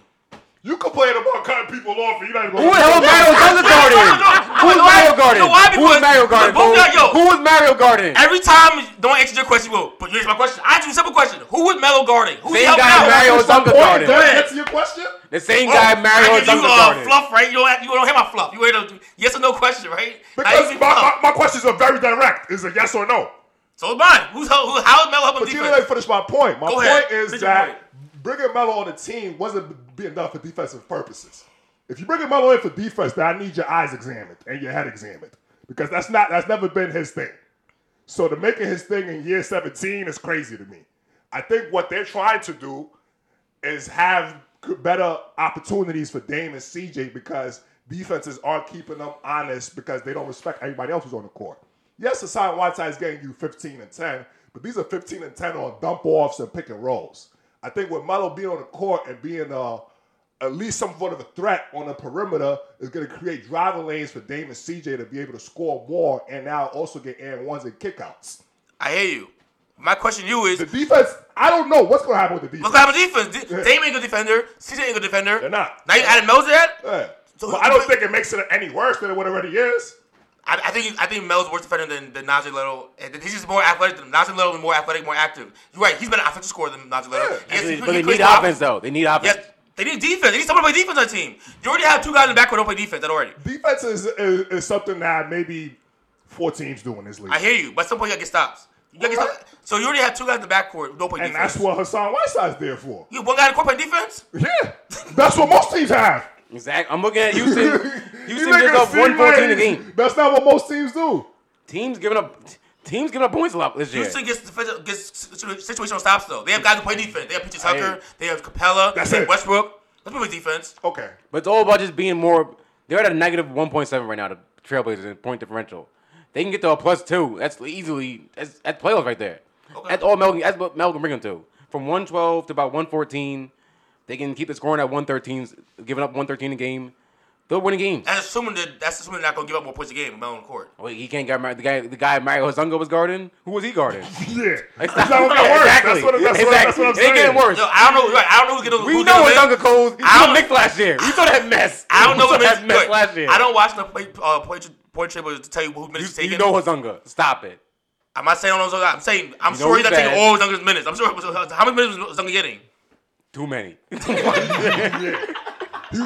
S5: You complain about cutting people off and you're not even
S4: Who
S5: going
S4: the hell is Mario Garden guarding? Who is Mario Garden?
S7: No, why?
S4: Who is
S7: Because
S4: Mario Garden?
S7: the Booker, yo.
S4: Who is Mario Garden?
S7: Every time, don't answer your question, Will, but here's my question. I asked you a simple question. Who is Melo guarding? Who's he
S4: Same
S7: helping
S4: guy
S7: out?
S4: Mario Zunga
S5: Point,
S4: guarding.
S5: don't
S7: ahead.
S5: answer your question.
S4: The same guy
S7: Oh, I
S4: Mario
S7: give you
S4: Zunga
S7: uh,
S4: guarding.
S7: fluff, right? You don't, you don't hear my fluff. You hear the yes or no question, right? I
S5: Because
S7: usually
S5: my, my,
S7: fluff.
S5: my questions are very direct. Is a yes or no.
S7: So is mine. Who's who? How is Melo
S5: But
S7: helping
S5: you
S7: defense?
S5: didn't even finish my point. My
S7: Go
S5: point
S7: ahead.
S5: is
S7: Finish your
S5: that bringing Melo on the team wasn't being done for defensive purposes. If you bring Melo in for defense, then I need your eyes examined and your head examined because that's not that's never been his thing. So to make it his thing in year 17 is crazy to me. I think what they're trying to do is have c- better opportunities for Dame and CJ because defenses aren't keeping them honest because they don't respect everybody else who's on the court. Yes, Hassan Whiteside is getting you 15 and 10, but these are 15 and 10 on dump offs and pick and rolls. I think with Melo being on the court and being uh, at least some sort of a threat on the perimeter is going to create driving lanes for Dame and CJ to be able to score more and now also get and ones and kickouts.
S7: I hear you. My question to you is,
S5: The defense, I don't know what's going to happen with the defense.
S7: Let's have a defense. D- Dame ain't a good defender. CJ ain't a good defender.
S5: They're not.
S7: Now you added Mel's to that?
S5: Yeah.
S7: So-
S5: but I don't think it makes it any worse than what it already is.
S7: I, I think I think Mel's worse defender than, than Najee Little. And he's just more athletic than him. Najee Little is more athletic, more active. You're right. He's been an offensive scorer than Najee Little.
S5: Yeah.
S7: Yes, he-
S4: But
S7: he
S4: they
S7: plays
S4: need
S7: more
S4: offense though. They need offense.
S7: Yes, They need defense. They need someone to play defense on the team. You already have two guys in the backcourt who don't play defense. That already.
S5: Defense is, is, is something that maybe four teams do in this league.
S7: I hear you, but at some point you gotta get stops. You gotta get
S5: Alright.
S7: stops. So you already have two guys in the backcourt who don't play
S5: and
S7: defense.
S5: that's what Hassan Whiteside's there for.
S7: you have one guy in the court play defense.
S5: Yeah, that's what most teams have.
S4: Exactly. I'm
S7: *laughs*
S4: looking at
S5: *laughs*
S4: Houston.
S5: You
S4: Houston
S5: make
S4: gives
S5: it
S4: up
S5: seem
S4: 114 a
S5: like
S4: game.
S5: That's not what most teams do.
S4: Teams giving up. Teams giving up points a lot this year.
S7: Houston gets defensive, gets situational stops though. They have guys who play defense. They have Peaches Tucker.
S4: Hey.
S7: They have Capella.
S5: That's
S7: they have
S5: it.
S7: Westbrook. Let's play defense.
S5: Okay,
S4: But it's all about just being more. They're at a negative 1.7 right now. The Trailblazers in point differential. They can get to a plus two. That's easily that's that's playoffs right there.
S7: Okay.
S4: That's all Mel. That's what Mel can bring them to. From 112 to about 114, they can keep the scoring at 113, giving up 113 a game. They're winning games.
S7: That's assuming that that's assuming they're not gonna give up more points a game in my own court.
S4: Wait, he can't get married. The guy, the guy Mario Hozunga was guarding. Who was he
S5: *laughs*
S4: guarding? *laughs*
S5: yeah,
S4: It's
S5: not gonna get worse. That's what- that's what- that's what I'm
S4: It ain't getting
S5: saying.
S4: worse.
S7: No, I don't know. Right, I don't know who's gonna.
S4: we
S7: who's
S4: know
S7: gonna
S4: Hozunga
S7: win.
S4: Coles. He
S7: I
S4: was
S7: don't-
S4: mixed last year. We saw that mess.
S7: I don't
S4: *laughs*
S7: know
S4: We saw
S7: what
S4: that mess
S7: Look,
S4: last year.
S7: I don't watch the play, uh, play, play to tell you who minutes
S4: You,
S7: he's taking.
S4: you know Hozunga. Stop it.
S7: I'm not saying all those. I'm saying I'm
S4: You know
S7: sure he's
S4: he's
S7: not taking
S4: bad.
S7: all Duncan's minutes. I'm sure uh, how many minutes was Duncan getting?
S4: Too
S7: *laughs*
S4: many.
S5: you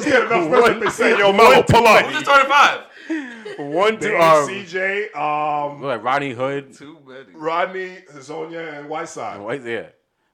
S5: get enough rest. They say, "Yo, Melo,
S4: one,
S5: pull up."
S7: Who's the starting five?
S4: One,
S5: They
S4: two,
S5: need
S4: um,
S5: CJ, um,
S4: like Rodney Hood.
S2: Too many.
S5: Rodney, Hazonia, and Whiteside.
S4: Wait, yeah.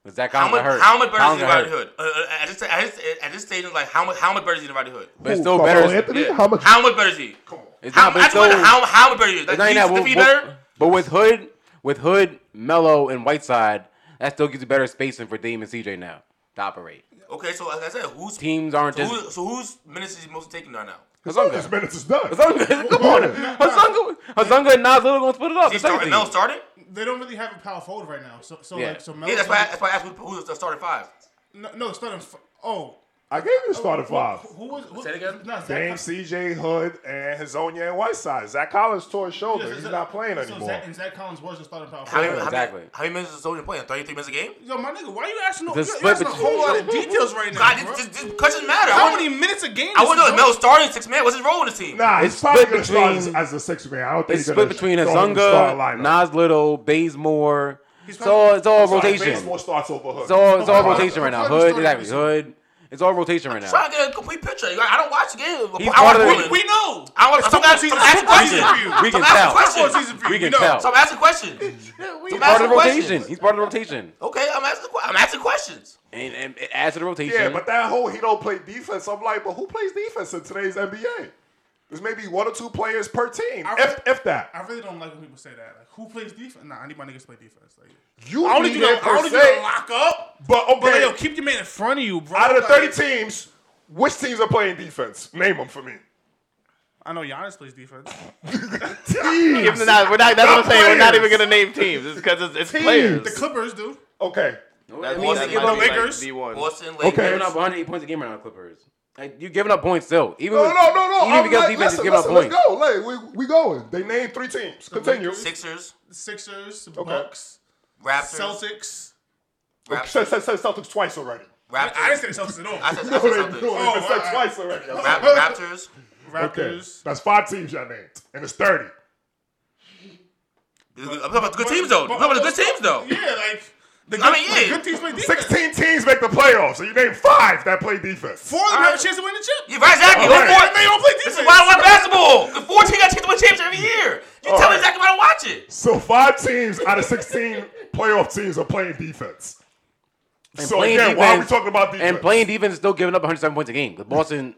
S4: Was that
S7: How
S4: Collins
S7: much?
S4: got hurt?
S7: How much better is
S4: Collins
S7: he than
S4: got
S7: Rodney
S4: hurt.
S7: Hood? Uh, uh, at, this, at, this, at this stage, it's like how much? How much better is he than Rodney Hood?
S4: But it's
S5: Who,
S4: still
S5: Carmelo
S4: better. It's,
S5: Anthony, how much?
S7: How much better is he?
S5: Come on.
S4: it's
S7: How,
S4: not.
S7: I
S4: But it's
S7: just
S4: still,
S7: wonder how how much better he is.
S4: it's
S7: Like,
S4: not
S7: he's
S4: even that.
S7: that,
S4: Well,
S7: be
S4: well,
S7: better.
S4: but with Hood, with Hood, Mello, and Whiteside, that still gives you better spacing for Dame and CJ now to operate.
S7: Okay, so like I said, who's
S4: Teams aren't
S7: so,
S4: just.
S7: who, so who's minutes is he mostly taking right now?
S5: Hazonga's minutes is done.
S4: Hazunga, *laughs* come on, Hazunga, Hazunga and Nas Little gonna split it up.
S7: Is he
S4: It's like
S7: starting? Mel started.
S6: They don't really have a power forward right now. So, so
S4: Yeah.
S6: like, so Melo.
S7: Yeah, that's why. That's why I asked who, who's the starting five.
S6: No, no starting. f- Oh,
S5: I gave you the starting five.
S6: Who, who was? Who,
S7: Say it again?
S6: No, Zach
S5: Dame,
S6: Coll-
S5: CJ, Hood, and Hazonia and Whiteside. Zach Collins tore his
S6: yeah,
S5: shoulder.
S6: so
S5: He's
S6: Zach-
S5: not playing
S6: so
S5: anymore.
S6: Zach, and Zach Collins was the starting power
S7: How
S6: forward.
S7: many, How
S4: Exactly.
S7: many, how many minutes is Sonya playing? Thirty-three minutes a game.
S3: Yo, my nigga, why you asking? No,
S4: The
S3: you're
S4: split
S3: asking a
S4: between-
S3: whole lot of details right
S7: God,
S3: now, bro.
S7: this, this, this questions matter. I
S3: How
S7: wanna-
S3: many minutes a game?
S7: I
S3: does
S7: want to know if
S3: he
S7: Mel
S3: go?
S7: starting six man. What's his role with the team?
S5: Nah, he's
S4: It's
S5: probably
S4: split
S5: going to start as,
S4: between-
S5: as a six man. I don't think
S4: It's
S5: he's
S4: split
S5: going to
S4: between
S5: throw him in the
S4: Hazunga,
S5: starting lineup.
S4: Nas Little, Baysmore. It's all
S3: probably-
S4: it's all
S5: Sorry,
S4: rotation.
S5: Baseball starts over Hood.
S4: It's all it's all
S5: Oh,
S4: rotation right now.
S3: I'm glad we started
S4: Hood, exactly.
S3: this year.
S4: Hood. It's all rotation right
S7: trying
S4: now.
S7: to get a complete picture. Like, I don't watch the game.
S4: He's
S7: I
S4: part of the-
S7: watch Portland.
S3: We know.
S7: I want some guys
S3: season-
S7: to ask a
S3: football season
S7: question.
S3: for you.
S4: We
S7: Some
S4: can
S7: ask a
S4: tell.
S3: Football
S7: question.
S3: season for you.
S4: We
S3: We
S4: can
S3: know.
S4: tell.
S7: So I'm asking
S3: *laughs*
S7: questions.
S4: He's
S7: ask
S4: part of the
S7: some
S4: rotation.
S7: questions.
S4: He's part of the rotation.
S7: Okay, I'm asking. que- I'm asking questions.
S4: And, and it adds to the rotation.
S5: Yeah, but that whole he don't play defense. I'm like, but who plays defense in today's NBA? There's maybe one or two players per team,
S6: I-
S5: if, if that.
S6: I really don't like when people say that. Like, who plays defense? Nah, I need my niggas to play defense. Like,
S5: You
S3: I only
S5: need
S3: do
S5: that
S3: the, I
S5: per
S3: only do the
S5: se.
S3: lock up.
S5: But
S3: But like, yo,
S5: okay,
S3: keep your man in front of you, bro.
S5: out of the
S3: Like,
S5: 30 teams, which teams are playing defense? Name
S4: *laughs*
S5: them for me.
S6: I know Giannis plays defense.
S2: Give them that- we're not, that's what I'm saying. We're not
S5: players.
S2: even gonna name teams. It's because it's, it's
S5: Teams.
S2: players.
S6: The Clippers do.
S5: Okay,
S4: That
S2: That-
S4: means
S2: that
S4: they give
S2: might
S4: up-
S2: be like
S3: Lakers.
S2: D1.
S7: Boston,
S4: You're
S7: Lakers.
S4: giving up 108 points a game right now, Clippers. Like you're giving up points still. Even
S5: No,
S4: with-
S5: no, no, no.
S4: Even if
S5: I'm
S4: you get
S5: like,
S4: defense,
S5: listen,
S4: just give up
S5: listen,
S4: points.
S5: let's go. Like, we, we going. They named three teams. Continue.
S7: Sixers,
S6: Sixers, Bucks,
S7: Raptors,
S6: Celtics.
S5: Said,
S3: *laughs*
S7: Raptors,
S5: said, said Celtics twice already.
S7: Raptors.
S3: I didn't say Celtics Oh, at all.
S7: I said, I
S5: No,
S7: said
S5: they, no,
S7: something.
S5: they said
S6: I-
S5: twice already.
S3: *laughs*
S7: Rap- Raptors.
S5: Okay,
S6: Raptors.
S5: that's five teams y'all named, and it's 30.
S7: I'm talking about the good teams though. I'm talking about the good teams though.
S6: Yeah, like the good,
S7: I mean,
S6: the
S7: yeah.
S6: good teams play defense.
S5: 16 teams make the playoffs, and you named five that play defense.
S3: Four of them have a chance to win the chip.
S7: Yeah,
S6: Oh,
S7: right, exactly.
S5: All right.
S7: Why-
S3: And they don't play
S7: This
S3: defense.
S7: is why I watch basketball. The 14 got to win champions every year. You tell me
S5: right.
S7: exactly why I don't watch it.
S5: So five teams out of 16 playoff teams are playing defense.
S4: And
S5: so
S4: playing
S5: again, why are we
S4: defense-
S5: talking about defense?
S4: And playing defense is still giving up 107 points a game. Because Boston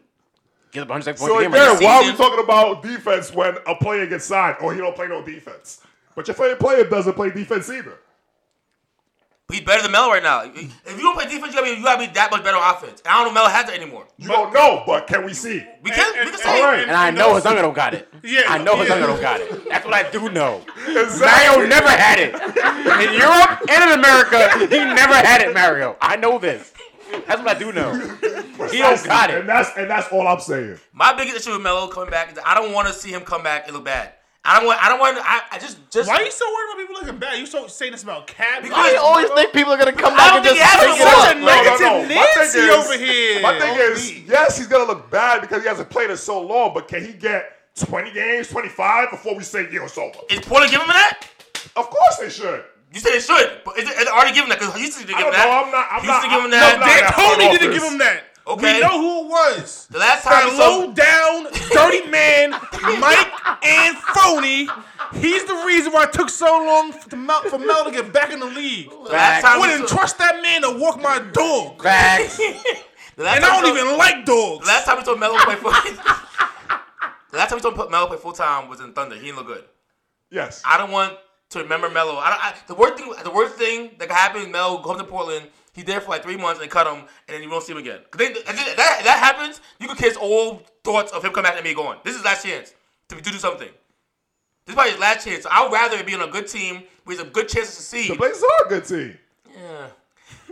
S4: gives up 107 points
S5: so
S4: a game
S5: again,
S4: right now.
S5: why are we
S7: Season.
S5: talking about defense when a player gets signed or he don't play no defense? But your favorite player doesn't play defense either.
S7: He's better than Mel right now. If you don't play defense, you gotta be, you gotta be that much better on offense. And I don't know if Mel has that anymore.
S5: You don't know, but can we see? it?
S7: We can,
S6: And-
S7: we can
S6: and-
S7: say
S5: all right.
S4: And I
S6: And
S4: know
S6: those-
S4: Hazunga don't got it.
S6: Yeah,
S4: I know
S6: yeah.
S4: Hazunga don't got it. That's what I do know.
S5: Exactly.
S4: Mario never had it. In Europe and in America, he never had it, Mario. I know this. That's what I do know. He don't got
S5: And
S4: it.
S5: that's and that's all I'm saying.
S7: my biggest issue with Melo coming back is that I don't want to see him come back and look bad. I don't want. I don't want. I, I just just.
S6: Why are you so worried about people looking bad? You so saying this about Cat?
S7: Because-
S2: I always think people are gonna come
S7: I
S2: back
S7: don't
S2: and
S7: think
S2: just
S7: he has
S2: pick
S7: a
S2: it
S7: solution.
S2: up.
S3: Such a
S5: No, no,
S3: Nancy
S5: no. My thing
S3: Nancy
S5: is-
S3: over here.
S5: My thing is,
S3: OB.
S5: yes, he's gonna look bad because he hasn't played it so long. But can he get 20 games, 25 before we say yeah, it's over?
S7: Is Portland giving him that?
S5: Of course they should.
S7: You said it should, but is it, is it already giving that? Because Houston did
S5: I
S7: give
S5: don't
S7: him that.
S5: know. I'm not. I'm
S7: Houston
S5: not.
S7: give him
S5: I'm
S7: that.
S5: not
S3: They
S5: that
S3: totally
S5: front
S3: didn't
S5: office.
S3: give him that.
S7: Okay.
S3: We know who it was.
S7: The last
S3: That
S7: time we saw
S3: low down, dirty man, Mike Anthony. He's the reason why it took so long for, to Mel, for Mel to get back in the league.
S7: the last
S3: I
S7: time we
S3: wouldn't
S7: saw-
S3: trust that man to walk my dog.
S4: Facts.
S7: the last
S3: And
S7: time
S3: I
S7: we
S3: don't
S7: saw-
S3: even like dogs.
S7: The last time we saw Melo play full. the last time we saw Melo play full time was in Thunder. He didn't look good.
S5: Yes.
S7: I don't want to remember Melo. I, don't, I the worst thing, the worst thing that could happen. Melo comes to Portland. He's there for like three months and they cut him, and then you won't see him again. 'Cause They, that, that happens. You can kiss all thoughts of him coming back and me going. This is his last chance to, to do something. This is probably his last chance. So I'd rather be on a good team with a good chance to succeed.
S5: The Blazers are a good team.
S7: Yeah.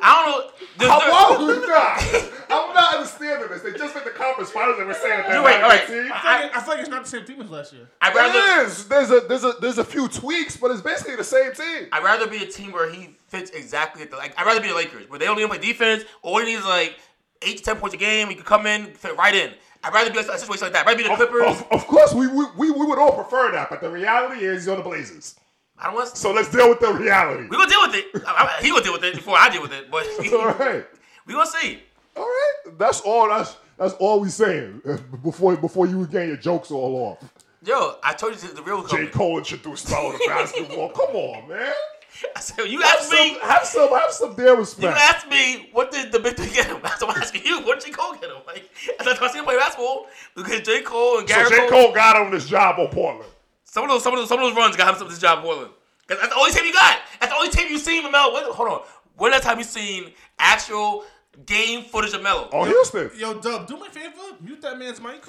S7: I don't know. There's-
S5: How
S7: there-
S5: wrong is that? *laughs* I'm not understanding this. They just made the conference finals and we're saying that they're
S7: Wait,
S5: not a
S7: all
S5: good team.
S3: I, feel like, I feel like it's not the same team as last year.
S7: I'd rather.
S5: It is. There's a there's a there's a few tweaks, but it's basically the same team.
S7: I'd rather be a team where he fits exactly at the like. I'd rather be the Lakers where they don't even play defense. All he needs is like eight to ten points a game. He could come in, fit right in. I'd rather be like, a situation like that. I'd rather be the
S5: Of,
S7: Clippers.
S5: of- of course, we, we we we would all prefer that, but the reality is you're the Blazers.
S7: I don't want.
S5: So let's deal with the reality.
S7: We gonna deal with it. I, I, he gonna deal with it before I deal with it. But
S5: *laughs* All right,
S7: *laughs* we gonna see.
S5: all right. That's all. That's that's all we saying *laughs* uh, before before you get your jokes all off.
S7: Yo, I told you the real
S5: J.
S7: coming.
S5: Cole introduced Melo to basketball. Come on, man.
S7: I said you
S5: Have
S7: asked
S5: some,
S7: me.
S5: have some, have some damn
S7: You
S5: respect.
S7: asked me what did the big three get him. *laughs* That's what I'm asking you. What did J Cole get him? Like I thought I seen him play basketball because J Cole and
S5: So
S7: Garrett
S5: J.
S7: Cole.
S5: Cole got on this job on Portland.
S7: Some of those, some of those, some of those runs got him some this job in Portland. 'Cause that's the only team you got. That's the only team you seen Melo. What, hold on. When last time you seen actual game footage of Melo?
S4: Oh.
S5: On Houston.
S3: Yo, Dub, do me a favor. Mute that man's
S6: *laughs*
S3: mic.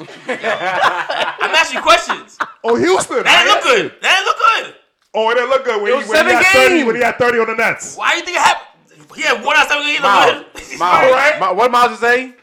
S7: I'm asking
S4: *laughs*
S7: questions.
S5: On Houston.
S7: That didn't
S5: I-
S7: look good. That didn't look good.
S5: Oh, it didn't look good when,
S2: It
S5: he,
S2: was
S5: when, he
S2: seven
S5: had 30,
S2: games.
S5: when he had 30 on the Nets.
S7: Why do you think it happened? He had one out of seven games.
S4: Miles. *laughs* Miles.
S5: Alright.
S4: Mi- what did Miles just say?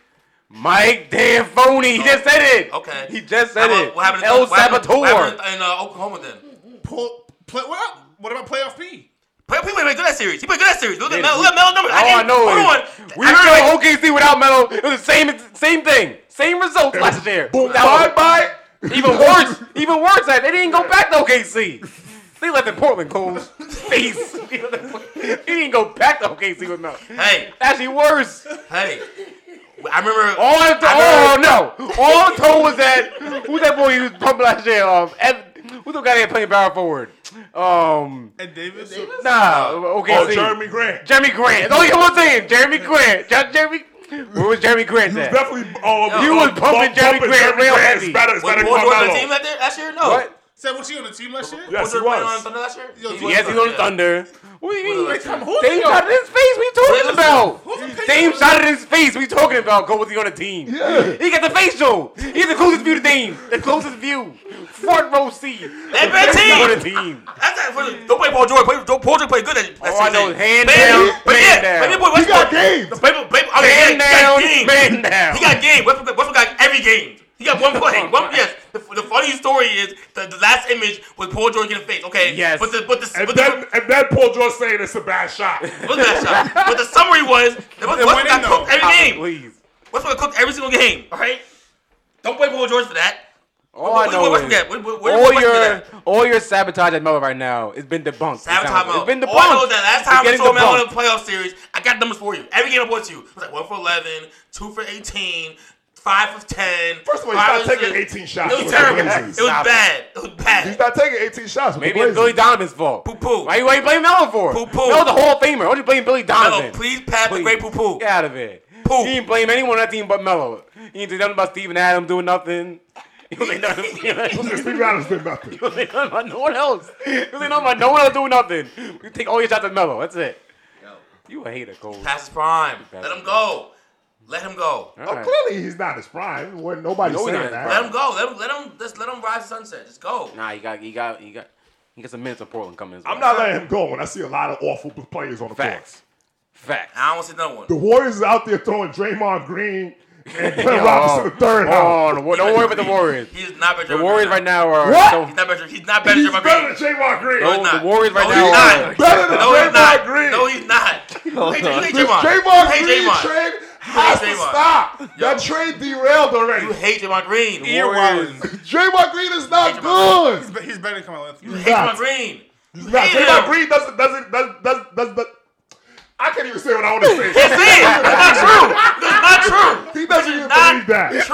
S4: Mike damn phony. He just said it.
S7: Okay.
S4: He just said
S7: How about-
S4: it.
S7: What happened? to-
S4: El
S7: what happened-
S4: Saboteur.
S7: What happened in uh, Oklahoma then?
S3: Pull, play, what, up? what about playoff P?
S7: Play, play, play, play good that series. He played good that series. Look at
S4: Did
S7: Melo.
S4: we-
S7: Look at Melo numbers.
S4: All I
S7: didn't-
S4: know
S7: hold
S4: is
S7: on.
S4: we
S7: I remember-
S4: saw OKC without Melo. It was the same, same thing, same results last year.
S5: Boom,
S4: That was-
S5: bye,
S7: *laughs*
S5: bye.
S4: Even worse, even worse. That they didn't go back to OKC. They left in Portland Cole's *laughs* face. he didn't go back to OKC with Melo.
S7: Hey,
S4: Actually, worse.
S7: hey. I remember.
S4: All I th- oh no! All I'm told was that who's that boy he was pumping last year? Um, Ev- who's the guy that played power forward? Um,
S3: And Davis?
S4: nah, okay.
S5: On Oh, Jeremy Grant.
S4: Oh, Jeremy Grant. Oh, That's all you want saying. Jeremy Grant. Je- Jeremy. Where was Jeremy Grant at?
S5: Definitely. Oh,
S4: You was pumping Jeremy
S5: um,
S4: Grant real heavy.
S5: It's better. It's
S7: Was
S5: better than
S7: Paul George on the
S5: Carmelo.
S7: team that, that year? No.
S4: What?
S3: Said, was he on the team last year?
S5: Yes, he
S7: George played on
S5: was.
S7: Thunder last year? He was
S4: Yes, he's on the
S7: yeah.
S4: Thunder. What do you mean?
S7: Who's on the team?
S4: Dame shot in his face. We talking
S7: Who's-
S4: about?
S3: who's the
S4: Dame
S3: Pacers?
S4: shot in his face. We talking about? Go with you on the team. He got the face show. He's the closest view to Dame. The closest view. Front row seat.
S7: That bad team.
S4: On the team.
S7: That's not for, don't play Paul George. Play, don't, Paul George played good. That, that
S4: Oh, I know.
S7: season.
S4: Hand
S7: Play-
S4: down,
S7: But
S4: man
S7: yeah,
S4: down.
S7: play your boy
S5: He got
S7: Westbrook.
S5: games.
S7: Play, play, play, I mean,
S4: Man
S7: he got
S4: down,
S7: game.
S4: man down.
S7: He got game. Westbrook, Westbrook got every game. He got one play. one, yes. The, the funny story is the, the last image was Paul George getting face. Okay.
S4: Yes.
S7: But the but the
S5: And
S7: but
S5: then,
S7: the,
S5: and then Paul George saying it's a bad
S7: *laughs*
S5: shot.
S7: but the, shot. but the summary was that Westbrook
S3: went in,
S7: got
S3: though.
S7: cooked every
S4: Ah,
S7: game.
S4: Please.
S7: Westbrook got cooked every single game. All right. Don't play Paul George for that.
S4: All
S7: What-
S4: I
S7: what-
S4: know
S7: what-
S4: is
S7: what's that? What- what- what-
S4: all
S7: what's
S4: your
S7: that?
S4: all your sabotage at Melo right now has been debunked. It sounds
S7: Sabotage
S4: like.
S7: Melo.
S4: It's been debunked.
S7: All I know is that last
S4: It's
S7: time we
S4: getting
S7: saw Melo in
S4: debunked.
S7: the playoff series, I got numbers for you. Every game I bought you it was like 1 for 11, 2 for 18, 5 for 10.
S5: First of all, he's
S7: five
S5: not
S7: for
S5: taking
S7: six.
S5: 18 shots.
S7: It was terrible. It was
S4: Stop it.
S7: bad. It was
S5: He's
S7: bad.
S5: not taking 18 shots. with the
S4: Maybe it's Billy
S5: Blazers.
S4: Donovan's fault.
S7: Poo poo.
S4: Why you why you blame Melo for?
S7: Poo poo.
S4: Melo's a Hall of Famer. Why you blame Billy Donovan?
S7: Melo, please pat the great poo poo.
S4: Get out of it.
S7: Poo.
S4: He didn't blame anyone on that team but Melo. He didn't do nothing about Steven Adams doing nothing. *laughs* He was like nothing. *laughs* He
S7: *laughs*
S4: was
S5: Steve Adams did nothing.
S4: like nothing about no one else. He was like nothing about no one else doing nothing. You take all your shots at Melo. That's it. You a hater, Cole.
S7: Pass his prime. Let him go. Let him go.
S4: All
S5: Oh,
S4: right.
S5: clearly he's not his prime. When nobody's
S4: No, he's
S5: saying
S4: not his
S5: that.
S7: Let him go. Let him let him just let him rise to sunset. Just go.
S4: Nah, you got, you got, you got, you got some minutes of Portland coming. As well.
S5: I'm not letting him go when I see a lot of awful players on the court.
S4: Facts. Facts.
S7: I don't want to see another one.
S5: The Warriors is out there throwing Draymond Green
S7: *laughs*
S5: and Glenn
S4: Yo,
S5: Robinson the third out.
S4: Oh, no, don't worry about the Warriors.
S7: He is not better
S4: The
S7: than
S4: Warriors
S7: Draymond.
S4: right now are
S5: What?
S4: so-
S7: He's not better. He's not better
S5: He's
S7: than
S5: better
S7: Draymond
S5: than
S7: Green.
S5: Draymond Green.
S7: No, he's
S4: the
S7: not.
S4: Warriors right
S7: no,
S4: now
S7: He's
S4: are-
S7: not.
S5: Better than
S7: no, he's
S5: Draymond
S7: not.
S5: Green.
S7: No, he's not. You hate, you hate
S5: This
S7: Draymond.
S5: Draymond
S7: you hate
S5: Green
S7: Draymond.
S5: trade has to
S7: Draymond.
S5: stop. That trade derailed already.
S7: You hate Draymond Green. You
S4: The Warriors.
S5: Draymond Green is not
S7: Draymond
S5: good.
S3: He's better than Carmelo Anthony.
S6: *laughs*
S7: hate Draymond Green.
S5: He's not.
S7: hate
S5: Draymond
S7: him.
S5: Green doesn't doesn't doesn't doesn't doesn't. doesn't- I can't even say what I want to say. *laughs*
S7: That's it. That's not true. That's not true.
S5: He doesn't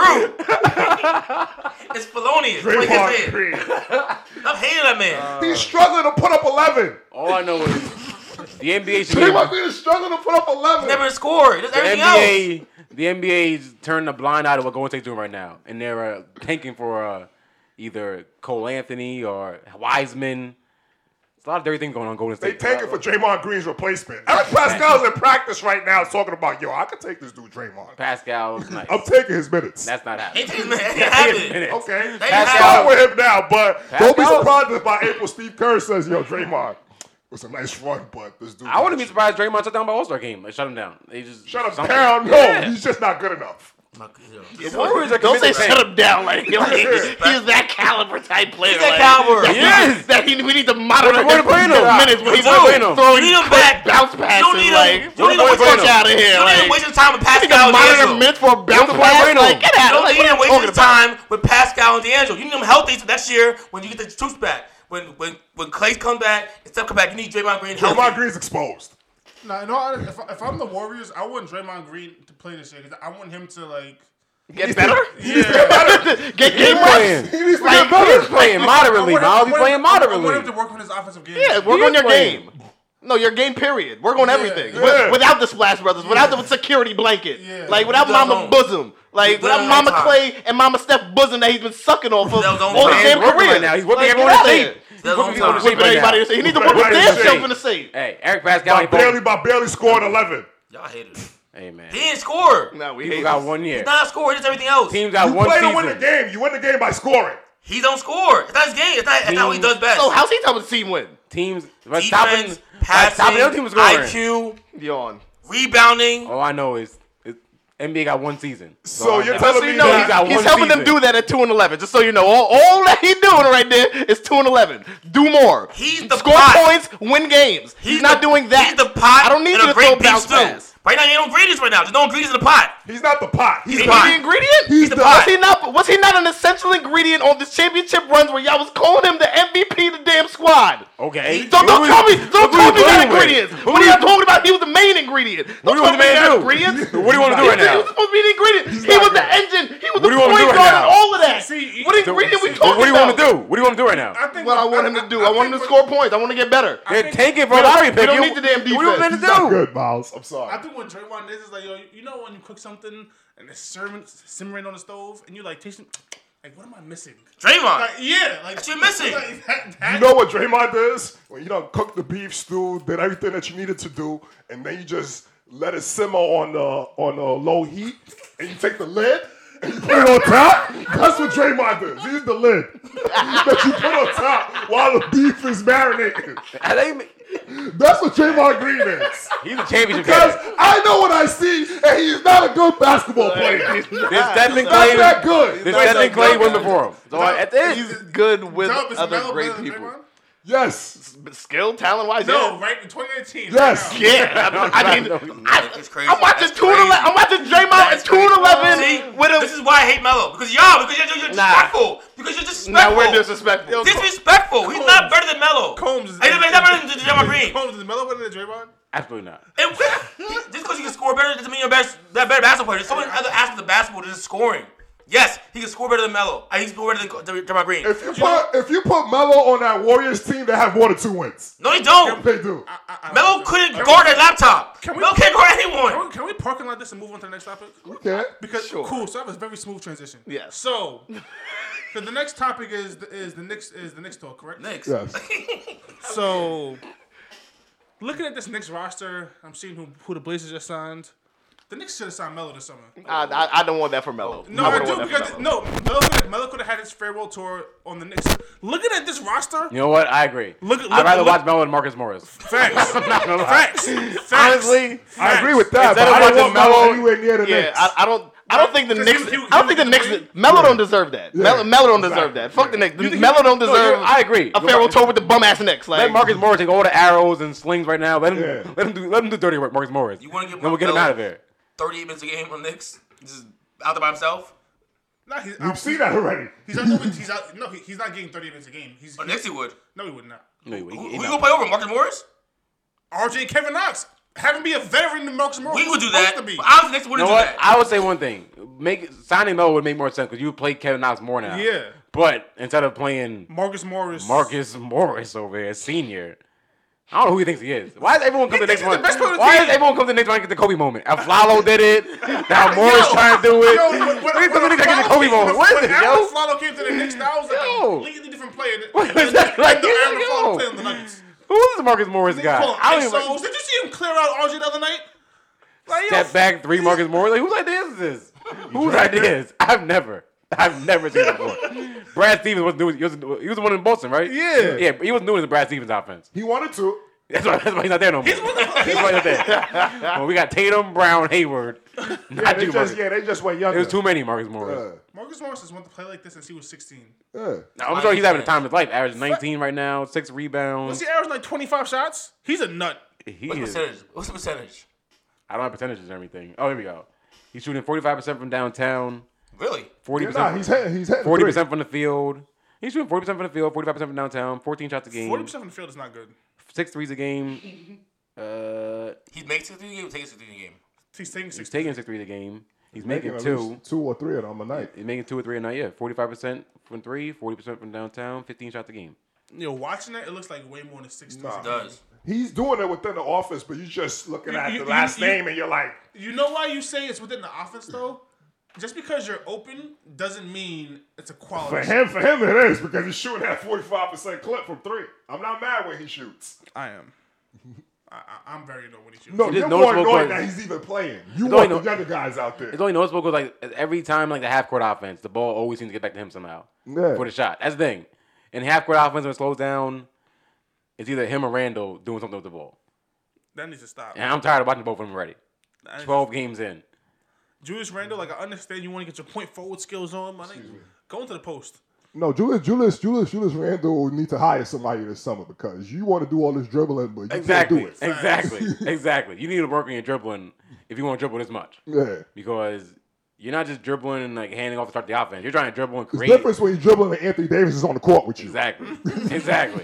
S7: Green. Break his head. I'm hating that man.
S5: He's struggling to put up 11.
S4: All I know is the NBA should
S5: He
S4: get
S5: might be struggling to put up 11.
S7: Never scored. That's
S4: the
S7: everything else.
S4: NBA. The NBA's turned a blind eye to what Golden State's doing right now, and they're uh, tanking for uh, either Cole Anthony or Wiseman. It's a lot of dirty things going on in Golden
S5: They
S4: State.
S5: take it for Draymond Green's replacement. Eric Pascal's in practice right now talking about, yo, I could take this dude Draymond.
S4: Pascal.
S5: *laughs*
S4: Nice.
S5: I'm taking his minutes.
S4: That's
S5: *laughs*
S4: not happening.
S7: Ain't this man? Oh Ain't happening.
S4: Minutes.
S5: okay.
S7: They
S5: Let's
S7: have-
S5: start with him now, but don't be
S4: Pascal-
S5: surprised if by April Steve Kerr says, yo, Draymond, it was a nice run, but this dude.
S4: I wouldn't be surprised if Draymond shut down by All Star game. They shut him down. They just
S5: Shut him
S4: something.
S5: down. No,
S4: Yeah.
S5: he's just not good enough.
S4: The Warriors are
S2: Don't say
S4: committed to
S2: shut him down *laughs* like, like he's that caliber type player. He's
S7: that caliber.
S2: That,
S4: He is.
S2: that he, we need to moderate
S4: We're
S2: his
S4: playing him.
S2: minutes when he's
S4: We're playing him.
S2: throwing
S7: Lead him back.
S2: bounce passes.
S7: don't need him.
S2: like,
S7: You don't need
S2: get the
S7: him.
S4: We're
S2: fuck
S4: playing
S2: out of here.
S7: You don't need to
S2: Like,
S7: waste your time
S2: you
S7: with
S2: can
S7: Pascal
S2: monitor
S7: and D'Angelo.
S2: minutes for a bounce
S4: playing
S2: pass.
S4: him.
S2: Like, get out
S7: You
S2: of
S7: don't
S2: like,
S7: need
S2: what
S7: him
S2: are you
S7: wasting
S2: talking
S7: his
S2: about?
S7: time with Pascal and D'Angelo. You need him healthy next year when you get the troops back. When when when Clay come back and Steph come back, you need Draymond Green healthy.
S5: Draymond Green's exposed.
S6: No, no. If, if I'm the Warriors, I want Draymond Green to play this year because I want him to like.
S2: Get better?
S6: Yeah.
S2: *laughs* Get game
S4: playing.
S2: reps?
S5: He needs to
S2: Like,
S5: get *laughs* better.
S4: He's playing
S7: *laughs*
S4: moderately,
S6: I
S4: Miles.
S6: want him-
S4: He's playing
S6: I want him
S4: moderately.
S6: to work on his offensive game.
S2: Yeah, work
S4: He
S2: on
S4: is
S2: your
S4: playing.
S2: game. No, your game period. Work on everything.
S6: yeah.
S2: With- Without the Splash Brothers, without the security blanket.
S6: Yeah.
S2: Like without
S7: He does
S2: Mama
S7: own.
S2: Bosom. Like
S7: does
S2: without
S7: own
S2: Mama
S7: time.
S2: Clay and Mama Steph Bosom that he's been sucking off of
S7: does own
S2: all his damn
S7: time.
S4: He's working
S2: career.
S4: right now. He's whipping
S2: Like,
S4: everyone
S2: get
S4: to
S2: out of
S4: shape.
S2: here.
S4: He's
S7: Does
S4: whipping
S7: own
S4: people to
S7: time.
S4: shape
S2: Whipping
S4: right
S2: everybody
S4: now.
S2: to say he needs to whip his
S5: Everybody
S2: damn
S5: to
S2: self
S5: shape.
S2: in the save.
S4: Hey, Eric Pascal.
S5: By
S4: ain't
S5: barely,
S4: balling.
S5: by barely scoring 11.
S7: Y'all haters.
S4: Hey man,
S7: He didn't score.
S2: No, we
S4: people
S2: hate
S4: got
S2: this.
S4: one year.
S7: He's not a scorer. He does everything else.
S4: Teams got
S5: You
S4: one
S5: play
S4: season.
S5: to win the game. You win the game by scoring.
S7: He don't score. It's not his game. It's not, it's not what he does best.
S2: So how's he telling the team win?
S4: Teams by stopping,
S7: Defense,
S4: by
S7: passing,
S4: stopping the other team was scoring.
S7: IQ,
S2: Yawn. Oh,
S7: rebounding.
S4: All I know is, is NBA got one season.
S5: So
S4: I
S5: you're
S4: know.
S5: telling
S2: So
S5: me
S2: you know
S5: that-
S4: He's got
S2: he's
S4: one
S2: helping them
S4: season.
S2: do that at two and eleven. Just so you know, all, all that he's doing right there is two and eleven. Do more.
S7: He's the
S2: score
S7: pot.
S2: points, win games. He's, not doing that.
S7: He's the pot.
S2: I don't need
S7: and
S2: you
S7: a
S2: to
S7: great
S2: throw
S7: piece
S2: bounce
S7: too.
S2: pass.
S7: Right now, you don't ingredients right now. There's no ingredients in the pot.
S5: He's not the pot. He's the
S7: He's
S2: Is he
S5: pot.
S2: the ingredient?
S5: He's the
S2: was
S5: pot.
S2: he not? Was he not an essential ingredient on the championship runs where y'all was calling him the MVP of the damn squad?
S4: Okay.
S2: Don't,
S4: Who
S2: don't
S4: we-
S2: call me.
S4: who
S2: Don't
S4: we
S2: call me that
S4: playing with?
S2: ingredients.
S4: Who
S2: What are
S4: we-
S2: y'all talking about? He was the main ingredient. Don't
S4: do you
S2: call
S4: want
S2: me
S4: the man
S2: that
S4: to do?
S2: ingredient.
S4: *laughs* What do you want to do right
S2: He
S4: now?
S2: was supposed to be the ingredient. he
S5: not
S2: was the
S5: good.
S2: engine. He was
S4: What
S2: the
S4: do you want to
S2: point
S4: do
S2: guard
S4: right
S2: and
S4: now?
S2: all of that.
S6: See,
S2: what ingredient we
S6: see,
S2: talking
S4: What do you
S2: about?
S4: want to do? What do you want to do right now?
S6: I think
S2: What I want him to do. I, *laughs* want him to
S6: think
S2: score points. I want to get better.
S4: They're tanking for
S2: We
S4: a
S2: don't-
S4: lottery
S2: we
S4: pick.
S2: don't
S4: You-
S2: need the damn
S4: What do you want them
S5: He's not
S4: to do?
S5: good, Miles. I'm sorry.
S6: I think what Draymond is is like, yo, you know when you cook something and it's simmering, simmering on the stove and you like tasting, like, what am I missing? Like,
S7: Draymond.
S6: yeah, like
S7: What you missing?
S6: Like, that, that,
S5: You know what Draymond does? When you done cooked the beef stew, did everything that you needed to do, and then you just let it simmer on the on the low heat, and you take the lid and you put it on top. That's what Draymond does. He's the lid *laughs* that you put on top while the beef is marinating.
S4: I think
S5: That's what Draymond Green is.
S4: He's a championship
S5: Because
S4: guy.
S5: I know what I see, and he's not a good basketball player.
S4: This Stephen
S5: Not that
S4: Clay.
S5: good.
S4: This
S2: not
S4: Stephen
S2: that
S4: Clay
S2: good.
S4: went before him. So I- at the end,
S2: He's good with
S6: Dub, is
S2: other
S6: Melo
S2: great
S6: better than
S2: people.
S6: Draymond?
S5: Yes.
S2: But Skill, talent wise,
S6: No, right in 2019.
S5: Yes.
S6: Right now.
S2: Yeah, I, I mean, I,
S7: It's crazy.
S2: I'm watching
S7: That's
S2: two and
S7: crazy.
S2: eleven. I'm watching Draymond at
S7: That's
S2: two and
S7: See,
S2: eleven with
S7: this
S2: a.
S7: is why I hate Melo because y'all because you're, you're
S2: Nah.
S7: disrespectful because you're disrespectful.
S2: Now we're disrespectful.
S7: Disrespectful. He's not better than Melo.
S6: Combs is-
S7: Hey, he's not better than Draymond Green.
S6: Holmes, is Melo better than Draymond?
S4: absolutely not.
S7: And just because you can score better doesn't mean you're best, that better basketball player. There's so many other aspects of basketball than just scoring. Yes, he can score better than Melo. I he can score better than than Draymond Green.
S5: If you put if you put Melo on that Warriors team, they have more than two wins.
S7: No, they don't.
S5: They do.
S7: Melo couldn't guard that laptop.
S6: Can we-
S7: Melo can't guard
S6: Can
S7: anyone.
S6: we, can we park and let this and move on to the next topic?
S5: Okay.
S6: Because
S2: Sure.
S6: cool, so that was a very smooth transition.
S2: Yes.
S6: So, 'cause the next topic is the, is the Knicks is the Knicks talk, correct?
S7: Knicks.
S5: Yes.
S6: So, looking at this Knicks roster, I'm seeing who who the Blazers just signed. The Knicks should have signed Melo this summer.
S2: I, I, I don't want that for Melo.
S6: No, I,
S2: wouldn't
S6: do
S2: want that for
S6: because
S2: Melo.
S6: no, Melo could, have, Melo could have had his farewell tour on the Knicks. Looking at this roster,
S4: You know what? I agree.
S6: Look- look-
S4: I'd rather
S6: look-
S4: watch Melo and Marcus Morris.
S6: facts, facts, facts.
S4: Honestly,
S5: I agree with that,
S4: Instead
S5: but
S4: of
S5: I don't want
S4: watching
S5: Melo
S4: Melo-
S5: anywhere near the
S2: Yeah,
S5: Knicks.
S2: I, I don't. I don't think the
S6: Because he
S2: Knicks.
S6: was- he was-
S2: I don't think the
S6: he was
S2: Knicks. Melo don't deserve that. Melo, Melo don't deserve that. Fuck the Knicks.
S4: think-
S2: Melo don't
S4: No,
S2: deserve.
S4: you're- I agree.
S2: A farewell tour with the bum ass Knicks. Like
S4: let Marcus Morris take all the arrows and slings right now. Let him,
S5: Yeah.
S4: let him do, let him do dirty work, Marcus Morris.
S7: You wanna get
S4: Then we'll get him
S7: Melo-
S4: out of there.
S7: 38 minutes a game on the Knicks. Just out there by himself.
S6: Nah, he's,
S5: We've seen that already.
S6: He's not. doing- He's out. No, he, he's not getting 30 minutes a game. He's
S7: Or Knicks he would.
S6: no, he would not.
S4: No, he- he-
S7: Who, who
S4: he
S7: you
S4: not.
S7: gonna play over? Marcus Morris?
S6: RJ and Kevin Knox. Have him be a veteran than Marcus Morris.
S7: We would do
S6: He's
S7: that.
S6: supposed to be.
S7: But Obviously, Knicks
S4: You
S7: wouldn't
S4: know
S7: do
S4: what?
S7: that.
S4: I would say one thing. Make signing Melo would make more sense because you would play Kevin Knox more now.
S6: Yeah.
S4: But instead of playing
S6: Marcus Morris.
S4: Marcus Morris over here, senior. I don't know who he thinks he is. Why does everyone come to the next
S6: thinks he's
S4: one?
S6: the best player on the
S4: Why
S6: team.
S4: does everyone come to the next one and get the Kobe moment? Aflalo did it.
S6: *laughs*
S4: Now Morris trying to do it.
S6: Yo, when- when-
S4: Please come
S6: when
S4: to the next one and get the
S6: Aflalo
S4: Kobe
S6: came-
S4: moment. What is
S6: when
S4: it, yo?
S6: Aaron Flotto came to the Knicks, that was like
S4: Yo.
S6: a completely different player. than-
S4: What is that? Like,
S6: than Aaron
S4: yo.
S6: Flotto playing the Nuggets.
S4: Who is this Marcus Morris guy?
S6: Call him
S4: I don't
S6: ISOs.
S4: even
S6: Did you see him clear out RJ the other night? Like, yo,
S4: step back three Marcus Morris. Like, whose idea is
S5: *laughs*
S4: this? Whose idea is? I've never, I've never seen it before.
S5: *laughs*
S4: Brad Stevens was new. He was, he was the one in Boston, right?
S5: Yeah.
S4: yeah. But he was new in the Brad Stevens offense.
S5: He wanted to.
S4: That's why, that's why he's not there no more. that's why he's not
S5: *laughs*
S4: there. well, we got Tatum, Brown, Hayward.
S5: Yeah,
S4: Not
S5: they
S4: you, Marcus.
S5: just, yeah, they just went younger.
S4: It was too many Marcus Morris.
S5: Yeah,
S6: Marcus Morris has wanted to play like this since he was 16.
S5: yeah.
S4: I'm sure he's having the time of his life. Average 19 right now, six rebounds.
S6: Was he averaging like 25 shots? He's a nut.
S4: He
S7: What's the
S4: is.
S7: percentage? What's the percentage?
S4: I don't have percentages or everything. Oh, here we go. He's shooting 45% from downtown,
S7: Really?
S4: 40%
S5: yeah nah, he's hitting. He's hitting.
S4: Forty
S5: Forty
S4: percent from the field. He's shooting forty percent from the field, forty-five percent from downtown, fourteen shots a game,
S6: 40% from the field is not good.
S4: six threes a game.
S5: *laughs*
S4: Uh,
S7: He makes it through the game. Takes it through the game.
S6: He's taking
S4: he's
S6: 16.
S4: taking six threes a game. He's making,
S5: at
S4: two.
S5: least two or three of them a night.
S4: He's making two or three a night. Yeah, forty-five percent from three, forty percent from downtown, fifteen shots a game.
S6: Yo, watching that, it looks like way more than 16.
S5: Nah.
S2: Mm-hmm.
S7: Does.
S5: He's doing it within the office, but you're just looking
S6: You-
S5: at
S6: you-
S5: the
S6: you-
S5: last
S6: you-
S5: name and you're like,
S6: You know why you say it's within the offense, though? Just because you're open doesn't mean it's a quality.
S5: for him, for him it is because he's shooting that 45 percent clip from three. I'm not mad when he shoots.
S6: I am. I, I, I'm very annoyed when he shoots.
S5: No,
S4: just
S5: you're more
S4: noticeable
S5: annoyed
S4: growth.
S5: that he's even playing. You
S4: only
S5: want the
S4: no-
S5: younger guys out there.
S4: It's only noticeable because like every time like the half-court offense, the ball always seems to get back to him somehow
S5: Yeah.
S4: for the shot. That's the thing. In half-court offense, when it slows down, it's either him or Randall doing something with the ball.
S6: That needs to stop.
S4: And I'm tired of watching both of them already.
S6: That needs to
S4: Twelve games in.
S6: Julius Randle, like I understand you want to get your point forward skills on, my nigga. Go into the post.
S5: No, Julius, Julius, Julius, Julius Randle need to hire somebody this summer because you want to do all this dribbling, but you
S4: Exactly.
S5: can't do it. *laughs*
S4: Exactly. exactly. You need to work on your dribbling if you want to dribble this much.
S5: Yeah.
S4: Because you're not just dribbling and like handing off to start the offense. You're trying to dribble and
S5: It's
S4: create.
S5: different when you're dribbling and Anthony Davis is on the court with you. *laughs*
S4: Exactly. exactly.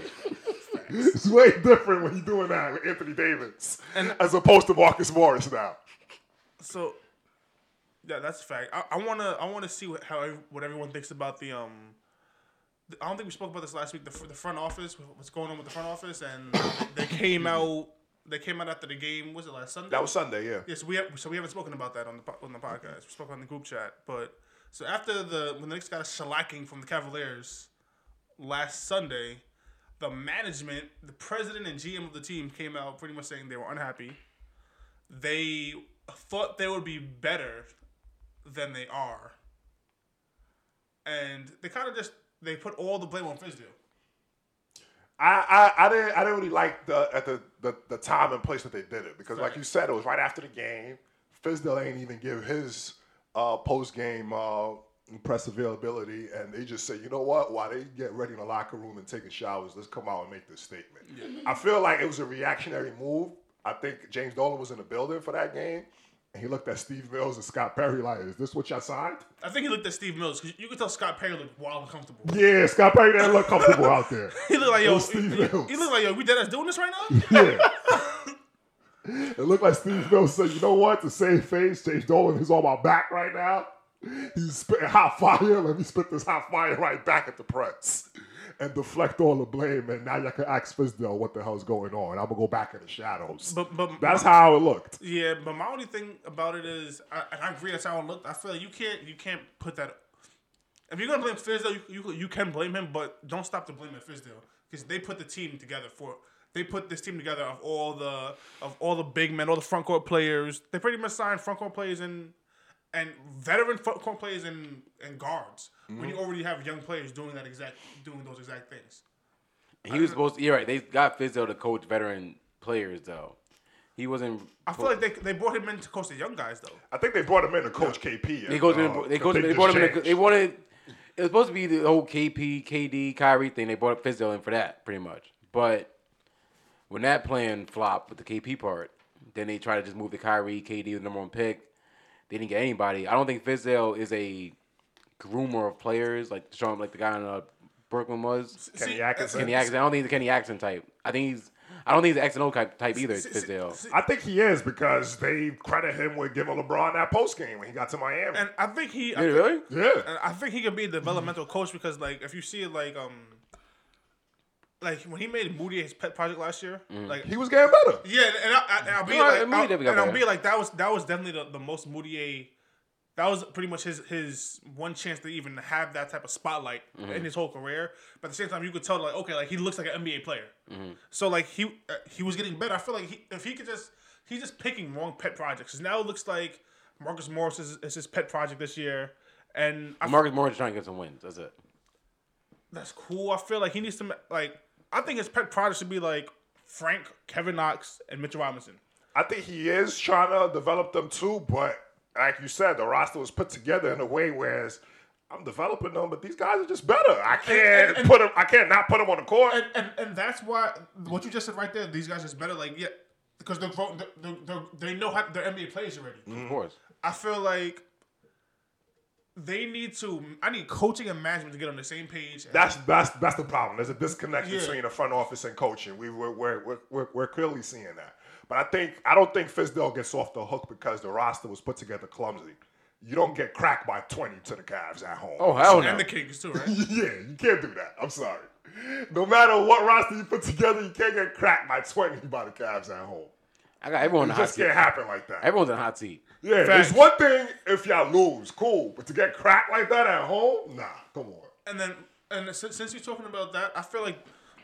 S5: It's way different when you're doing that with Anthony Davis as opposed to Marcus Morris now.
S6: So, yeah, that's a fact. I, I wanna, I wanna see what how every- what everyone thinks about the um. the- I don't think we spoke about this last week. The, fr- the front office, what's going on with the front office, and they *coughs* came out. They came out after the game. Was it last Sunday?
S5: Sunday, yeah.
S6: Yes, we have, so we haven't spoken about that on the po- on the podcast. We spoke on the group chat, but so after the when the Knicks got a shellacking from the Cavaliers last Sunday, the management, the president and GM of the team came out pretty much saying they were unhappy. They thought they would be better than they are, and they kind of just they put all the blame on Fizdale.
S5: I, I, I didn't I didn't really like the at the, the, the time and place that they did it because like you said it was right after the game. Fizdale ain't even give his uh, post game uh, press availability and they just say you know what while they get ready in the locker room and taking showers let's come out and make this statement. I feel like it was a reactionary move. I think James Dolan was in the building for that game and he looked at Steve Mills and Scott Perry like is this what y'all signed?
S6: I think he looked at Steve Mills because you could tell Scott Perry looked wild and
S5: *laughs*
S6: comfortable.
S5: Yeah, Scott Perry didn't look comfortable out *laughs* there.
S6: He looked like yo,
S5: was Steve
S6: he,
S5: Mills.
S6: he looked like yo, we dead ass doing this right
S5: *laughs*
S6: now.
S5: Yeah. it looked like Steve Mills said, you know what? To save face, James Dolan is on my back right now. He's spitting hot fire. Let me spit this hot fire right back at the press and deflect all the blame. And now y'all can ask Fizdale what the hell's going on. I'm going to go back in the shadows.
S6: But but
S5: That's how it looked.
S6: yeah, but my only thing about it is, I, and I agree that's how it looked. I feel like you can't you can't put that. If you're gonna blame Fizdale, you, you you can blame him, but don't stop the blame at Fizdale because they put the team together for. They put this team together of all the of all the big men, all the front court players. They pretty much signed front court players and and veteran front court players and and guards. When you already have young players doing that exact doing those exact things.
S4: He was supposed to you're right, they got Fizdale to coach veteran players though. He wasn't
S6: I feel like they, they brought him in to coach the young guys though.
S5: I think they brought him in to coach KP.
S4: they coached him they coached they brought him in a, they wanted it was supposed to be the whole KP, KD, Kyrie thing. They brought up Fizdale in for that, pretty much. But when that plan flopped with the KP part, then they tried to just move the Kyrie, KD, the number one pick. They didn't get anybody. I don't think Fizdale is a groomer of players, like Sean, like the guy in uh, Brooklyn was.
S5: Kenny
S6: See,
S5: Atkinson.
S4: Kenny Atkinson. I don't think he's a Kenny Atkinson type. I think he's. I don't think he's an X and O type type either. Fizdale.
S5: I think he is because they credit him with giving LeBron that post game when he got to Miami.
S6: And I think he, I
S4: Yeah,
S6: think-
S4: really?
S5: yeah.
S6: And I think he could be a developmental coach because, like, if you see, like, um, like when he made Moody his pet project last year, like,
S5: He was getting better.
S6: yeah, and, I, I, and I'll be
S4: No,
S6: like,
S4: and Moody
S6: I'll,
S4: definitely
S6: and
S4: got
S6: I'll
S4: better.
S6: be like, that was that was definitely the, the most Moody. That was pretty much his his one chance to even have that type of spotlight in his whole career. But at the same time, you could tell like okay, like he looks like an NBA player. So like he uh, he was getting better. I feel like he, if he could just he's just picking wrong pet projects. 'Cause now it looks like Marcus Morris is, is his pet project this year, and I
S4: Marcus Morris is trying to get some wins. That's it.
S6: that's cool. I feel like he needs to ma- like. I think his pet project should be like Frank, Kevin Knox, and Mitchell Robinson.
S5: I think he is trying to develop them too, but like you said, the roster was put together in a way where it's, I'm developing them, but these guys are just better. I can't
S6: and-
S5: put them. I can't not put them on the court.
S6: And, and and that's why what you just said right there. These guys is better. Like yeah, because they're, grown- they're, they're, they're they know how they're NBA players already.
S4: Of course.
S6: I feel like they need to. I need coaching and management to get on the same page.
S5: that's that's that's the problem. There's a disconnect
S6: Yeah.
S5: between the front office and coaching. We we're we're, we're, we're we're clearly seeing that. But I think I don't think Fizdale gets off the hook because the roster was put together clumsy. You don't get cracked by 20 to the Cavs at home.
S4: Oh hell no.
S6: and the Kings too, right?
S5: yeah, you can't do that. I'm sorry. No matter what roster you put together, you can't get cracked by 20 by the Cavs at home.
S4: I got everyone in the
S5: It
S4: hot
S5: just
S4: seat.
S5: can't happen like that.
S4: Everyone's in the hot seat.
S5: yeah,
S6: Facts.
S5: it's one thing if y'all lose, cool. But to get cracked like that at home, nah, come on.
S6: and then and since, since you're talking about that, I feel like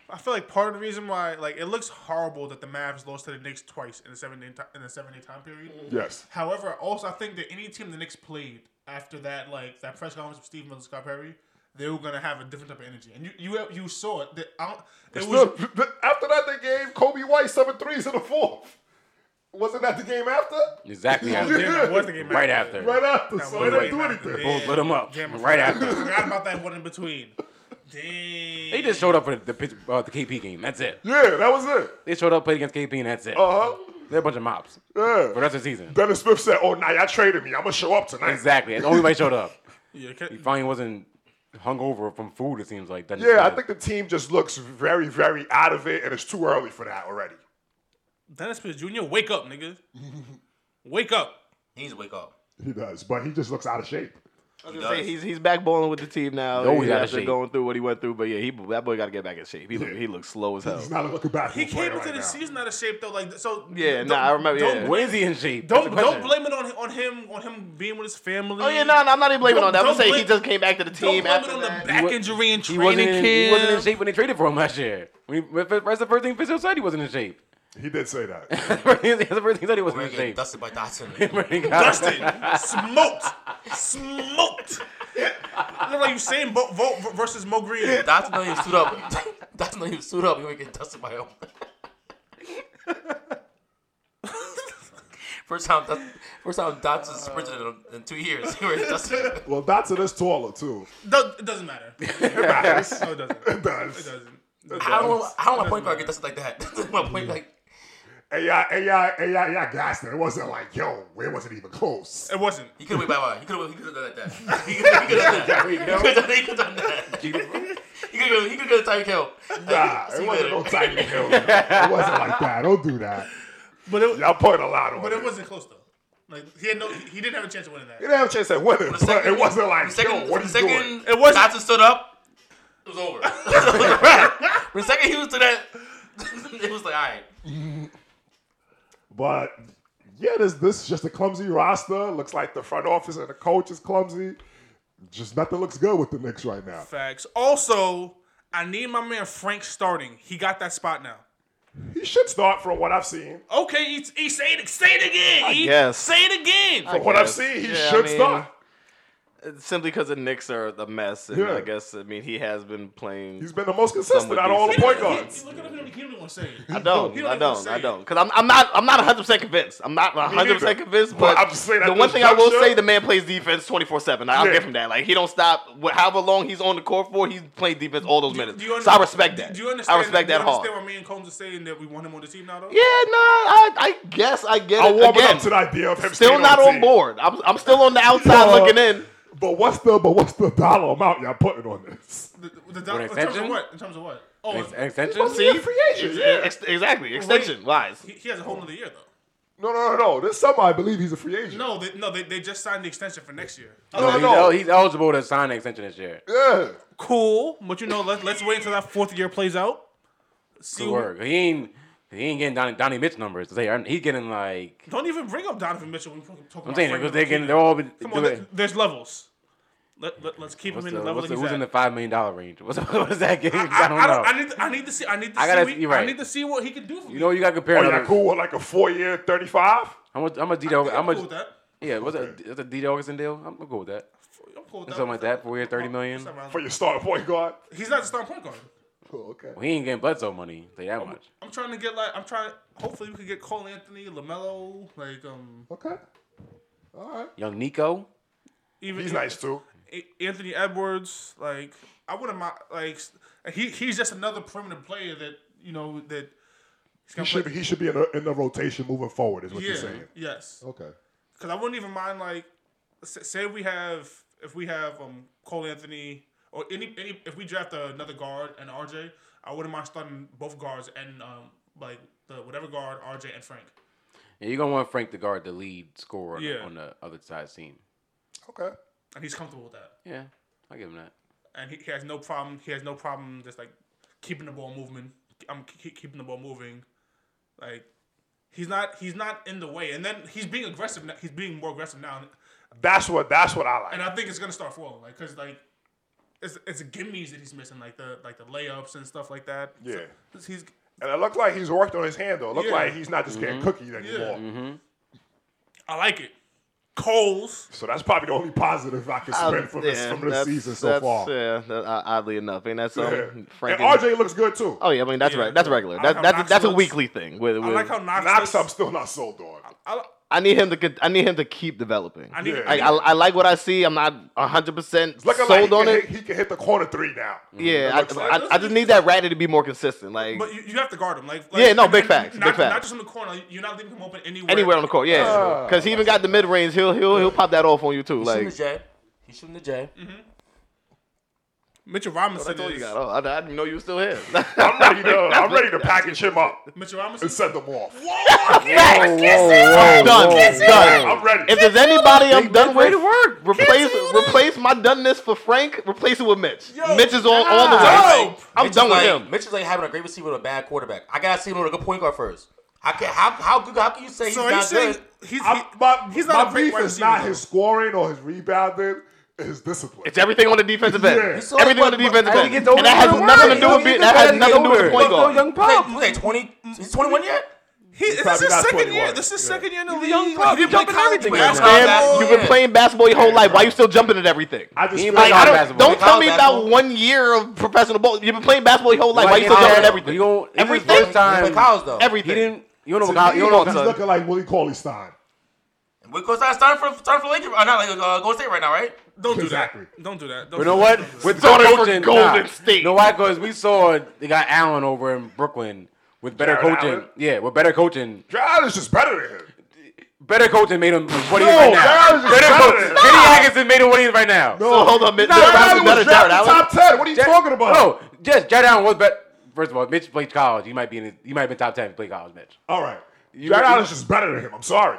S6: I feel like part of the reason why like it looks horrible that the Mavs lost to the Knicks twice in the seven day ti- in the seven day time period.
S5: Yes.
S6: However, also I think that any team the Knicks played after that like that press conference with Steve Miller, Scott Perry, they were gonna have a different type of energy, and you you you saw it. That I don't, it was *laughs*
S5: Look, th- th- after that, they gave Kobe White seven threes in the fourth. Wasn't that the game after?
S4: Exactly.
S5: Yeah.
S4: After.
S6: Damn, that was the game
S4: Right after.
S5: Right after. so
S6: was
S5: they didn't do
S6: right after.
S5: anything.
S6: Yeah.
S4: Boom, Lit them up.
S6: Damn, I
S4: right
S6: forgot-
S4: after.
S6: Forgot about that one in between. Damn.
S4: They just showed up for the the, pitch, uh, the KP game. That's it.
S5: Yeah, that was it.
S4: They showed up, played against KP, and that's it.
S5: Uh huh.
S4: They're a bunch of mops for the
S5: Yeah.
S4: rest of the season.
S5: Dennis Smith said, "Oh, nah, y'all traded me. I'm gonna show up tonight."
S4: Exactly. That's the only way they showed up.
S6: Yeah, can-
S4: He finally wasn't hungover from food. It seems like. That
S5: Yeah, I think the team just looks very, very out of it, and it's too early for that already.
S6: Dennis Smith Jr. Wake up, nigga. wake
S4: *laughs*
S6: up.
S7: He needs to wake up.
S5: He does, but he just looks out of shape.
S2: I was
S7: He
S2: gonna say
S7: does.
S2: he's he's back bowling with the team now.
S4: No, he's
S2: He-
S4: out of
S2: after
S4: shape.
S2: going through what he went through, but yeah, he that boy got to get back in shape. He look, he looks slow as hell.
S5: He's not looking back.
S6: He came into
S5: right
S6: the
S5: now.
S6: season out of shape though, like so.
S2: Yeah,
S6: don't-
S2: nah, I remember,
S6: Don't
S2: yeah.
S4: When is he in shape? That's
S6: don't,
S4: the
S6: don't
S4: question.
S6: blame it on on him on him being with his family.
S2: Oh yeah, no, no, I'm not even blaming
S6: Don't-
S2: on that. I'm
S6: don't
S2: saying he
S6: blame-
S2: just came back to the
S6: Don't
S2: team
S6: blame it
S2: after
S6: on
S2: that.
S6: the back
S4: wa-
S6: injury and
S4: He
S6: training
S4: wasn't, in,
S6: camp.
S4: he wasn't in shape when they traded for him last year. When he, when- that's the first thing Fitzgerald said he wasn't in shape. *laughs*
S5: He did say that.
S4: that's the first thing he said he wasn't
S7: We're
S4: in
S7: getting
S4: shape. *laughs*
S7: dusted by Dotson.
S2: *laughs*
S4: Dusted.
S6: smoked, smoked. Look like Usain Bolt, Bolt versus Mo Green.
S7: Dotson doesn't even suit up. *laughs* Dotson doesn't even suit up. He would get dusted by him. *laughs* first time, Dotson- first time Dotson sprinted in, in two years. He
S2: *laughs*
S7: already dusted.
S5: *laughs* well, Dotson is taller too.
S6: Do- *laughs* it doesn't matter.
S5: It matters.
S6: No, it doesn't.
S5: It does.
S6: It doesn't.
S7: I don't. want- I don't want my point guard to get dusted like that. *laughs* my point like
S5: Hey, y'all, hey, y'all, hey, y'all, y'all gassed it. It wasn't like, yo, it wasn't even close.
S6: *laughs* It wasn't.
S7: he could have went by one. He could have. He could have done it like that. He could have done that. He could have done, he could've done that. He could have. He could have done Tyreek Hill.
S5: Nah,
S7: See
S5: it
S7: you
S5: wasn't no
S7: later.
S5: type of hill. It wasn't like that. Don't do that.
S6: But it,
S5: Y'all put a lot on
S6: but it
S5: it.
S6: wasn't close though. Like he had no, he didn't have a chance of winning that.
S5: You didn't have a chance to win it,
S7: The
S5: but
S7: second-
S5: it wasn't like,
S7: the second,
S5: yo, what are
S7: the
S5: you
S7: second
S5: doing?
S6: It wasn't-
S7: Dotson stood up. It
S5: *laughs*
S7: was over. *laughs* the second he was to that, it was like all right.
S5: But yeah, this this is just a clumsy roster. Looks like the front office and the coach is clumsy. Just nothing looks good with the Knicks right now.
S6: Facts. Also, I need my man Frank starting. He got that spot now.
S5: He should start from what I've seen.
S6: Okay, he, he say it, say it again. he,
S2: guess.
S6: Say it again.
S5: From what I've
S2: guess.
S5: seen, he
S2: Yeah, I
S5: should
S2: mean-
S5: start.
S2: Simply because the Knicks are the mess, and
S5: Yeah.
S2: I guess I mean he has been playing.
S5: He's been the most
S2: Some
S5: consistent
S2: would
S5: out
S2: be
S5: of all the
S2: saying-
S5: point
S2: He- he- *laughs*
S5: guards.
S6: Look at him, he don't even want to say it.
S2: I
S6: He
S2: don't,
S6: don't
S2: I
S6: even
S2: don't,
S6: say
S2: I
S6: it.
S2: don't, because I'm, I'm not, I'm not 100 percent convinced. I'm not 100 percent
S5: neither.
S2: convinced,
S5: But
S2: but,
S5: I'm just saying at
S2: the one
S5: this
S2: thing I will
S5: juncture-
S2: say, the man plays defense 24 seven. I'll
S5: Yeah.
S2: give him that. Like he don't stop. wh- However long he's on the court for, he's playing defense all those minutes.
S6: Do you
S2: so I
S6: under-
S2: respect
S6: do-
S2: that.
S6: Do you understand?
S2: I respect
S6: do you
S2: that hard.
S6: understand what me and Combs are saying that we want him on the team now, though?
S2: Yeah, no, I, I guess I get
S5: I'm
S2: it.
S5: warming
S2: Again,
S5: up to the idea of him
S2: still
S5: staying
S2: not
S5: the
S2: on
S5: team.
S2: board. I'm, I'm still
S5: *laughs*
S2: on the outside
S5: Uh,
S2: looking in.
S5: But what's the but what's the dollar amount y'all putting on this?
S6: The, the, the, in terms
S4: exception?
S6: of what? In terms of what?
S4: Oh, an, an extension?
S5: supposed to be a free agent.
S2: Yeah, ex- exactly. Extension wise.
S6: He, he has a whole nother year though.
S5: No, no, no, no. This summer, I believe he's a free agent.
S6: No, they, no, they, they just signed the extension for next year.
S5: no,
S4: he's,
S5: no.
S4: el- he's eligible to sign an extension this year.
S5: Yeah.
S6: Cool, but you know, let's let's wait until that fourth year plays out. See,
S4: To
S6: who-
S4: work. He ain't he ain't getting Donnie, Donnie Mitch numbers. They are- He's getting like
S6: don't even bring up Donovan Mitchell when you fucking talk
S4: I'm
S6: about.
S4: saying
S6: Frank
S4: because they're getting
S6: Ntilikina.
S4: they're all been
S6: Come on,
S4: doing-
S6: there- there's levels. Let, let, us keep
S4: what's
S6: him in
S4: the-
S6: the level
S4: what's the-
S6: that he's
S4: who's
S6: at.
S4: in the five million dollar range? *laughs* What's, what is that game? I,
S6: I,
S4: don't
S6: I,
S4: know.
S6: I need, I need to see. I need to
S4: I
S6: see.
S4: gotta
S6: what-
S4: see- right.
S6: I need to see what he can do. For
S4: you know you got to compare.
S5: Oh, yeah,
S4: another-
S5: cool. What, like a four-year, thirty-five?
S4: How much? How much? D Dog? How
S6: I'm
S4: much?
S6: cool with that.
S4: Yeah, what's that? That's a D Dawson deal. I'm cool with that.
S6: I'm cool with that.
S4: Something like that. Four year, thirty million.
S6: Something around
S5: for your starting point guard. *laughs*
S6: there. He's not the starting point guard.
S5: Oh, okay.
S4: Well, he ain't getting Bledsoe money. Say that much.
S6: I'm trying to get like I'm trying. Hopefully we could get Cole Anthony, Lamelo, like um
S5: Okay. All right.
S4: Young Nico.
S6: even
S5: He's nice too.
S6: A- Anthony Edwards. Like I wouldn't mind. Like he he's just another perimeter player that you know that he's
S5: He
S6: gonna
S5: should
S6: play.
S5: he should be in the in the rotation moving forward. Is what you're
S6: yeah.
S5: saying.
S6: Yes.
S5: Okay.
S6: Because I wouldn't even mind like, s- say we have if we have um Cole Anthony or any any if we draft another guard and RJ, I wouldn't mind starting both guards and um like the whatever guard RJ and Frank.
S4: Yeah, you're gonna want Frank to guard the lead scorer on-
S6: Yeah.
S4: on the other side team.
S5: Okay.
S6: and he's comfortable with that.
S4: Yeah, I give him that.
S6: And he, he has no problem. He has no problem just like keeping the ball moving. I'm keep, keeping the ball moving. Like he's not he's not in the way. And then he's being aggressive. Now. He's being more aggressive now.
S5: That's what that's what I
S6: And
S5: like.
S6: I think it's gonna start falling. Like because like it's it's gimmies that he's missing. Like the like the layups and stuff like that.
S5: Yeah.
S6: So he's
S5: And it looked like he's worked on his hand though. It looked
S6: Yeah.
S5: like he's not just
S2: Mm-hmm.
S5: getting cookies anymore.
S6: I like it. Coles.
S5: So that's probably the only positive I can spin from this
S2: yeah,
S5: from this
S2: that's-
S5: season so
S2: that's-
S5: far.
S2: Yeah, that, uh, oddly enough, ain't that
S5: Yeah.
S2: something?
S5: And
S2: Frank and-
S5: RJ looks good too.
S2: Oh yeah, I mean that's
S6: Yeah.
S2: right. That's regular.
S6: I
S2: That,
S6: like how
S2: that's
S6: Knox
S2: that's a
S6: looks-
S2: weekly thing. With, with
S6: I like how Knox.
S5: Knox, I'm
S6: looks-
S5: still not sold on.
S6: I,
S2: I need him to con- I need him to keep developing.
S6: I need.
S5: Yeah.
S2: I, I, I like what I see. I'm not 100 percent
S5: It's looking
S2: sold
S5: like he
S2: on
S5: can,
S2: it.
S5: Hit, he can hit the corner three now. It
S2: yeah,
S5: looks
S2: I,
S5: like.
S2: I, I just need that Ratty to be more consistent. Like
S6: But you, you have to guard him. Like,
S2: Yeah, no,
S6: and-
S2: big
S6: and
S2: facts,
S6: Not,
S2: big
S6: Not
S2: facts.
S6: just on the corner. You're not leaving him open anywhere.
S2: anywhere on the court, yeah,
S5: Ah.
S2: because he even got the mid range. He'll he'll he'll pop that off on you too.
S7: He's shooting
S2: Like
S7: the J. He's shooting the J.
S6: Mitchell Robinson.
S2: that's all you
S6: is-
S2: got. Oh, I, I didn't even know you were still here.
S5: I'm
S2: *laughs*
S5: ready to I'm ready to package him up
S6: Mitchell
S5: and
S6: Robinson.
S5: send them off.
S4: Whoa, whoa,
S2: done,
S4: whoa,
S2: done.
S5: I'm ready.
S2: If there's anybody I'm done with,
S4: ready to work.
S2: replace replace my doneness for Frank. Replace it with Mitch. Mitch is on all the way.
S7: Yo,
S2: I'm
S7: Mitch is
S2: done with
S7: like,
S2: him.
S7: Mitch is like having a great receiver with a bad quarterback. I gotta see him with a good point guard first. I can how how good how can you say he's
S6: So
S7: not
S6: he's saying
S7: good?
S6: he's
S5: I'm,
S6: he-
S5: my
S6: he's
S5: my
S6: not a great
S5: beef
S6: wide
S5: is not
S6: receiver,
S5: his
S6: though.
S5: scoring or his rebounding, his discipline.
S2: It's everything on the defensive
S5: Yeah.
S2: end.
S5: He's
S7: so like,
S2: Everything on the
S7: but-
S2: defensive
S7: but
S2: end.
S7: he
S2: And
S7: gets
S4: older,
S2: that
S4: he
S2: has
S4: gets
S2: nothing
S4: older.
S2: to do with
S4: He
S2: being.
S4: gets
S2: That has
S4: older, he
S2: nothing to do with the
S4: gets
S2: point
S4: older.
S2: guard.
S4: Young pup.
S7: He's like 20,
S5: Mm-hmm.
S7: he's 21 yet?
S6: He, this
S5: probably
S6: is his
S5: not
S6: second
S5: 21.
S6: year. This is his second year in the
S4: He's a
S6: league.
S4: young
S6: like,
S4: pup.
S6: he
S4: He's
S6: played
S4: jumping
S6: college
S4: everything right
S6: basketball.
S7: now.
S2: Damn, you've been
S7: Yeah.
S2: playing basketball your whole life. Why you still jumping at everything?
S5: I just
S4: He ain't
S5: feel
S2: I
S4: playing
S5: like I
S2: don't,
S4: basketball.
S2: don't tell me
S7: Basketball.
S2: about one year of professional ball. You've been playing basketball your whole life. Why you still
S4: Yeah,
S2: jumping at everything?
S4: You don't, this is the
S2: Everything?
S4: First time,
S7: But Kyle's though.
S2: Everything.
S4: He didn't. You don't know.
S5: don't
S4: Kyle, you don't know.
S5: he's
S4: son.
S5: looking like Willie Cauley Stein.
S7: Because I started for starting for Lakers, uh, not like uh, Golden State right now, right?
S6: Don't do
S5: Exactly.
S6: that. Don't do that. Don't
S4: But you
S6: do
S4: know
S6: that.
S4: what?
S6: Don't do that.
S4: With
S2: Started
S4: the
S2: for
S4: coaching,
S2: Golden
S4: nah.
S2: State.
S4: You know why? Because we saw they got Allen over in Brooklyn with better
S5: Jared
S4: coaching.
S5: Allen?
S4: Yeah, with better coaching.
S5: Jared is just better than him.
S4: Better coaching made him what he is
S5: No,
S4: right now.
S5: Jared is
S4: Better
S5: better
S4: coaching.
S5: than-
S4: Kenny Atkinson made him what he is right now.
S2: So hold on, Mitch.
S5: Jared
S2: Jared
S5: Allen
S2: Allen
S5: was
S2: better than Jared
S5: drafted
S2: Allen.
S5: top ten. What are you
S4: Jared-
S5: talking about?
S4: No, yes, Jared Allen was better. First of all, Mitch played college. He might be in. His, he might have been top ten. If he played college, Mitch.
S5: All right. Jared
S4: you-
S5: Allen is just better than him. I'm sorry.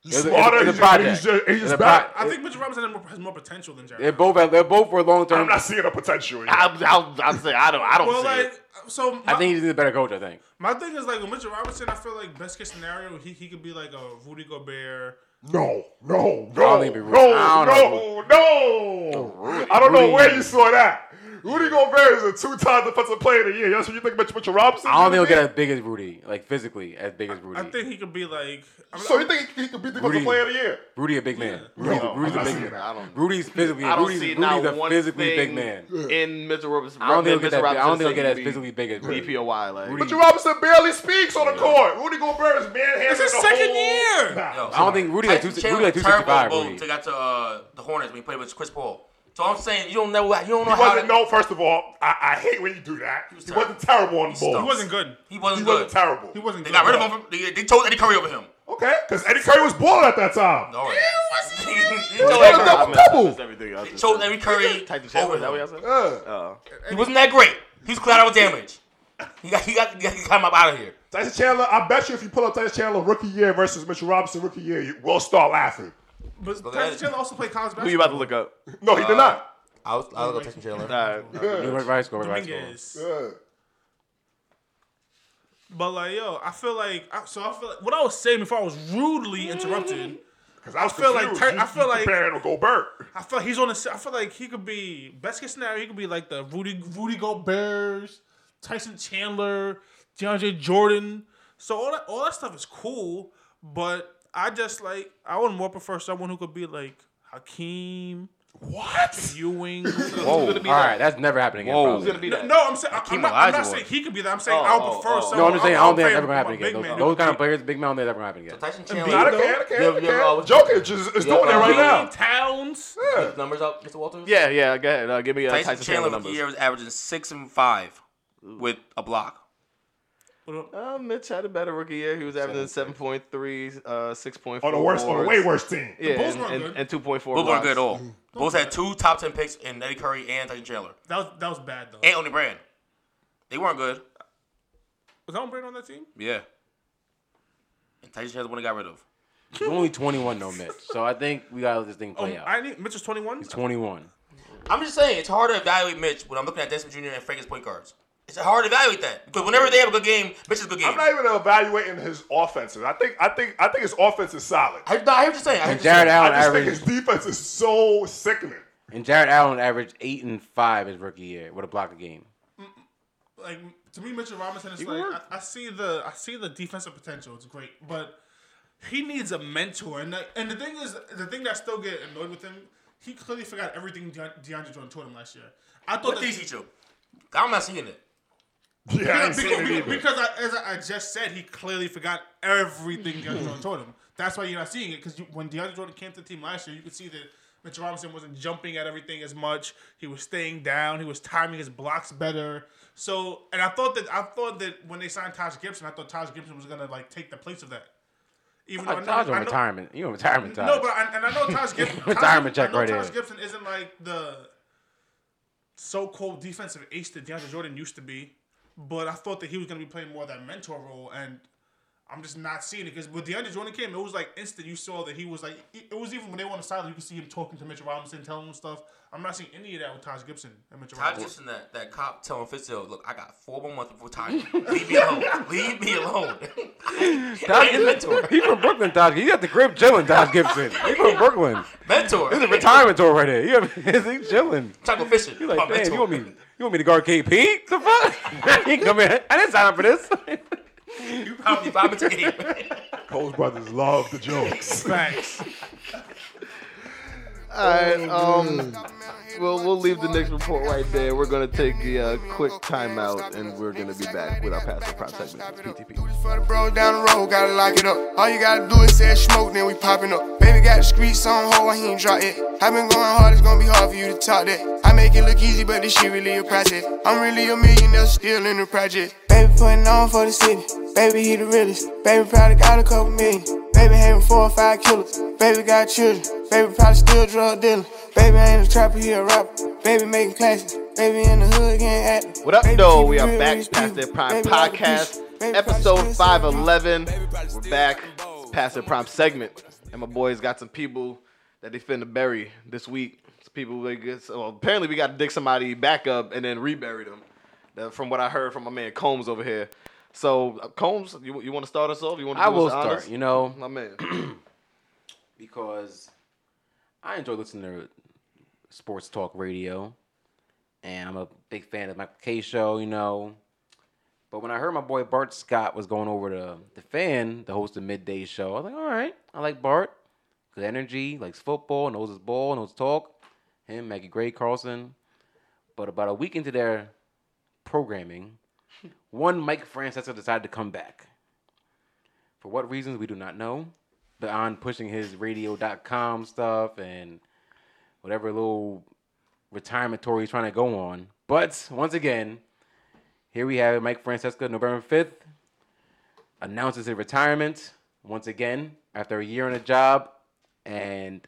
S5: He's
S4: It's a-
S5: smarter.
S4: it's a
S5: he's just-
S4: project.
S5: He's just, he's
S4: It's
S5: just
S4: a
S5: better.
S4: pro-
S6: I think Mitchell Robinson has more- has more potential than
S4: They're
S6: Jared.
S4: both. They're both for long
S5: I'm
S4: term.
S5: not seeing a potential in him.
S2: I'll, I'll, I'll say I don't. I don't
S6: Well,
S2: see
S6: like
S2: it.
S6: so, my,
S4: I think he's a better coach. I think.
S6: my thing is like with Mitchell Robinson. I feel like best case scenario, he, he could be like a Rudy Gobert.
S5: No, no,
S4: don't
S5: no,
S4: think we-
S5: no,
S4: I
S5: no,
S4: don't Oh,
S5: no. I don't know
S4: Rudy-
S5: where you saw that. Rudy Gobert is a two-time defensive player of the year. That's what you think about Mitchell Robinson?
S4: I don't think he'll
S5: You
S4: get as big as Rudy, like physically as big as Rudy.
S6: I think he could be like. I mean,
S5: So you think he could be defensive
S4: Rudy-
S5: player of the year?
S4: Rudy a big man.
S5: No,
S4: Rudy's, Rudy's
S5: I'm
S4: a
S5: not
S4: big
S5: seeing
S4: man.
S5: that.
S2: I don't.
S4: Rudy's physically.
S2: I don't
S4: Rudy's,
S2: see not
S4: Rudy's a
S2: one
S4: physically
S2: thing
S4: big man.
S2: in Mitchell Robinson.
S4: I don't think
S2: Mitchell
S4: he'll get that. big- I don't
S2: Robinson
S4: think he'll get
S2: saying
S4: as
S2: he'd
S4: physically big as
S2: be
S4: Rudy.
S2: DPOY. Like
S4: Rudy-
S5: Mitchell Robinson barely speaks on the court. Rudy Gobert is manhandling
S6: It's his
S5: the
S6: second
S5: whole
S6: year.
S5: time.
S7: Yo,
S4: I don't think Rudy like two.
S7: Tyson
S4: Rudy like two
S7: Chandler
S4: sixty
S7: was terrible
S4: five.
S7: at both to
S4: Rudy.
S7: got to uh, the Hornets when he played with Chris Paul. So I'm saying you don't know you don't know
S5: He
S7: how
S5: wasn't. No, first of all, I, I hate when you do that. He,
S7: was
S5: wasn't terrible on the
S7: stunk.
S5: ball.
S6: he wasn't good.
S7: he
S5: He
S7: wasn't good.
S5: wasn't terrible.
S6: He wasn't.
S7: They
S6: good.
S7: got rid of him. From, they, they chose Eddie Curry over him.
S5: Okay, because Eddie Curry was balling at that time.
S7: All right. *laughs* they
S5: He was
S7: chose Eddie
S5: a
S7: Curry.
S5: double double.
S2: everything.
S7: They chose Eddie Curry
S2: Tyson Chandler.
S7: over
S2: Is that what
S7: him.
S2: y'all said?
S5: Yeah.
S2: Oh.
S7: He wasn't that great. He's collateral damage. You got, you got, you got to climb up out of here.
S5: Tyson Chandler, I bet you if you pull up Tyson Chandler rookie year versus Mitchell Robinson rookie year, you will start laughing.
S6: But Tyson
S7: at it.
S6: Chandler also played college
S2: Who you
S6: basketball.
S2: about to look up?
S5: No, he did not.
S7: I was, I was gonna text him Chandler.
S2: All right.
S5: Yeah.
S4: Rice score, Rice score.
S6: Dominguez.
S5: Yeah.
S6: But like, yo, I feel like I, so. I feel like what I was saying before I was rudely interrupted.
S5: Cause I, was
S6: feel like
S5: confused.
S6: Tur-
S5: You-
S6: I feel
S5: you
S6: like-
S5: comparing him to Gobert.
S6: I feel like he's on the. I feel like he could be best case scenario. He could be like the Rudy Rudy Gobert's, Tyson Chandler, DeAndre Jordan. So all that all that stuff is cool, but I just like I would more prefer someone who could be like Hakeem
S5: What?
S2: *laughs*
S6: Ewing.
S2: Whoa.
S7: Gonna be
S4: All
S7: that.
S4: right, that's never happening again.
S2: Whoa.
S4: probably.
S2: Who's gonna be that?
S6: No, I'm saying I- I'm not, I'm not
S2: Olajuwon.
S6: saying he could be that. I'm saying
S2: Oh,
S6: I
S2: oh,
S6: would prefer
S2: oh.
S6: someone.
S4: No, I'm just saying I don't think that's
S6: I'll
S4: ever gonna happen
S6: play
S4: again.
S6: my
S4: Those,
S6: big
S4: those
S6: man.
S4: kind of players, big man, they never happen again.
S7: Tyson
S5: Not
S7: Chandler.
S5: a can, I
S7: Yo,
S5: can, I
S7: yo,
S5: can.
S7: I was-
S5: Jokic is, is
S7: Yeah,
S5: doing it right
S7: Hakeem
S5: now.
S6: Towns.
S5: Yeah.
S7: Numbers up, Mr. Walters.
S2: Yeah, yeah. Go ahead. Uh, give me uh,
S7: Tyson, Chandler
S2: numbers.
S7: rookie year was averaging six and five with a block.
S2: Uh, Mitch had a better rookie year. He was averaging 7.3, uh,
S4: Oh,
S2: 6.4.
S5: On the worst, on the
S2: boards.
S5: way worse team.
S2: Yeah,
S6: Bulls weren't
S2: and,
S6: good.
S2: and, and 2.4.
S7: Both weren't
S2: blocks.
S7: good at all. Both had two top ten picks in Eddie Curry and Tyson Chandler.
S6: That was that was bad though.
S7: And only brand. They weren't good.
S6: Was Elton Brand on that team?
S7: Yeah. And Tyson Chandler's the one they got rid of.
S4: He's only 21 though, Mitch. So I think we gotta let this thing
S6: Oh,
S4: play out.
S6: I need Mitchell's 21.
S4: He's 21.
S7: I'm just saying, it's hard to evaluate Mitch when I'm looking at Desmond Jr. and Frank's point guards. It's hard to evaluate that. Because whenever they have a good game, Mitch is a good game.
S5: I'm not even evaluating his offenses. I think I think I think his offense is solid.
S7: I, no, I hear what you're saying. I hear
S4: And
S7: what you're
S4: Jared
S7: saying.
S5: I
S4: Allen
S5: just think his
S4: averaged
S5: defense is so sickening.
S4: and Jared Allen averaged eight and five his rookie year with a block a game.
S6: like to me, Mitchell Robinson is like I, I see the I see the defensive potential. It's great, but he needs a mentor. And like, and the thing is, the thing that I still get annoyed with him, he clearly forgot everything De- DeAndre Jordan taught him last year. I thought
S7: What
S6: that,
S7: these teach you? I'm not seeing it.
S5: *laughs* Yeah, I
S6: because,
S5: ain't seen it
S6: because,
S5: either.
S6: because I, as I I just said, he clearly forgot everything DeAndre Jordan taught him. That's why you're not seeing it because when DeAndre Jordan came to the team last year, you could see that. Mitchell Robinson wasn't jumping at everything as much. He was staying down. He was timing his blocks better. So, and I thought that I thought that when they signed Taj Gibson, I thought Taj Gibson was gonna like take the place of that. Even though I
S5: Uh,
S4: Like,
S6: know,
S4: Taj
S6: I
S4: on
S6: know-
S4: retirement. You on retirement, Taj.
S6: no, but I, and I know Taj
S4: *laughs*
S6: Gibson. Taj-
S4: Retirement check
S6: I know
S4: right
S6: Taj
S4: here.
S6: Gibson isn't like the so-called defensive ace that DeAndre Jordan used to be, but I thought that he was going to be playing more of that mentor role, and I'm just not seeing it because when DeAndre Jordan came, it was like instant. You saw that he was like e, it it was even when they were on the sideline, you could see him talking to Mitchell Robinson, telling him stuff. I'm not seeing any of that with Taj Gibson and Mitchell
S7: Todd
S6: Robinson.
S7: Gibson, that, that cop telling Fitzgerald, look, I got four more months
S4: *laughs*
S7: before time. Leave me alone. Leave me alone.
S4: Taj,
S7: He's a *laughs* mentor.
S4: he from Brooklyn, Taj. He got the grip chilling, Taj Gibson. He from Brooklyn.
S7: Mentor.
S4: This is a retirement tour right here. *laughs* You have, he's chilling.
S7: Taco Fisher.
S4: He's like,
S7: my
S4: damn,
S7: mentor.
S4: you want me? You want me to guard KP? The fuck? *laughs* he come in. I didn't sign up for this.
S7: You probably five minutes a game. *laughs*
S5: Coles brothers love the jokes.
S6: Facts.
S2: All right. Um, we'll, we'll leave the next report right there. We're going to take a uh, quick timeout, and we're going to be back with our past the prop segment. PTP.
S1: Do this for the bros down the road, gotta lock it up. All you gotta do is say smoke, then we popping up. Baby got the streets on hold, he ain't drop it. i been going hard, it's gonna be hard for you to top that. I make it look easy, but this shit really a process. I'm really a millionaire, still in the project. Baby putting on for the city, baby he the realest. Baby probably got a couple million. Baby having four or five killers. Baby got children. Baby probably still drug dealing. Baby ain't a trapper, he a rapper. Baby making classes. Baby in the hood getting active.
S2: What up,
S1: Baby
S2: though?
S1: keep it
S2: We are
S1: real
S2: back
S1: with these
S2: past
S1: people.
S2: the prime
S1: Baby like a
S2: podcast,
S1: piece. Baby probably
S2: episode
S1: still selling drugs.
S2: 511. We're back It's past the prime segment, and my boys got some people that they finna bury this week. It's people they get. So apparently, we got to dig somebody back up and then rebury them. That- From what I heard from my man Combs over here. So uh, Combs, you, you want to start us off? You want
S4: I will start. You know,
S2: my man. *clears throat*
S4: because I enjoy listening to sports talk radio, and I'm a big fan of Michael K. Show, you know. But when I heard my boy Bart Scott was going over to the fan, the host of Midday Show, I was like, all right, I like Bart. Good energy, likes football, knows his ball, knows talk. Him, Maggie Gray, Carlson. But about a week into their programming, one Mike Francesa decided to come back. For what reasons, we do not know beyond pushing his radio.com stuff and whatever little retirement tour he's trying to go on. But once again, here we have Mike Francesca, November 5th, announces his retirement once again after a year on a job. And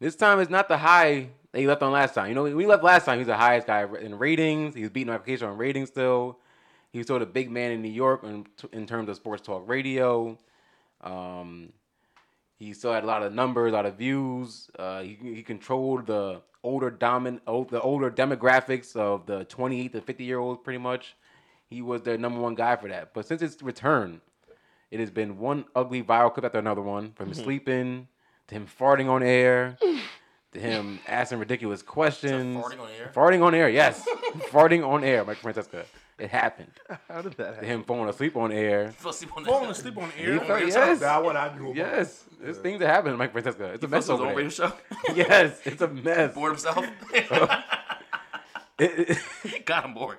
S4: this time it's not the high that he left on last time. You know, when he left last time, he was the highest guy in ratings. He was beating application on ratings still. He was sort of the big man in New York in, in terms of sports talk radio. Um, he still had a lot of numbers, a lot of views. Uh, he, he controlled the older dominant, old, the older demographics of the 28 to 50 year olds, pretty much. He was their number one guy for that. But since his return, it has been one ugly viral clip after another one, from him sleeping to him farting on air to him asking ridiculous questions.
S7: farting on air?
S4: Farting on air, yes, *laughs* farting on air, Mike Francesca. It happened.
S2: How did that
S4: To
S2: happen?
S4: him falling asleep on air.
S7: Fell asleep on
S6: Falling
S7: that.
S6: asleep on
S4: He
S6: air.
S4: fell- yes.
S5: That one I knew. About.
S4: Yes, there's things that happen, Mike Francesca. It's a mess
S7: Russell's
S4: over
S7: own radio
S4: *laughs* there.
S7: show. *laughs*
S4: Yes, it's a mess.
S7: Bored himself. *laughs*
S4: It- it-
S7: Got him bored.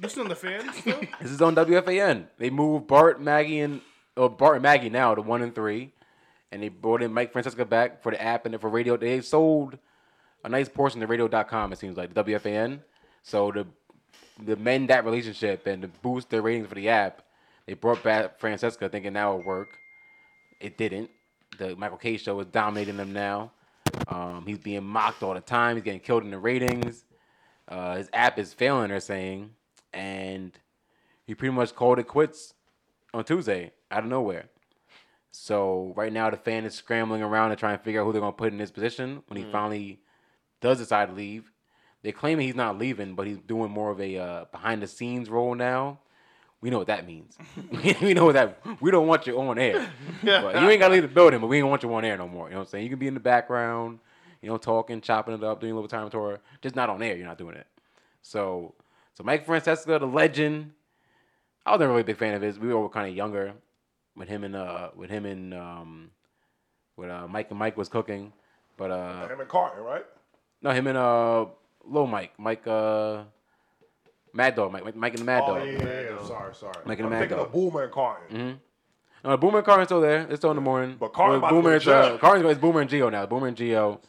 S6: This is on the fans. Still?
S4: this is on WFAN. They moved Bart, Maggie, and or Bart and Maggie now to one and three, and they brought in Mike Francesca back for the app and for radio. They sold a nice portion to Radio.com. It seems like the WFAN. So to to mend that relationship and to boost their ratings for the app, they brought back Francesca, thinking that would work. It didn't. The Michael K show is dominating them now. Um, he's being mocked all the time. He's getting killed in the ratings. Uh, his app is failing, they're saying, and he pretty much called it quits on Tuesday out of nowhere. So right now the fan is scrambling around to try and figure out who they're gonna put in this position when he finally does decide to leave. They're claiming he's not leaving, but he's doing more of a uh, behind the scenes role now. We know what that means. *laughs* we know what that we don't want you on air. But you ain't gotta leave the building, but we ain't want you on air no more. You know what I'm saying? You can be in the background, you know, talking, chopping it up, doing a little time tour, just not on air. You're not doing it. So, so Mike Francesca, the legend. I wasn't really a big fan of his. We were kind of younger with him and uh with him and um with uh Mike and Mike was cooking, but uh
S5: Him and Carton, right?
S4: no him and uh Lil Mike Mike uh Mad Dog Mike Mike, Mike and the Mad
S5: Oh
S4: Dog.
S5: yeah, yeah, yeah. Sorry, sorry.
S4: Making
S5: I'm
S4: a mad
S5: thinking
S4: dog.
S5: of Boomer and Carton.
S4: No, Uh, Boomer and Carmen's still there. It's still in the morning.
S5: But Carmen about to go to
S4: is, uh,
S5: jail.
S4: Carmen's it's Boomer and Geo now. Boomer and Geo.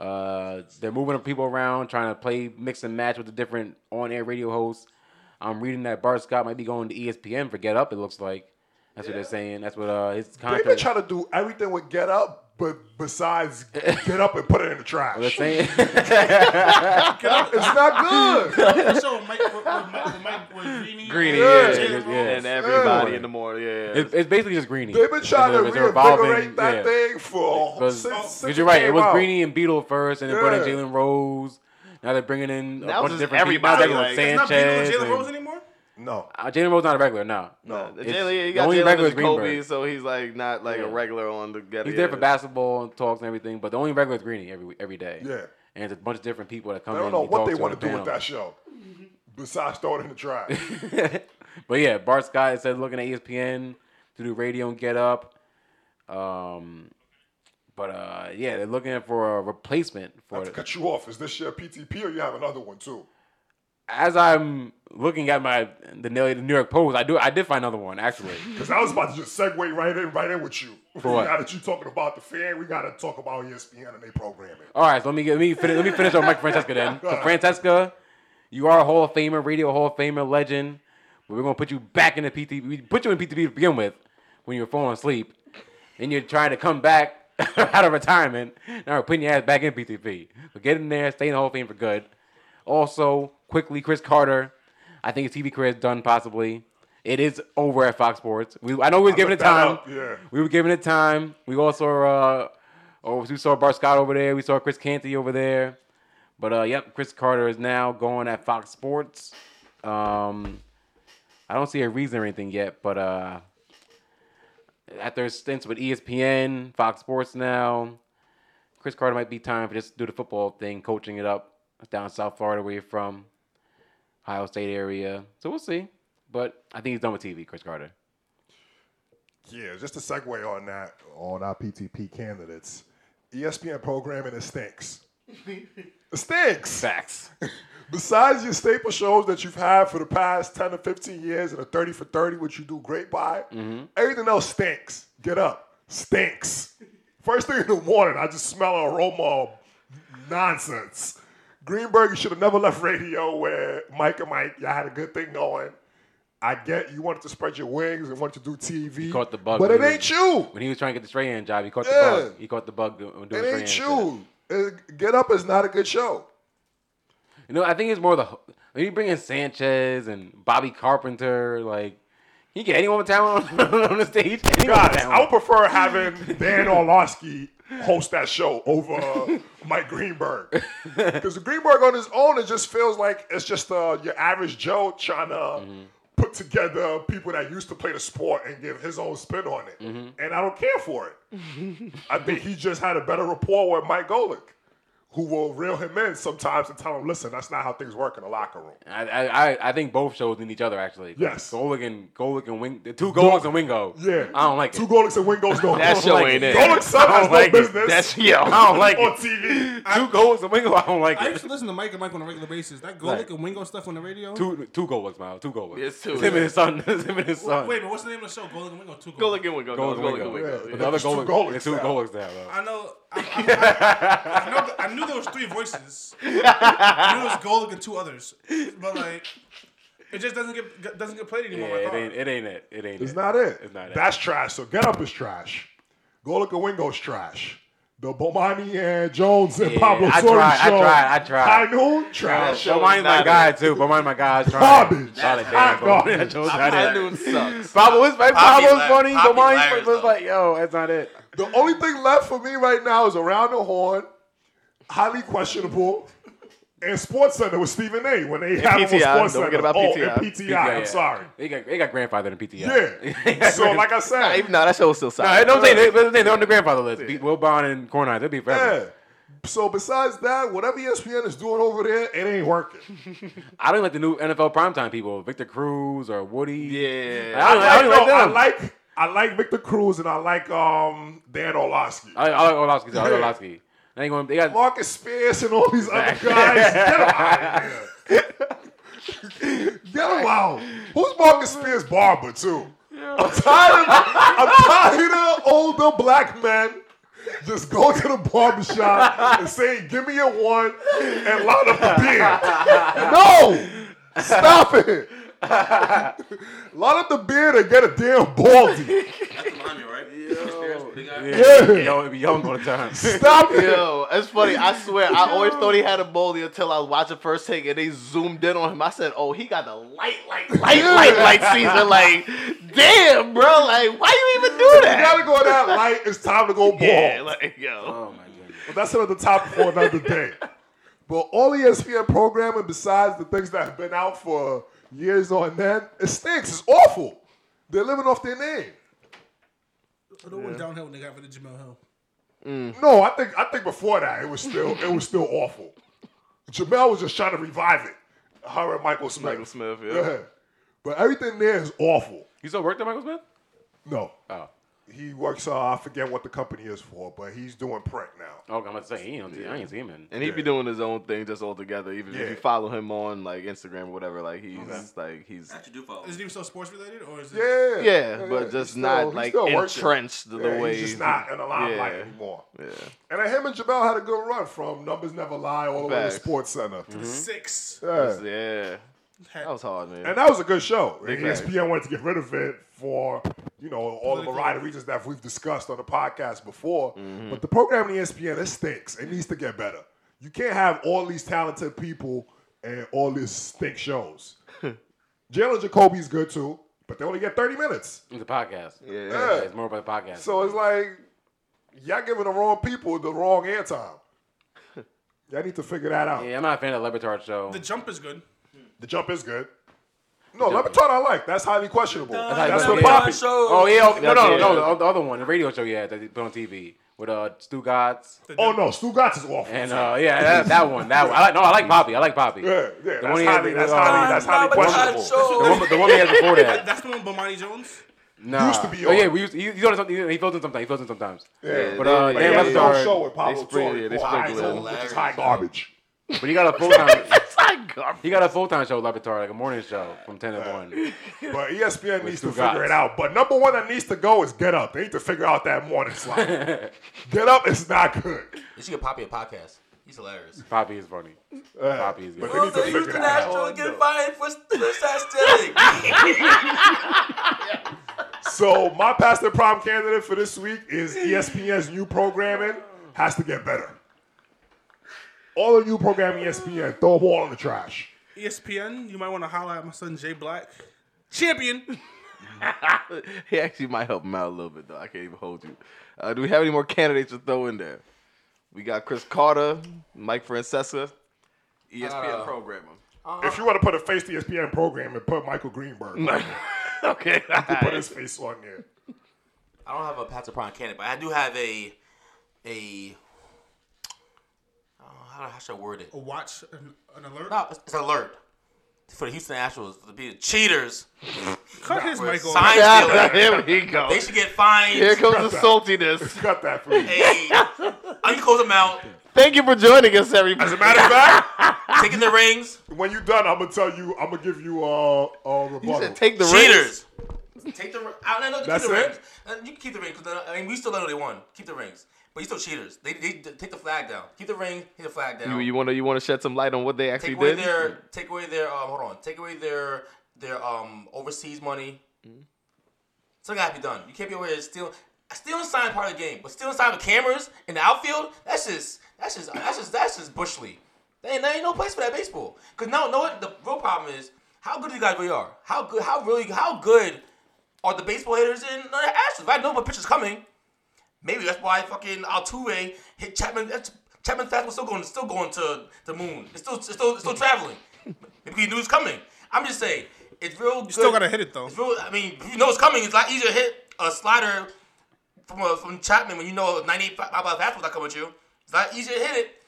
S4: Uh, they're moving people around, trying to play mix and match with the different on-air radio hosts. I'm reading that Bart Scott might be going to E ESPN for Get Up. It looks like that's what they're saying. That's what uh, his
S5: They've been
S4: contract.
S5: trying to do everything with Get Up, but
S4: *laughs*
S5: besides Get Up and put it in the trash.
S4: they're saying.
S6: *laughs*
S5: it's
S4: *laughs*
S5: not good.
S6: so Mike, with, with Mike, with Mike, with Greeny,
S2: Greeny, yeah,
S5: Yeah.
S6: Jalen
S2: yeah,
S6: Rose.
S2: and everybody
S5: Yeah.
S2: in the morning, yeah. yeah.
S4: It's, it's basically just Greeny.
S5: They've been
S4: It's
S5: trying
S4: a-
S5: to
S4: it's a revolving-
S5: reinvigorate that
S4: yeah.
S5: thing for
S4: Because
S5: since, since
S4: you're right, it was
S5: came out.
S4: Greeny and Beetle first, and they brought in
S5: Yeah.
S4: Jalen Rose. Now they're bringing in a
S2: Now
S4: bunch of
S2: it's
S4: different
S2: everybody,
S4: people. Now
S2: like-
S4: they're
S6: It's not
S4: going
S6: Beal and
S4: Sanchez.
S6: Jalen
S4: and-
S6: Rose anymore.
S4: *laughs*
S5: No,
S4: Uh, Jalen Rose not a regular now.
S5: no.
S2: The
S4: It's-
S2: Uh, Jalen,
S4: the
S2: you got
S4: only
S2: Jalen
S4: regular
S2: is
S4: is Greenberg.
S2: Kobe, so he's like not like
S4: Yeah.
S2: a regular on the get.
S4: He's
S2: yeah.
S4: there for basketball and talks and everything, but the only regular is Greeny every every day.
S5: Yeah.
S4: and it's a bunch of different people that come.
S5: I
S4: in
S5: don't
S4: and he
S5: know what
S4: talks
S5: they want
S4: on
S5: to do with
S4: panel.
S5: that show. Besides throw it in the trash.
S4: *laughs* but yeah, Bart Scott is looking at E ESPN to do radio and get up. Um, but uh, yeah, they're looking for a replacement for
S5: Not to
S4: it.
S5: cut you off. Is this your PTP or you have another one too?
S4: As I'm looking at my the New the New York Post, I do I did find another one actually.
S5: Because I was about to just segue right in, right in with you.
S4: what?
S5: Now that you talking about the fan, we got to talk about E ESPN and they programming.
S4: All right, so let me get, let me finish, let me finish on Mike Francesca then. So Francesca, you are a Hall of Famer, radio Hall of Famer, legend. But we're gonna put you back in the PTB. We put you in PTB to begin with, when you were falling asleep, and you're trying to come back *laughs* out of retirement. Now we're putting your ass back in PTB. But get in there, stay in the Hall of Fame for good. Also, quickly, Chris Carter. I think his TV career is done. Possibly, it is over at Fox Sports. We, I know we was giving it
S5: looked that
S4: time.
S5: up, yeah.
S4: We were giving it time. We also uh, oh, we saw Bart Scott over there. We saw Chris Canty over there. But uh, yep, Chris Carter is now going at Fox Sports. Um, I don't see a reason or anything yet, but uh, after his stints with E ESPN, Fox Sports now, Chris Carter might be time for just do the football thing, coaching it up down South Florida where you're from, Ohio State area. So we'll see. But I think he's done with TV, Chris Carter.
S5: Yeah, just a segue on that, on our PTP candidates. E ESPN programming, it stinks. It stinks.
S4: Facts.
S5: Besides your staple shows that you've had for the past 10 or 15 years and a 30 for 30, which you do great by,
S4: Mm-hmm.
S5: everything else stinks. Get up. Stinks. First thing in the morning, I just smell an aroma of nonsense. Greenberg, you should have never left radio where Mike and Mike, y'all had a good thing going. I get you wanted to spread your wings and wanted to do TV.
S4: caught the bug
S5: But
S4: when
S5: it
S4: he was-
S5: ain't you.
S4: When he was trying to get the Strahan job, he caught the
S5: Yeah.
S4: bug. He caught the bug doing doing
S5: It
S4: Strahan
S5: ain't
S4: shit.
S5: you. Uh, Get Up is not a good show.
S4: You know, I think it's more the when you bring in Sanchez and Bobby Carpenter, like you get anyone with talent on, on the *laughs* stage. anyone with
S5: Guys, I would
S4: talent.
S5: prefer having Dan Orlovsky host that show over uh,
S4: *laughs*
S5: Mike Greenberg. Because Greenberg on his own, it just feels like it's just uh, your average Joe trying to
S4: Mm-hmm.
S5: put together people that used to play the sport and give his own spin on it.
S4: Mm-hmm.
S5: And I don't care for it. I think he just had a better rapport with Mike Golick, who will reel him in sometimes and tell him, listen, that's not how things work in the locker room.
S4: I, I, I- I think both shows need each other actually.
S5: Yes.
S4: Golik and Golik and Wing, the two Goliks and Wingo.
S5: Yeah.
S4: I don't like
S5: Two
S4: it.
S5: Golics and Wingos don't
S2: That show
S4: like
S2: ain't
S4: it.
S2: it.
S5: Golick son
S4: I
S5: has
S4: don't
S5: no
S4: like it.
S5: business
S2: That's yo.
S4: I don't like
S5: on
S4: it. *laughs*
S5: TV.
S4: Two Goliks and Wingo. I don't like
S6: I
S4: it.
S6: used to listen to Mike and Mike on a regular basis. That Golik
S4: Right.
S6: and Wingo stuff on the radio.
S4: Two two Goliks, man. Two Goliks.
S2: It's two,
S4: It's him
S2: yeah.
S4: and his son. *laughs* It's him and his son.
S6: Wait, but what's the name of the show? Golik and Wingo. Two
S2: Go
S6: Golik.
S2: again, we go. Go
S4: Golik and
S2: again, we
S4: Wingo.
S2: go.
S4: But The other
S5: It's two
S4: Goliks.
S5: Goliks
S4: It's two
S5: now.
S4: Goliks now. though.
S6: I know. I, I,
S4: *laughs*
S6: I, I, know th- I knew there was three voices. I knew there was Golik and two others, but like it just doesn't get doesn't get played anymore. like,
S4: Yeah, it
S6: oh.
S4: ain't it ain't it. It ain't
S5: It's
S4: it.
S5: not it.
S4: It's not it.
S5: That's trash. So get up is trash. Go look at Wingo's trash. The Bomani and Jones and
S4: Yeah,
S5: Pablo
S4: I
S5: Soria
S4: tried, I
S5: show.
S4: tried, I tried.
S5: High noon trash.
S2: show
S4: But mine's
S2: is
S4: my
S2: not
S4: guy too. But mine's my guy.
S5: Garbage.
S4: Solid
S5: Hot
S4: damn, bro.
S5: garbage.
S4: That show's not
S2: High
S4: it.
S2: noon sucks.
S4: *laughs* Pablo was like,
S8: Poppy
S4: Pablo's
S8: la-
S4: funny,
S8: Poppy
S4: but mine
S8: hilarious,
S4: was
S8: though.
S4: like, yo, that's not it.
S5: The only thing left for me right now is around the horn, highly questionable, and Sports Center with Stephen A. When they have him on
S2: PTI,
S5: Sports
S2: don't
S5: Center,
S2: forget about
S5: oh,
S2: PTI.
S5: and PTI.
S4: yeah.
S5: I'm sorry.
S4: They got they got grandfathered in *laughs* PTI.
S5: Yeah. so like I said, uh,
S2: Even no, that show was still
S4: All right,
S2: solid.
S4: don't say they, but they're on the grandfather list. Be- Will Bond and Cornine, they'll be
S5: yeah.
S4: forever.
S5: So besides that, whatever E ESPN is doing over there, it ain't working.
S4: I don't like the new NFL primetime people, Victor Cruz or Woody.
S2: Yeah.
S4: I don't, I
S5: I,
S4: don't
S5: know,
S4: like
S5: I
S4: them.
S5: like I like Victor Cruz and I like um Dan Orlovsky.
S4: I, I like Orlovsky. too. I like Orlovsky. They ain't going. They got.
S5: Marcus Spears and all these other guys. Get him out of here. Get him out. Who's Marcus Spears barber too? I'm tired of I'm tired of older black men just go to the barbershop and say, give me a one and line up the beard. No! Stop it! line up the beard and get a damn baldy.
S8: That's Melania, right? Big ass-
S4: Yeah. *laughs* Yo, it be young all the time.
S5: Stop *laughs* it!
S2: Yo, it's funny. I swear, I always thought he had a bowlie until I was watching first take and they zoomed in on him. I said, "Oh, he got the light, light, light, light, light season." Like, damn, bro. Like, why you even do
S5: You gotta
S2: that?
S5: go that light. It's time to go bald.
S2: Yeah, like, yo.
S4: Oh my goodness.
S5: But that's another topic for another day. But all E ESPN programming, besides the things that have been out for years on end, it stinks. It's awful. They're living off their name.
S6: But it went downhill when they got rid of Jamel Hill.
S5: No, I think I think before that it was still it was still awful. Jamel was just trying to revive it. Her and Michael Smith.
S2: Michael Smith, yeah.
S5: Yeah. But everything there is awful.
S4: You still work there, Michael Smith?
S5: No.
S4: Oh.
S5: He works uh, I forget what the company is for, but he's doing print now.
S4: Oh, I'm about to say, he ain't on TV. I ain't seen him in.
S2: And he be doing his own thing just altogether. Even
S5: Yeah.
S2: if you follow him on like Instagram or whatever, like he's like he's
S8: That you do follow.
S6: Is it even still sports related or is it?
S5: Yeah.
S2: yeah,
S5: yeah.
S2: but just
S5: He's still-
S2: not
S5: he's
S2: like
S5: still working.
S2: entrenched the
S5: Yeah,
S2: way.
S5: he's just not in the limelight
S2: Yeah.
S5: anymore.
S2: Yeah.
S5: And then him and Jamel had a good run from Numbers Never Lie all the way to
S2: Facts. Mm-hmm.
S5: Sports Center.
S6: Six.
S5: Yeah.
S2: yeah, that was hard, man.
S5: And that was a good show. And E
S2: Big facts.
S5: ESPN wanted to get rid of it for, you know, all the variety of reasons that we've discussed on the podcast before.
S2: Mm-hmm.
S5: But the program in E ESPN, it stinks. It needs to get better. You can't have all these talented people and all these stink shows.
S2: *laughs*
S5: Jalen Jacoby's good too, but they only get 30 minutes.
S4: It's a podcast.
S2: Yeah.
S5: Yeah.
S4: It's more about the podcast.
S5: So it's like y'all giving the wrong people the wrong air time. Y'all need to figure that out.
S4: yeah, I'm not a fan of the Lebertard show.
S6: The jump is good.
S5: The jump is good. No, Levitard I like. That's highly questionable. That's
S4: highly
S5: what
S4: questionable.
S5: Poppy.
S4: oh yeah, oh, no, no,
S2: yeah.
S4: no, no, the other one, the radio show, yeah, that they put on TV with uh Stu Gatz
S5: Oh no, Stu Gatz is awful.
S4: and uh yeah, that, that one, that one. I like, no, I like Poppy, I like Poppy.
S5: yeah, yeah,
S4: The
S5: that's
S4: one he had
S5: highly,
S4: with,
S5: that's
S4: uh,
S5: highly, that's highly questionable.
S4: The one, the one he had before
S6: That-
S4: that.
S6: That's the one with Bomani Jones.
S4: Nah.
S5: Used to be
S4: Oh yeah,
S5: on.
S4: we used, he, he's on something. He fills in sometimes. He fills in sometimes.
S5: Yeah.
S4: But
S2: But
S4: uh,
S5: They
S4: Dan
S5: had his own
S4: Lebertard-
S5: show with Pablo
S2: sprinkle-
S5: Torre
S2: they
S5: called High
S2: sprinkle it
S5: Zone,
S2: in.
S5: which is high garbage.
S4: but he
S5: *laughs*
S4: got a full time.
S2: That's not garbage.
S4: he got a full time show, Lebertard, like a morning show from ten to one.
S5: But E ESPN needs
S4: Stu
S5: to figure
S4: Gatz.
S5: it out. But number one that needs to go is Get Up. They need to figure out that morning slot.
S4: *laughs*
S5: Get Up is not good.
S8: They should get Poppy a podcast. He's hilarious.
S4: Poppy is funny.
S5: Yeah.
S4: Poppy is good.
S5: But they need to
S8: the
S5: figure
S8: Houston
S5: it out.
S8: Astros get fired for for statistic.
S5: So my past E and prime candidate for this week is ESPN's new programming has to get better. All of you E program ESPN, throw them all in the trash.
S6: E ESPN, you might want to holler at my son Jay Black. Champion.
S2: he actually might help him out a little bit though. I can't even hold you. Uh, do we have any more candidates to throw in there? We got Chris Carter, Mike Francesa, E
S5: Uh.
S2: ESPN
S5: *laughs*
S2: programmer.
S5: If you want to put a face to E ESPN program and put Michael Greenberg,
S2: *laughs* okay,
S5: put *laughs* his face on there.
S7: *laughs* I don't have a Patrick Prime candidate, but I do have a a. uh, How, how should I word it?
S6: Watch an, an alert.
S7: No, it's, it's an alert for the Houston Astros to be the cheaters.
S6: Cut his
S7: We're
S6: mic off.
S7: sign
S2: *laughs*
S7: stealers.
S2: Here we go.
S7: They should get fined.
S2: Here comes the
S5: that.
S2: saltiness.
S5: Cut that for me.
S7: Hey,
S5: *laughs*
S7: I can close them out,
S2: Thank you for joining us, everybody.
S5: As a matter of fact,
S7: taking the rings.
S5: when you're done, I'm gonna tell you. I'm gonna give you uh, a
S2: You
S5: rebuttal.
S2: said take the rings.
S7: Cheaters. Take the ring. I don't know.
S5: That's
S7: keep the
S5: it?
S7: rings. Uh, You can keep the rings because I mean we still don't know they won. Keep the rings, but you still cheaters. They, they d- take the flag down. Keep the ring. Hit the flag down.
S2: You, you want to you want to shed some light on what they actually
S7: take away
S2: did?
S7: their take away their um, hold on. Take away their their um overseas money. Something gotta be done. You can't be over here stealing. Stealing sign part of the game, but stealing sign with cameras in the outfield. That's just that's just that's just that's just bush league. There ain't, there ain't no place for that baseball. Cause no, no. The real problem is how good you guys really are. How good? How really? How good are the baseball hitters in the Astros? If I know my pitcher's coming, maybe that's why fucking Altuve hit Chapman. That's, Chapman's fastball still going, still going to the moon. It's still, it's still, it's still traveling.
S6: *laughs*
S7: Maybe he knew it's coming. I'm just saying, it's real. You
S6: Still gotta hit it though.
S7: It's real. I mean, if you know it's coming. It's a lot easier to hit a slider from a, from Chapman when you know a 98 fi- mile per hour fastball not coming at you. It's a lot easier to hit it.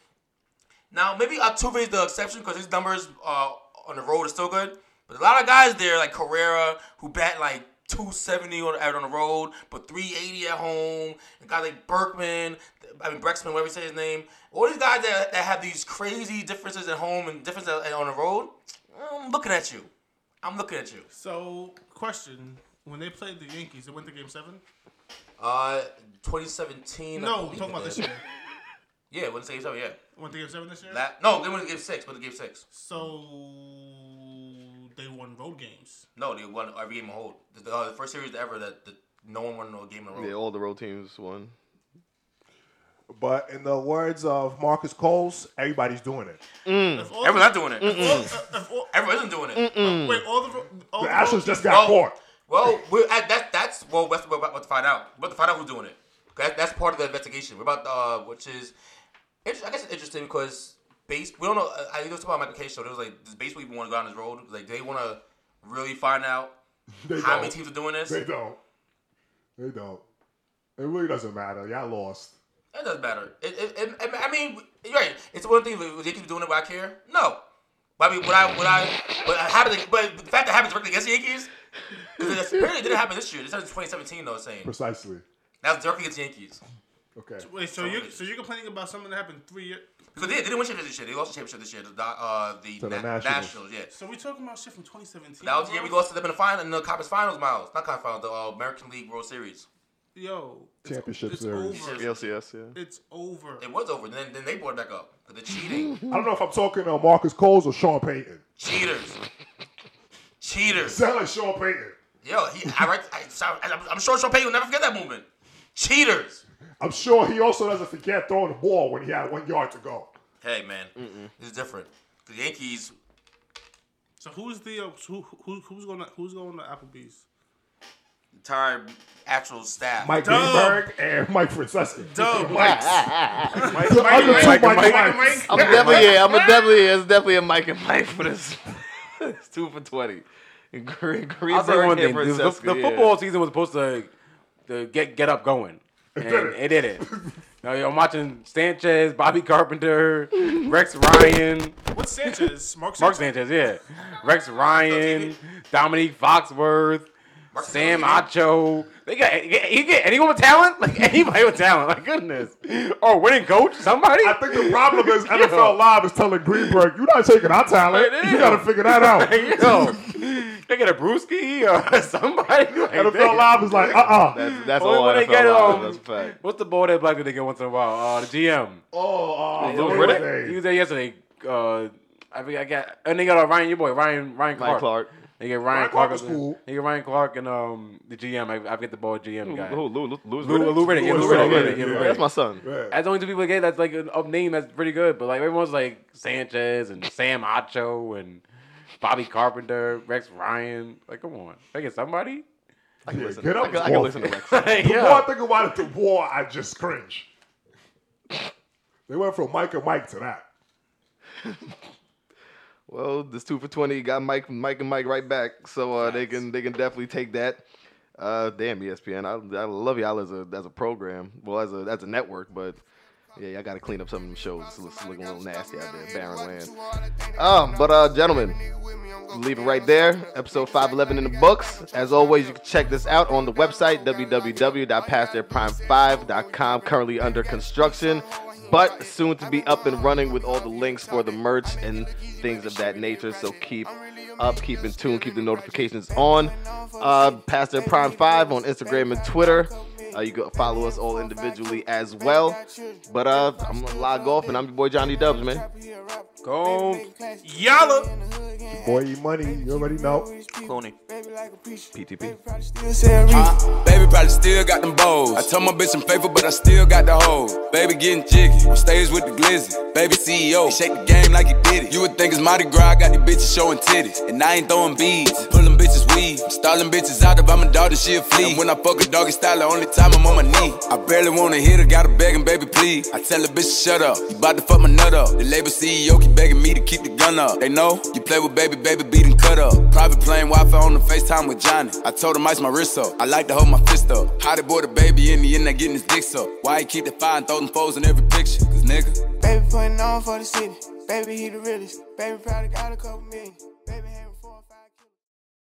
S7: Now maybe Altuve is the exception because his numbers uh, on the road are still good. But a lot of guys there like Carrera who bat like 270 on, out on the road, but 380 at home. And guys like Berkman, I mean Brexman, whatever you say his name. All these guys that, that have these crazy differences at home and differences on the road. I'm looking at you. I'm looking at you.
S6: So, question: When they played the Yankees, they went to Game Seven.
S7: Uh, 2017. I
S6: No, we're
S7: believe
S6: talking
S7: it
S6: about this
S7: did.
S6: year.
S7: Yeah, wouldn't say so. Yeah.
S6: Went to Game Seven this year.
S7: That, no, they wouldn't give six. Wouldn't give six.
S6: So they won road games.
S7: No, they won every game on hold. The, uh, the first series ever that the, no one won no game in a row.
S2: Yeah, all the road teams won.
S5: But in the words of Marcus Coles, everybody's doing it.
S7: Hmm.
S6: If all
S7: Everyone's
S6: the-
S7: not doing it.
S6: if all- if all-
S7: Everyone isn't doing it.
S6: Wait, all the, ro- all
S5: The
S6: the road
S5: Astros just
S6: teams-
S5: got
S7: Well-
S5: caught.
S7: Well, we're at, that, that's well, that's what we're about to find out. We're about to find out who's doing it. That, that's part of the investigation. We're about to, uh, which is, inter- I guess it's interesting because base. We don't know. I- I think it was about my application. So it was like, does baseball even want to go on this road? Like, do they want to really find out
S5: They
S7: how many
S5: don't.
S7: teams are doing this?
S5: They
S7: It
S5: don't. They don't. It really doesn't matter. Y'all lost.
S7: doesn't matter. It, it, it, it- I mean, you're right. It's one thing. Would Yankees be doing it? Would I care? No. But I mean, would I? Would I? But it happened. But the fact that it happened directly against the Yankees. Because apparently it didn't happen this year. This happened in 2017, though. Saying
S5: Precisely.
S7: that was directly against the Yankees.
S5: Okay.
S6: Wait, so you so you're complaining about something that happened three years?
S7: Because they, they didn't win championship this year. They lost the championship this year. The, uh, the,
S5: the
S7: Na-
S5: Nationals.
S7: Nationals. yeah.
S6: So we talking about shit from 2017.
S7: That was the year
S6: bro?
S7: we lost to them in the final, in the conference finals, Miles. Not conference finals, the uh, American League World Series.
S6: Yo, it's-
S5: Championship
S6: it's
S5: Series.
S6: Over.
S2: LCS, yeah.
S6: It's over.
S7: It was over. Then then they brought it back up. But
S5: *laughs*
S7: the cheating,
S5: I don't know if I'm talking to Marcus Coles or Sean Payton.
S7: cheaters, cheaters.
S5: Sound like Sean Payton.
S7: Yo, he, I, write- I, I, I'm- I'm sure Sean Payton will never forget that moment. Cheaters.
S5: I'm sure he also doesn't forget throwing the ball when he had one yard to go.
S7: Hey man, this is different. The Yankees.
S6: So who's the uh, who, who who's going to who's going to Applebee's?
S7: Entire actual staff.
S5: Mike Greenberg and Mike Francesca.
S6: Doug,
S5: Mike, Mike, Mike, Mike, Mike,
S2: I'm definitely yeah. I'm a definitely yeah, it's definitely a Mike and Mike for this. it's two for twenty. And Gre-
S4: I'll say one
S2: Greenberg
S4: thing.
S2: and
S4: The,
S2: Francesca.
S4: the
S2: yeah.
S4: football season was supposed to, to get get up going, and it *laughs* didn't. Now, I'm watching Sanchez, Bobby Carpenter, Rex Ryan,
S6: what's Sanchez? Mark
S4: Mark
S6: Sanchez.
S4: Sanchez, yeah, Rex Ryan, Dominique Foxworth,
S7: Mark
S4: Sam
S7: Sanchez.
S4: Acho. They got you get anyone with talent, like *laughs* anybody with talent, like goodness, or winning coach, somebody.
S5: I think the problem
S2: *laughs*
S5: is NFL Live is telling Greenberg, you're not taking our talent.
S4: It is.
S5: You got to figure
S2: *laughs*
S5: that out.
S4: Like, *laughs* yo, they get a Brewski or *laughs* somebody. Like,
S5: NFL
S4: damn.
S5: Live is like, uh-uh.
S2: That's that's
S4: Only
S2: all
S4: when they
S2: NFL
S4: get
S2: live,
S4: um,
S2: That's a fact.
S4: What's the ball that black dude they get once in a while? Uh, the GM.
S5: oh, uh,
S2: Lou
S5: what
S2: Riddick?
S5: was his
S4: He
S5: name?
S4: was there yesterday. Uh, I think I got and they got uh, Ryan, your boy Ryan Ryan Clark.
S2: Mike Clark.
S4: They get Ryan
S5: Clark
S4: Clark.
S5: is cool.
S4: They get Ryan Clark and um the GM. I, I get the ball GM guy.
S2: Who, Lou, Lou, Lou's
S4: Lou,
S2: Riddick?
S4: Lou Riddick. yeah, Lou
S5: Lou
S4: Riddick,
S5: Riddick,
S4: Riddick, yeah,
S5: yeah.
S4: Lou
S2: That's
S4: Riddick.
S2: my son.
S5: Yeah.
S4: That's the only two people again that's like an up name that's pretty good. But like everyone's like Sanchez and Sam Acho and Bobby Carpenter, Rex Ryan. Like, come on, they get somebody. *laughs*
S2: I can
S5: Yeah,
S2: listen.
S5: get up
S2: I can, I
S5: and
S2: can
S5: walk.
S2: listen to Rex.
S4: Like,
S5: The
S4: yo.
S5: more I think about it, the more I just cringe. They went from Mike and Mike to that.
S2: Well, this two for twenty got Mike, Mike, and Mike right back, so uh, they can they can definitely take that. Uh, damn ESPN, I, I love y'all as a as a program, well as a as a network, but yeah, I got to clean up some of them shows. It's looking a little nasty out there, barren land. Um, but uh, gentlemen, leave it right there. Episode 511 in the books. As always, you can check this out on the website www.pasttheirprime5.com. Currently under construction, but soon to be up and running with all the links for the merch and things of that nature. So keep up, keep in tune, keep the notifications on. Uh, Past Their Prime 5 on Instagram and Twitter. Uh, you can follow us all individually as well. But uh, I'm gonna log off, and I'm your boy Johnny Dubs, man.
S4: Go.
S3: Yalla.
S5: Boy, you money, you already know.
S9: Clooney.
S2: PTP.
S9: Uh, baby probably still got them bows. I told my bitch I'm faithful, but I still got the hoes. Baby getting jiggy, on stage with the glizzy. Baby CEO, he shake the game like he did it. You would think it's Mardi Gras, I got these bitches showing titties. And I ain't throwing beads, I'm pulling bitches weed. I'm stalling bitches out if I'm a daughter, she a flea. And when I fuck a doggy style, the only time I'm on my knee. I barely wanna hit her, gotta beg him, baby, please. I tell the bitch to shut up, you bout to fuck my nut up. The label CEO keep begging me to keep the gun up. They know you play with baby, baby, beat and cut up. Private plane Wi-Fi on the FaceTime with Johnny. I told him ice my wrist up. I like to hold my fist up. How they boy the baby in the end, they getting his dicks up. Why he keep the fire and throw them foes in every picture? Cause nigga.
S1: Baby putting on for the city. Baby, he the realest. Baby, probably got a couple million. Baby, had